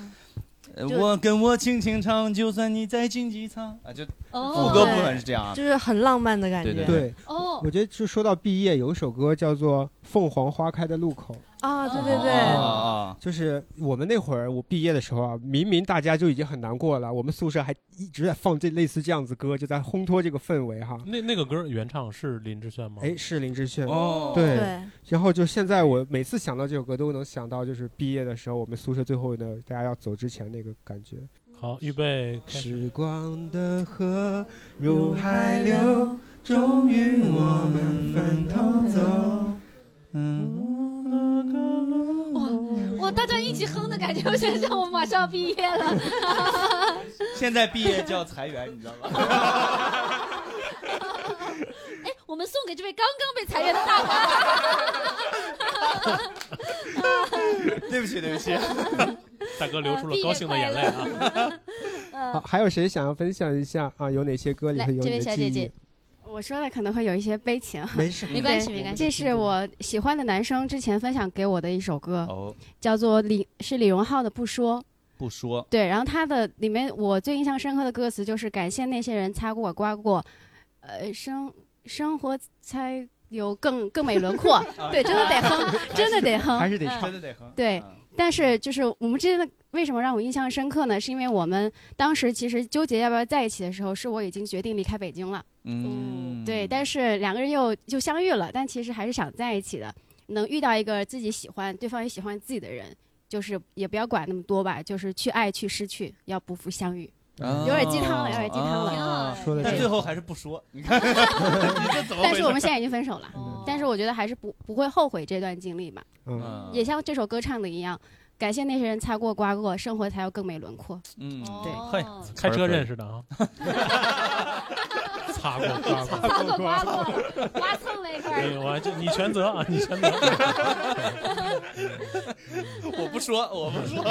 [SPEAKER 2] 呃我跟我轻轻唱，就算你在经济舱啊，就
[SPEAKER 16] 哦
[SPEAKER 2] 副歌部分是这样啊，
[SPEAKER 16] 就是很浪漫的感觉。
[SPEAKER 2] 对
[SPEAKER 3] 对，
[SPEAKER 16] 哦
[SPEAKER 3] 我觉得就说到毕业，有一首歌叫做《凤凰花开的路口》。
[SPEAKER 16] 啊，对对对，
[SPEAKER 2] 啊，
[SPEAKER 3] 就是我们那会儿我毕业的时候啊，明明大家就已经很难过了，我们宿舍还一直在放这类似这样子歌，就在烘托这个氛围哈。
[SPEAKER 4] 那那个歌原唱是林志炫吗？
[SPEAKER 3] 哎，是林志炫
[SPEAKER 4] 哦
[SPEAKER 3] 对
[SPEAKER 4] 对
[SPEAKER 3] 然后就现在我每次想到这首歌，都能想到就是毕业的时候，我们宿舍最后的大家要走之前那个感觉。
[SPEAKER 4] 好，预备。
[SPEAKER 3] 时光的河
[SPEAKER 4] 如
[SPEAKER 3] 海
[SPEAKER 4] 流，
[SPEAKER 3] 终于我
[SPEAKER 14] 们分头走。
[SPEAKER 1] 哇哇，大家一起哼的感觉，我觉得像我马上要毕业了。
[SPEAKER 2] 现在毕业叫裁员，你知道 吗？
[SPEAKER 1] 哎，我们送给这位刚刚被裁员的大哥。
[SPEAKER 2] 对不起，对不起，
[SPEAKER 4] 大哥流出了高兴的眼泪
[SPEAKER 15] 呃
[SPEAKER 4] 啊！
[SPEAKER 3] 好，还有谁想要分享一下啊？有哪些歌里
[SPEAKER 15] 嗯来
[SPEAKER 3] 头有
[SPEAKER 15] 这
[SPEAKER 3] 你
[SPEAKER 15] 位
[SPEAKER 3] 的
[SPEAKER 15] 小
[SPEAKER 3] 记
[SPEAKER 15] 姐
[SPEAKER 3] 忆？
[SPEAKER 15] 姐我说的可能会有一些悲情，
[SPEAKER 3] 没事嗯没关系
[SPEAKER 15] 对
[SPEAKER 3] 没关系
[SPEAKER 15] 这是我喜欢的男生之前分享给我的一首歌，
[SPEAKER 2] 哦，
[SPEAKER 15] 叫做李是李荣浩的《不说》。
[SPEAKER 2] 不说，
[SPEAKER 15] 对，然后他的里面我最印象深刻的歌词就是感谢那些人擦过刮过，呃，生生活才有更更美轮 廓
[SPEAKER 21] 啊。
[SPEAKER 15] 对，真的得哼，真的得 哼，
[SPEAKER 21] 还是得
[SPEAKER 15] 嗯
[SPEAKER 21] 唱真的得哼
[SPEAKER 15] 对，但是就是我们之间的为什么让我印象深刻呢？是因为我们当时其实纠结要不要在一起的时候，是我已经决定离开北京了。
[SPEAKER 2] 嗯，
[SPEAKER 15] 对，但是两个人又又相遇了，但其实还是想在一起的。能遇到一个自己喜欢，对方也喜欢自己的人，就是也不要管那么多吧，就是去爱，去失去，要不负相遇。
[SPEAKER 2] 哦
[SPEAKER 15] 有点鸡汤了，有点鸡汤了。
[SPEAKER 2] 啊
[SPEAKER 3] 说得
[SPEAKER 2] 但
[SPEAKER 3] 对
[SPEAKER 2] 最后还是不说，你看，
[SPEAKER 15] 但是我们现在已经分手了，但是我觉得还是不不会后悔这段经历吧。
[SPEAKER 2] 嗯
[SPEAKER 15] 也像这首歌唱的一样，感谢那些人擦过刮过，生活才有更美轮廓。
[SPEAKER 2] 嗯，
[SPEAKER 15] 对
[SPEAKER 4] 嘿，开车认识的啊， 擦过刮过，
[SPEAKER 1] 擦过刮过，刮蹭了一块
[SPEAKER 4] 哎
[SPEAKER 1] 儿。
[SPEAKER 4] 呦，我还这你全责啊，你全责。
[SPEAKER 2] 我不说，我不说。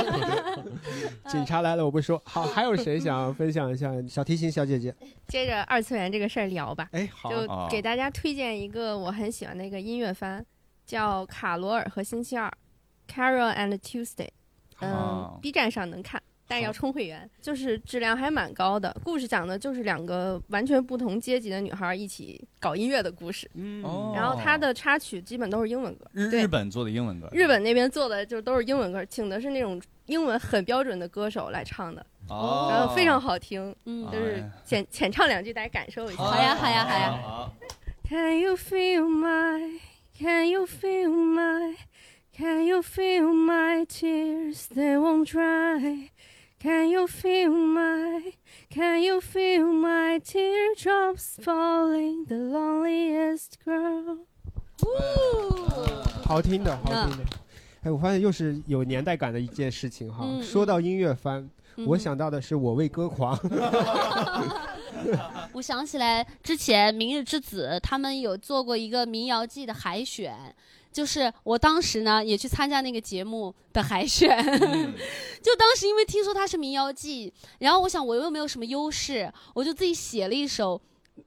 [SPEAKER 15] 嗯
[SPEAKER 3] 警察来了，我不说。好，还有谁想要分享一下？小提琴小姐 姐，
[SPEAKER 6] 接着二次元这个事儿聊吧。
[SPEAKER 3] 哎，好
[SPEAKER 6] 就
[SPEAKER 3] 啊
[SPEAKER 6] 给大家推荐一个我很喜欢的一个音乐番，叫《卡罗尔和星期二》（Carol and Tuesday）。嗯、
[SPEAKER 21] 哦
[SPEAKER 6] b 站上能看，但是要充会员。就是质量还蛮高的。故事讲的就是两个完全不同阶级的女孩一起搞音乐的故事。嗯
[SPEAKER 2] 哦嗯
[SPEAKER 6] 然后它的插曲基本都是英文歌。
[SPEAKER 2] 日
[SPEAKER 6] 对
[SPEAKER 2] 日本做的英文歌，
[SPEAKER 6] 日本那边做的就都是英文歌，请的是那种英文很标准的歌手来唱的，
[SPEAKER 2] 哦
[SPEAKER 6] 然后非常好听，
[SPEAKER 2] 嗯
[SPEAKER 6] 就是
[SPEAKER 2] 哎
[SPEAKER 6] 浅浅唱两句，大家感受一下。
[SPEAKER 1] 好呀好呀好呀
[SPEAKER 2] 好
[SPEAKER 21] Can you feel my? Can you feel my? Can you feel my tears? They won't dry. Can you feel my? Can you feel my teardrops falling? The loneliest girl.
[SPEAKER 3] 好听的，好听的。
[SPEAKER 15] 嗯
[SPEAKER 3] 哎，我发现又是有年代感的一件事情哈。
[SPEAKER 1] 嗯
[SPEAKER 3] 说到音乐番，
[SPEAKER 1] 嗯
[SPEAKER 3] 我想到的是《我为歌狂》
[SPEAKER 1] 我想起来之前《明日之子》他们有做过一个民谣季的海选，就是我当时呢也去参加那个节目的海选， 就当时因为听说它是民谣季，然后我想我又没有什么优势，我就自己写了一首。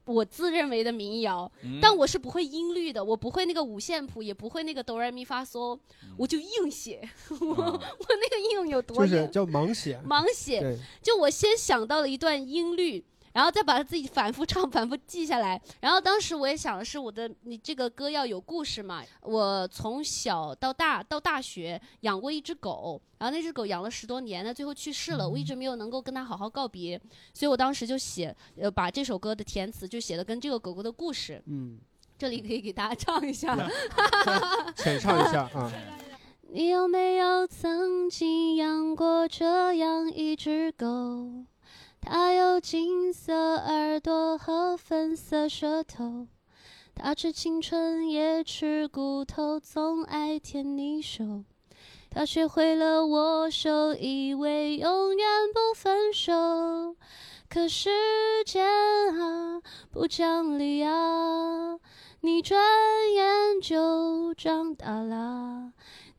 [SPEAKER 1] 我自认为的民谣，
[SPEAKER 21] 嗯
[SPEAKER 1] 但我是不会音律的，我不会那个五线谱，也不会那个哆来咪发嗦，我就硬写。我我那个硬有多
[SPEAKER 3] 就
[SPEAKER 1] 硬？
[SPEAKER 3] 是叫盲写。
[SPEAKER 1] 盲写
[SPEAKER 3] 对，
[SPEAKER 1] 就我先想到了一段音律，然后再把它自己反复唱、反复记下来。然后当时我也想的是，我的你这个歌要有故事嘛。我从小到大到大学养过一只狗，然后那只狗养了十多年，那最后去世了，我一直没有能够跟它好好告别，所以我当时就写，呃，把这首歌的填词就写的跟这个狗狗的故事。
[SPEAKER 3] 嗯，
[SPEAKER 1] 这里可以给大家唱一下。
[SPEAKER 3] 浅唱一下啊。
[SPEAKER 21] 你有没有曾经养过这样一只狗？它有金色耳朵和粉色舌头，它吃青春也吃骨头，总爱舔你手。
[SPEAKER 1] 他学会了握手，以为永远不分手。可时间啊，不讲理啊，你转眼就长大啦。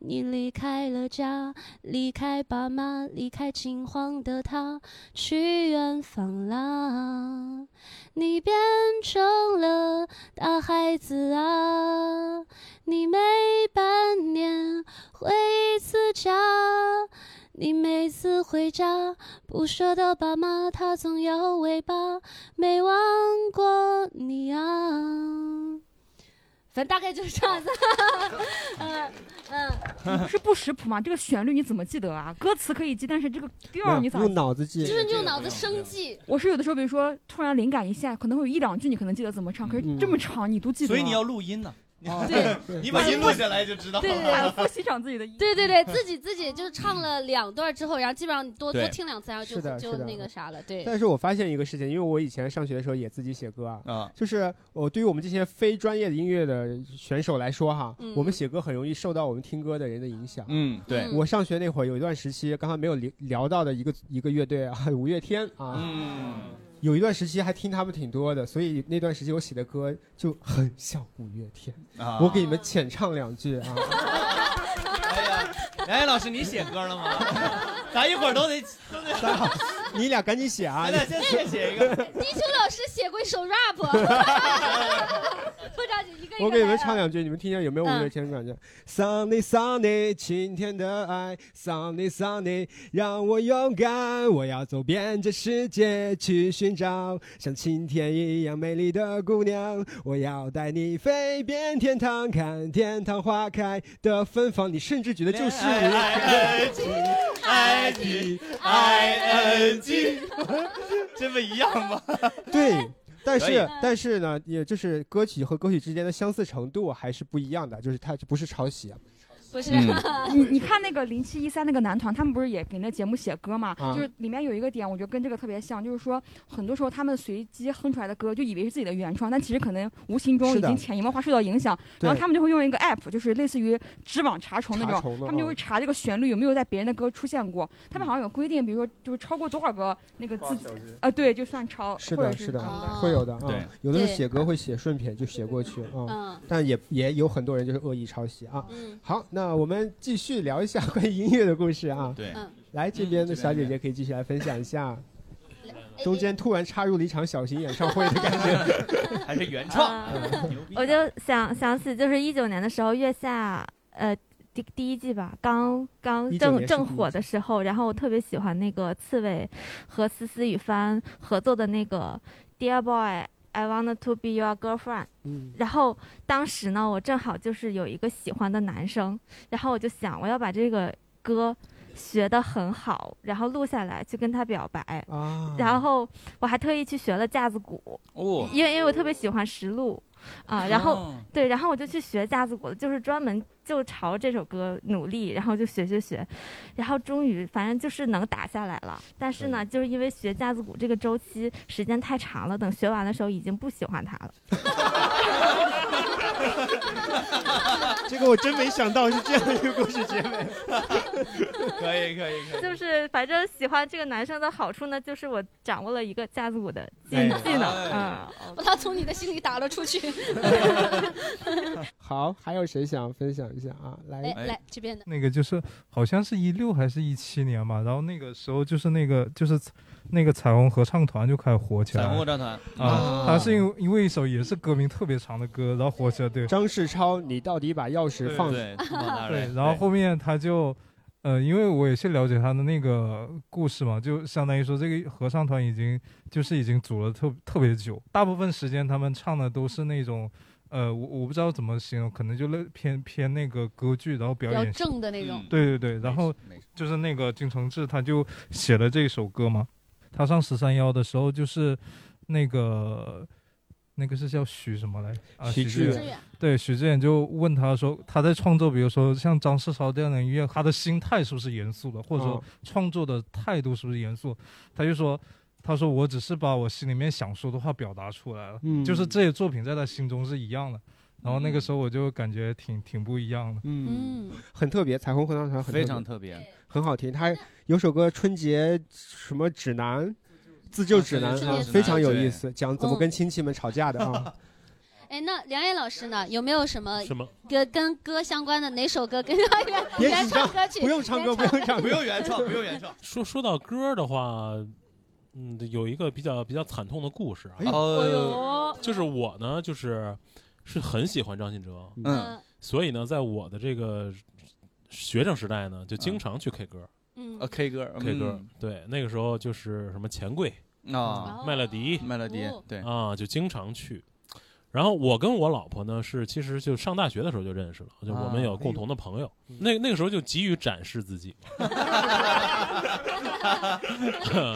[SPEAKER 1] 你离开了家，离开爸妈，离开金黄的他，去远方啦。你变成了大孩子啊，你每半年回一次家。你每次回家不舍得爸妈，他总摇尾巴，没忘过你啊。反正大概就是这样子。嗯嗯，
[SPEAKER 18] 你 是不识谱吗？这个旋律你怎么记得啊？歌词可以记，但是这个调
[SPEAKER 3] 没
[SPEAKER 18] 儿
[SPEAKER 3] 有
[SPEAKER 18] 你咋？
[SPEAKER 3] 用脑子记
[SPEAKER 1] 就是用脑子生记。
[SPEAKER 18] 我是有的时候，比如说突然灵感一现，可能会有一两句你可能记得怎么唱，可是这么长你都记得。
[SPEAKER 2] 所以你要录音呢。
[SPEAKER 18] 对
[SPEAKER 2] 你把音录下来就知道
[SPEAKER 1] 对
[SPEAKER 2] 了。
[SPEAKER 1] 对对，
[SPEAKER 18] 欣赏自己的音。
[SPEAKER 1] 对对对，自己自己就是唱了两段之后，然后基本上你多多
[SPEAKER 3] 对
[SPEAKER 1] 听两次，然后就是
[SPEAKER 3] 的
[SPEAKER 1] 就是
[SPEAKER 3] 的
[SPEAKER 1] 那个啥了。对，
[SPEAKER 3] 但是我发现一个事情，因为我以前上学的时候也自己写歌啊，
[SPEAKER 2] 啊
[SPEAKER 3] 就是我对于我们这些非专业的音乐的选手来说哈，
[SPEAKER 2] 嗯
[SPEAKER 3] 我们写歌很容易受到我们听歌的人的影响。
[SPEAKER 2] 嗯对嗯
[SPEAKER 3] 我上学那会儿有一段时期，刚才没有聊聊到的一个一个乐队啊， 五月天啊。
[SPEAKER 2] 嗯
[SPEAKER 3] 有一段时期还听他们挺多的，所以那段时期我写的歌就很像五月天。
[SPEAKER 2] 啊
[SPEAKER 3] 我给你们浅唱两 句啊。
[SPEAKER 2] 梁岩老师，你写歌了 吗？咱一会儿都得都得。
[SPEAKER 3] 三好，你俩赶紧写啊！
[SPEAKER 2] 咱俩先先写一个。
[SPEAKER 1] 地球老师写过一首 rap，不着急，一个一个
[SPEAKER 3] 我给你
[SPEAKER 1] 来
[SPEAKER 3] 们
[SPEAKER 1] 啊
[SPEAKER 3] 唱两句，你们听听有没有五月天的感觉？Sunny Sunny，晴天的爱，Sunny Sunny，让我勇敢，我要走遍这世界去寻找像晴天一样美丽的姑娘，我要带你飞遍天堂，看天堂花开的芬芳。你甚至觉得就是你。
[SPEAKER 2] I G I N G，这不一样吗？
[SPEAKER 3] 对，但
[SPEAKER 2] 可以
[SPEAKER 3] 是但是呢，也就是歌曲和歌曲之间的相似程度还是不一样的，就是它不是抄袭啊。
[SPEAKER 1] 不是
[SPEAKER 3] 嗯
[SPEAKER 18] 你你看那个零七一三那个男团，他们不是也给那节目写歌嘛？
[SPEAKER 3] 啊
[SPEAKER 18] 就是里面有一个点，我觉得跟这个特别像，就是说很多时候他们随机哼出来的歌，就以为是自己的原创，但其实可能无形中
[SPEAKER 3] 是
[SPEAKER 18] 已
[SPEAKER 3] 的
[SPEAKER 18] 经潜移默化受到影响。
[SPEAKER 3] 对
[SPEAKER 18] 然后他们就会用一个 app，就是类似于知网查重那
[SPEAKER 3] 查
[SPEAKER 18] 种
[SPEAKER 3] 重，
[SPEAKER 18] 他
[SPEAKER 3] 的
[SPEAKER 18] 们就
[SPEAKER 3] 嗯
[SPEAKER 18] 会查这个旋律有没有在别人的歌出现过。他们好像有规定，比如说就是超过多少个那个字
[SPEAKER 3] 小节，
[SPEAKER 18] 啊，对，就算超，
[SPEAKER 3] 是
[SPEAKER 18] 或
[SPEAKER 3] 的，
[SPEAKER 18] 者
[SPEAKER 3] 是的
[SPEAKER 18] 什么，
[SPEAKER 3] 会有的。
[SPEAKER 2] 对
[SPEAKER 3] 啊，有的时候
[SPEAKER 18] 对
[SPEAKER 3] 写歌会写顺撇就写过去啊
[SPEAKER 18] 嗯，
[SPEAKER 3] 但也也有很多人就是恶意抄袭啊
[SPEAKER 1] 嗯。
[SPEAKER 3] 好，那我们继续聊一下 关于音乐的故事啊。
[SPEAKER 2] 对嗯
[SPEAKER 3] 来这边的小姐姐可以继续来分享一下，中间突然插入了一场小型演唱会的感觉，
[SPEAKER 2] 还是原创
[SPEAKER 3] 嗯
[SPEAKER 14] 我就想想起，就是一九年的时候，月下呃第第一季吧，刚刚19年正是正第一火季的时候，然后我特别喜欢那个刺猬和思思雨帆合作的那个《Dear Boy》，I want to be your girlfriend。
[SPEAKER 3] 嗯
[SPEAKER 14] 然后当时呢，我正好就是有一个喜欢的男生，然后我就想我要把这个歌学得很好，然后录下来去跟他表白。
[SPEAKER 3] 啊
[SPEAKER 14] 然后我还特意去学了架子鼓，
[SPEAKER 2] 哦
[SPEAKER 14] 因为因为我特别喜欢实录，啊，然后、
[SPEAKER 2] 哦
[SPEAKER 14] 对，然后我就去学架子鼓了，就是专门就朝这首歌努力，然后就学学学，然后终于反正就是能打下来了。但是呢，就是因为学架子鼓这个周期时间太长了，等学完的时候已经不喜欢它了。
[SPEAKER 3] 这个我真没想哦到是这样一个故事结尾。
[SPEAKER 2] 可以可以可以。
[SPEAKER 14] 就是反正喜欢这个男生的好处呢，就是我掌握了一个架子鼓的技
[SPEAKER 3] 哎
[SPEAKER 14] 技能，嗯。
[SPEAKER 1] 把他从你的心里打了出去。
[SPEAKER 3] 好，还有谁想分享一下啊？来
[SPEAKER 1] 哎来这边的
[SPEAKER 7] 那个就是好像是一六还是一七年吧，然后那个时候就是那个就是那个彩虹合唱团就开始火起来了。
[SPEAKER 2] 彩虹合唱团
[SPEAKER 7] 啊
[SPEAKER 2] 啊，
[SPEAKER 7] 它是因为因为一首也是歌名特别长的歌，然后火起来。对，
[SPEAKER 3] 张世超，你到底把钥匙放
[SPEAKER 7] 对
[SPEAKER 2] 放哪儿
[SPEAKER 7] 对
[SPEAKER 2] 了，
[SPEAKER 7] 然后后面他就，呃，因为我也是了解他的那个故事嘛，就相当于说这个合唱团已经就是已经组了特特别久，大部分时间他们唱的都是那种，呃，我我不知道怎么形容，可能就类偏偏那个歌剧，然后表
[SPEAKER 1] 比较
[SPEAKER 7] 演
[SPEAKER 1] 正的那种嗯
[SPEAKER 7] 对对对，然后就是那个金承志他就写了这首歌嘛，他上十三幺的时候就是那个。那个是叫许什么来？啊，
[SPEAKER 3] 许
[SPEAKER 7] 许
[SPEAKER 3] 志
[SPEAKER 7] 远
[SPEAKER 3] 远
[SPEAKER 7] 对，许志远就问他说，他在创作，比如说像张世超这样的音乐，他的心态是不是严肃的，或者说
[SPEAKER 3] 嗯
[SPEAKER 7] 创作的态度是不是严肃？他就说，他说我只是把我心里面想说的话表达出来了，
[SPEAKER 3] 嗯
[SPEAKER 7] 就是这些作品在他心中是一样的。然后那个时候我就感觉挺挺不一样的，
[SPEAKER 3] 嗯，很特别，彩虹合唱团很
[SPEAKER 2] 非常特别，
[SPEAKER 3] 很好听。他有首歌《春节什么指南》，自救指南
[SPEAKER 2] 自救
[SPEAKER 3] 啊
[SPEAKER 2] 指，南嗯
[SPEAKER 3] 非常有
[SPEAKER 2] 对
[SPEAKER 3] 意思，讲怎么跟亲戚们吵架 的啊。
[SPEAKER 1] 哎，那梁野老师呢？有没有什么
[SPEAKER 3] 什么
[SPEAKER 1] 跟跟歌相关的哪首歌跟 原
[SPEAKER 3] 别
[SPEAKER 1] 原
[SPEAKER 3] 紧
[SPEAKER 1] 唱
[SPEAKER 3] 张
[SPEAKER 1] 歌曲？
[SPEAKER 3] 不用唱歌
[SPEAKER 1] 原
[SPEAKER 3] 不用唱歌不用
[SPEAKER 2] 原唱不用原唱。
[SPEAKER 4] 说说到歌的话，嗯，有一个比较比较惨痛的故事啊，
[SPEAKER 2] 哎呦哎呦
[SPEAKER 4] 就是我呢，就是是很喜欢张信哲，
[SPEAKER 2] 嗯，
[SPEAKER 4] 所以呢，在我的这个学生时代呢，就经常去 K 歌。
[SPEAKER 1] 嗯
[SPEAKER 2] 啊，K 歌
[SPEAKER 4] K 歌
[SPEAKER 2] 嗯，
[SPEAKER 4] 对，那个时候就是什么钱柜
[SPEAKER 2] 啊
[SPEAKER 4] 麦乐迪，
[SPEAKER 2] 麦乐迪对
[SPEAKER 4] 啊，就经常去。然后我跟我老婆呢是，其实就上大学的时候就认识了，就我们有共同的朋友。那那个时候就急于展示自己，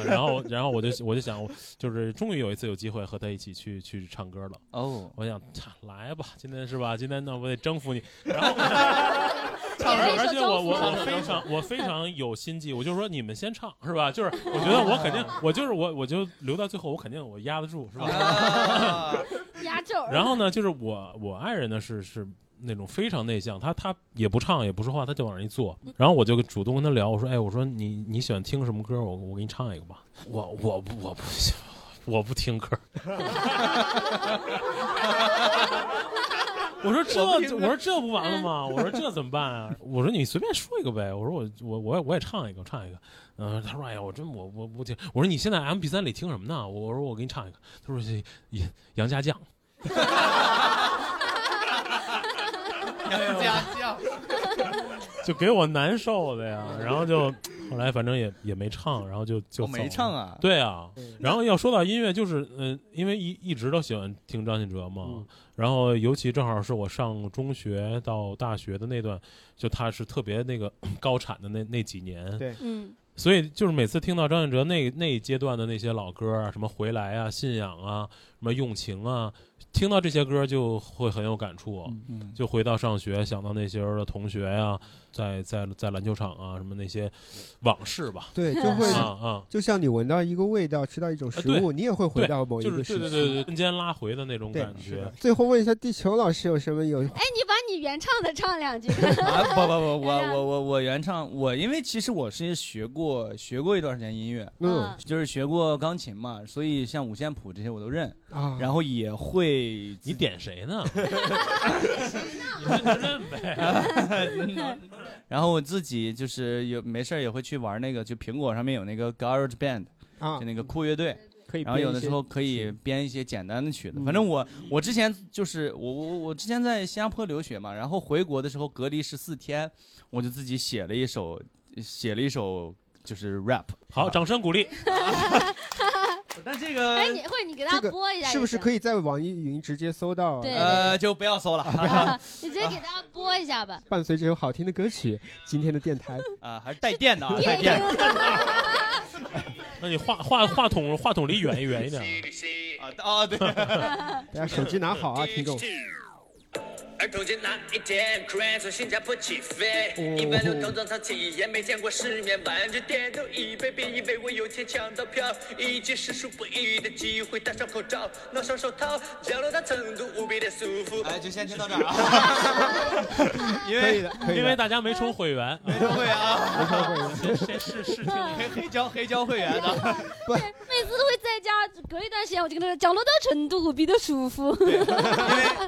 [SPEAKER 4] 然后然后我就我就想，就是终于有一次有机会和她一起去去唱歌了。
[SPEAKER 2] 哦，
[SPEAKER 4] 我想擦来吧，今天是吧？今天那我得征 服你。然后
[SPEAKER 2] 唱首
[SPEAKER 4] 而且我我
[SPEAKER 2] 唱首
[SPEAKER 4] 我非 常我非常有心计，我就说你们先唱是吧？就是我觉得我肯定我就是我我就留到最后，我肯定我压得住是吧？
[SPEAKER 1] 压轴。
[SPEAKER 4] 然后 呢，就是我我爱人呢是是那种非常内向，他他也不唱也不说话，他就往那儿一坐。然后我就主动跟他聊，我说哎，我说你你喜欢听什么歌？我我给你唱一个吧。 我我不我不 喜欢我不听歌。我说这
[SPEAKER 2] 我不听歌
[SPEAKER 4] 我说这不完了吗？
[SPEAKER 1] 嗯
[SPEAKER 4] 我说这怎么办啊？ 我说你随便说一个呗。我说我我我也我也唱一个，我唱一个。嗯、他说哎呀，我真我我不听。我说你现在 M P 三里听什么呢？我我说我给你唱一个。他说这杨杨家 将。
[SPEAKER 1] 哎
[SPEAKER 2] 杨家将，
[SPEAKER 4] 就给我难受的呀。然后就后来反正也也没唱，然后就就
[SPEAKER 2] 哦没
[SPEAKER 4] 走了
[SPEAKER 2] 唱啊
[SPEAKER 4] 对啊。然后要说到音乐，就是嗯、呃因为一一直都喜欢听张信哲嘛，
[SPEAKER 3] 嗯
[SPEAKER 4] 然后尤其正好是我上中学到大学的那段，就他是特别那个 高产的那那几年。
[SPEAKER 3] 对
[SPEAKER 1] 嗯。
[SPEAKER 4] 所以就是每次听到张信哲那那一阶段的那些老歌啊，什么回来啊、信仰啊、什么用情啊，听到这些歌就会很有感触，哦
[SPEAKER 2] 嗯
[SPEAKER 4] 就回到上学，想到那些时候的同学呀、在在在篮球场啊，什么那些往事吧。
[SPEAKER 3] 对，
[SPEAKER 2] 嗯
[SPEAKER 3] 就会
[SPEAKER 4] 啊啊，
[SPEAKER 3] 就像你闻到一个味道，吃到一种食
[SPEAKER 4] 呃对
[SPEAKER 3] 物，你也会回到某一个
[SPEAKER 4] 对
[SPEAKER 3] 时
[SPEAKER 4] 就是对对对
[SPEAKER 3] 期。
[SPEAKER 4] 对，瞬间拉回的那种
[SPEAKER 3] 对
[SPEAKER 4] 感觉。
[SPEAKER 3] 最后问一下地球老师有什么有
[SPEAKER 1] 哎，你把你原唱的唱两句。
[SPEAKER 2] 啊不不不，我
[SPEAKER 1] 哎
[SPEAKER 2] 我我我原唱，我因为其实我是学过学过一段时间音乐，
[SPEAKER 1] 嗯
[SPEAKER 2] 就是学过钢琴嘛，所以像五线谱这些我都认
[SPEAKER 3] 啊
[SPEAKER 2] 然后也会。
[SPEAKER 4] 你点谁 呢？
[SPEAKER 2] 然后我自己就是有没事儿也会去玩那个，就苹果上面有那个 Garage Band，
[SPEAKER 3] 啊
[SPEAKER 2] 就那个酷乐队。
[SPEAKER 3] 可以
[SPEAKER 2] 然后
[SPEAKER 3] 编
[SPEAKER 2] 有
[SPEAKER 3] 一
[SPEAKER 2] 的
[SPEAKER 3] 些嗯
[SPEAKER 2] 时候可以编一些简单的曲子，反正我我之前就是我我我之前在新加坡留学嘛，然后回国的时候隔离十四天，我就自己写了一首写了一首就是 rap。
[SPEAKER 4] 好，掌声鼓励。
[SPEAKER 2] 但这个
[SPEAKER 1] 哎，你或者你给大
[SPEAKER 3] 呃这
[SPEAKER 1] 家播
[SPEAKER 2] 哎
[SPEAKER 1] 一
[SPEAKER 3] 个
[SPEAKER 1] 下，
[SPEAKER 3] 是不是可
[SPEAKER 1] 以？
[SPEAKER 3] 以在网易云直接搜到？啊
[SPEAKER 1] 对
[SPEAKER 2] 呃，就不要搜了
[SPEAKER 1] 你直接给大家播一下吧。
[SPEAKER 3] 伴随这首好听的歌曲，今天的电台
[SPEAKER 2] 啊，还是带电的啊，带
[SPEAKER 1] 电
[SPEAKER 2] 电的。
[SPEAKER 4] 那你话话话筒话筒离远一远一点。
[SPEAKER 2] 啊哦对，
[SPEAKER 3] 大家手机拿好啊，听众。
[SPEAKER 11] 儿童节那一天，Crash 从新加坡起飞，一百六头等舱体验没见过世面，玩具店都已被别以为我有钱抢到票，已经是数不一的机会，戴上口罩，弄上手套，降落到成都无比的舒服。哎，
[SPEAKER 2] 就先听到这儿啊。因为
[SPEAKER 4] 因为大家没充会员，没
[SPEAKER 2] 充会员啊，
[SPEAKER 4] 没充会员，谁是是听
[SPEAKER 2] 黑黑胶黑胶会员的，
[SPEAKER 1] 每次都会在家隔一段时间，我就跟他说降落到成都，我比较舒 服。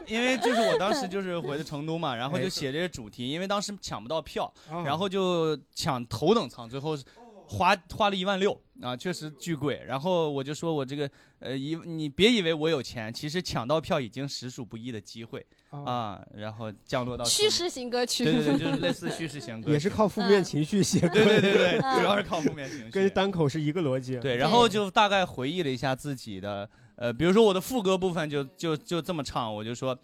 [SPEAKER 2] 因为就是我当时就是回的成都嘛，然后就写这些主题，因为当时抢不到票，
[SPEAKER 3] 哦
[SPEAKER 2] 然后就抢头等舱，最后是花花了一万六啊，确实巨贵。然后我就说我这个呃，一你别以为我有钱，其实抢到票已经实属不易的机会
[SPEAKER 3] 哦
[SPEAKER 2] 啊。然后降落到
[SPEAKER 20] 趋势型歌曲，
[SPEAKER 2] 对对 对，就是类似叙事型歌曲，
[SPEAKER 3] 也是靠负
[SPEAKER 2] 嗯
[SPEAKER 3] 面情绪写歌，
[SPEAKER 2] 对对对对，主要是靠负面情绪。
[SPEAKER 3] 跟单口是一个逻辑。
[SPEAKER 2] 嗯对，然后就大概回忆了一下自己的，呃，比如说我的副歌部分就就就这么唱，我就说。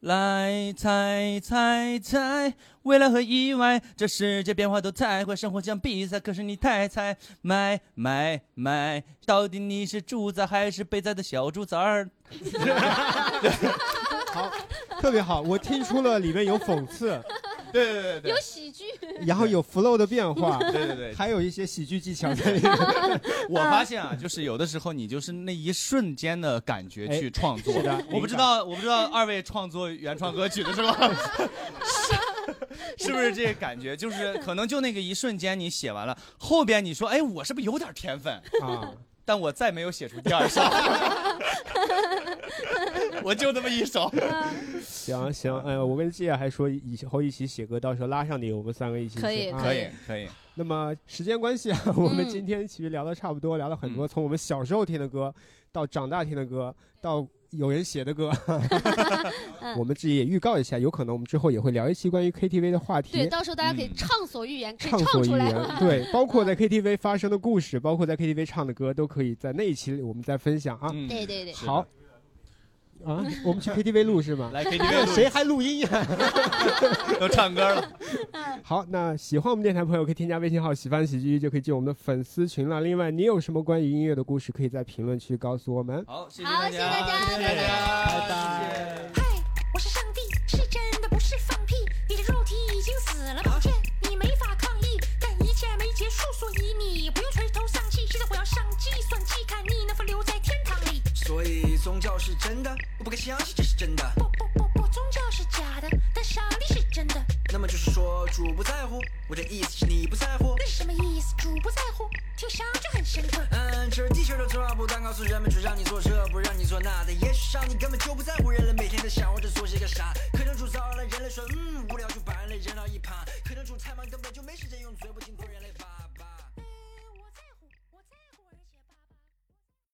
[SPEAKER 2] 来猜猜猜，未来和意外，这世界变化都太快，生活像比赛，可是你太菜。买买买，到底你是主宰还是被宰的小猪崽儿？
[SPEAKER 3] 好，特别好，我听出了里面有讽刺。
[SPEAKER 2] 对对对 对，
[SPEAKER 1] 有喜剧。
[SPEAKER 3] 然后有 flow 的变化，
[SPEAKER 2] 对对对
[SPEAKER 3] 还有一些喜剧技巧在里面。
[SPEAKER 2] 我发现啊，就是有的时候你就是那一瞬间的感觉去创作。
[SPEAKER 3] 哎是的
[SPEAKER 2] 我不知道，我不知道二位创作原创歌曲的是吧？是是不是这个感觉？就是可能就那个一瞬间你写完了，后边你说，哎，我是不是有点天分
[SPEAKER 3] 啊？
[SPEAKER 2] 但我再没有写出第二首， 我就这么一首。
[SPEAKER 3] 行
[SPEAKER 2] 啊
[SPEAKER 3] 行，哎，我跟季亚还说以后一起写歌，到时候拉上你，我们三个一起写
[SPEAKER 2] 可以嗯
[SPEAKER 3] 啊
[SPEAKER 2] 可以可以。
[SPEAKER 3] 那么时间关系啊，我们今天其实聊的差不多，聊了很多，从我们小时候听的歌，到长大听的歌，到有人写的歌，
[SPEAKER 1] 嗯
[SPEAKER 3] 我们自己也预告一下，有可能我们之后也会聊一期关于 KTV 的话题。
[SPEAKER 1] 对，到时候大家可以畅所欲言，可以
[SPEAKER 3] 嗯畅所
[SPEAKER 1] 唱
[SPEAKER 3] 欲
[SPEAKER 1] 出 来。嗯
[SPEAKER 3] 言，对，包括在 KTV 发生的故事，包括在 KTV 唱的歌，都可以在那一期里我们再分享啊。
[SPEAKER 2] 嗯
[SPEAKER 1] 对对对
[SPEAKER 3] 好。啊，我们去 KTV 录是吗？
[SPEAKER 2] 来 KTV 录
[SPEAKER 3] 谁还录音 呀？
[SPEAKER 2] 都唱歌了。
[SPEAKER 3] 好，那喜欢我们电台的朋友可以添加微信号“喜欢喜剧”，就可以进我们的粉丝群了。另外，你有什么关于音乐的故事，可以在评论区告诉我们。
[SPEAKER 2] 好，谢
[SPEAKER 19] 谢大家，谢谢大
[SPEAKER 2] 家，
[SPEAKER 19] 拜拜。嗨，我是上帝，是真的，不是放屁。你的肉体已经死了，抱歉，你没法抗议。但一切没结束，所以你不用垂头丧气。现在我要上计算器，看你能否留在天堂里。
[SPEAKER 22] 所以宗教是真的，我不敢相信这是真的。
[SPEAKER 19] 不，宗教是假的，但傻逼是真的。
[SPEAKER 22] 那么就是说主不在乎，我的意思是你不在乎。
[SPEAKER 19] 那是什么意思？主不在乎，听上去很神棍。
[SPEAKER 22] 嗯，这是地球的错，不断告诉人们只让你做这，不让你做那的。也许上帝根本就不在乎人类每天在想我这做些个啥。可能主造了人类说，嗯，无聊就把人类扔到一旁。可能主太忙根本就没时间用嘴不停。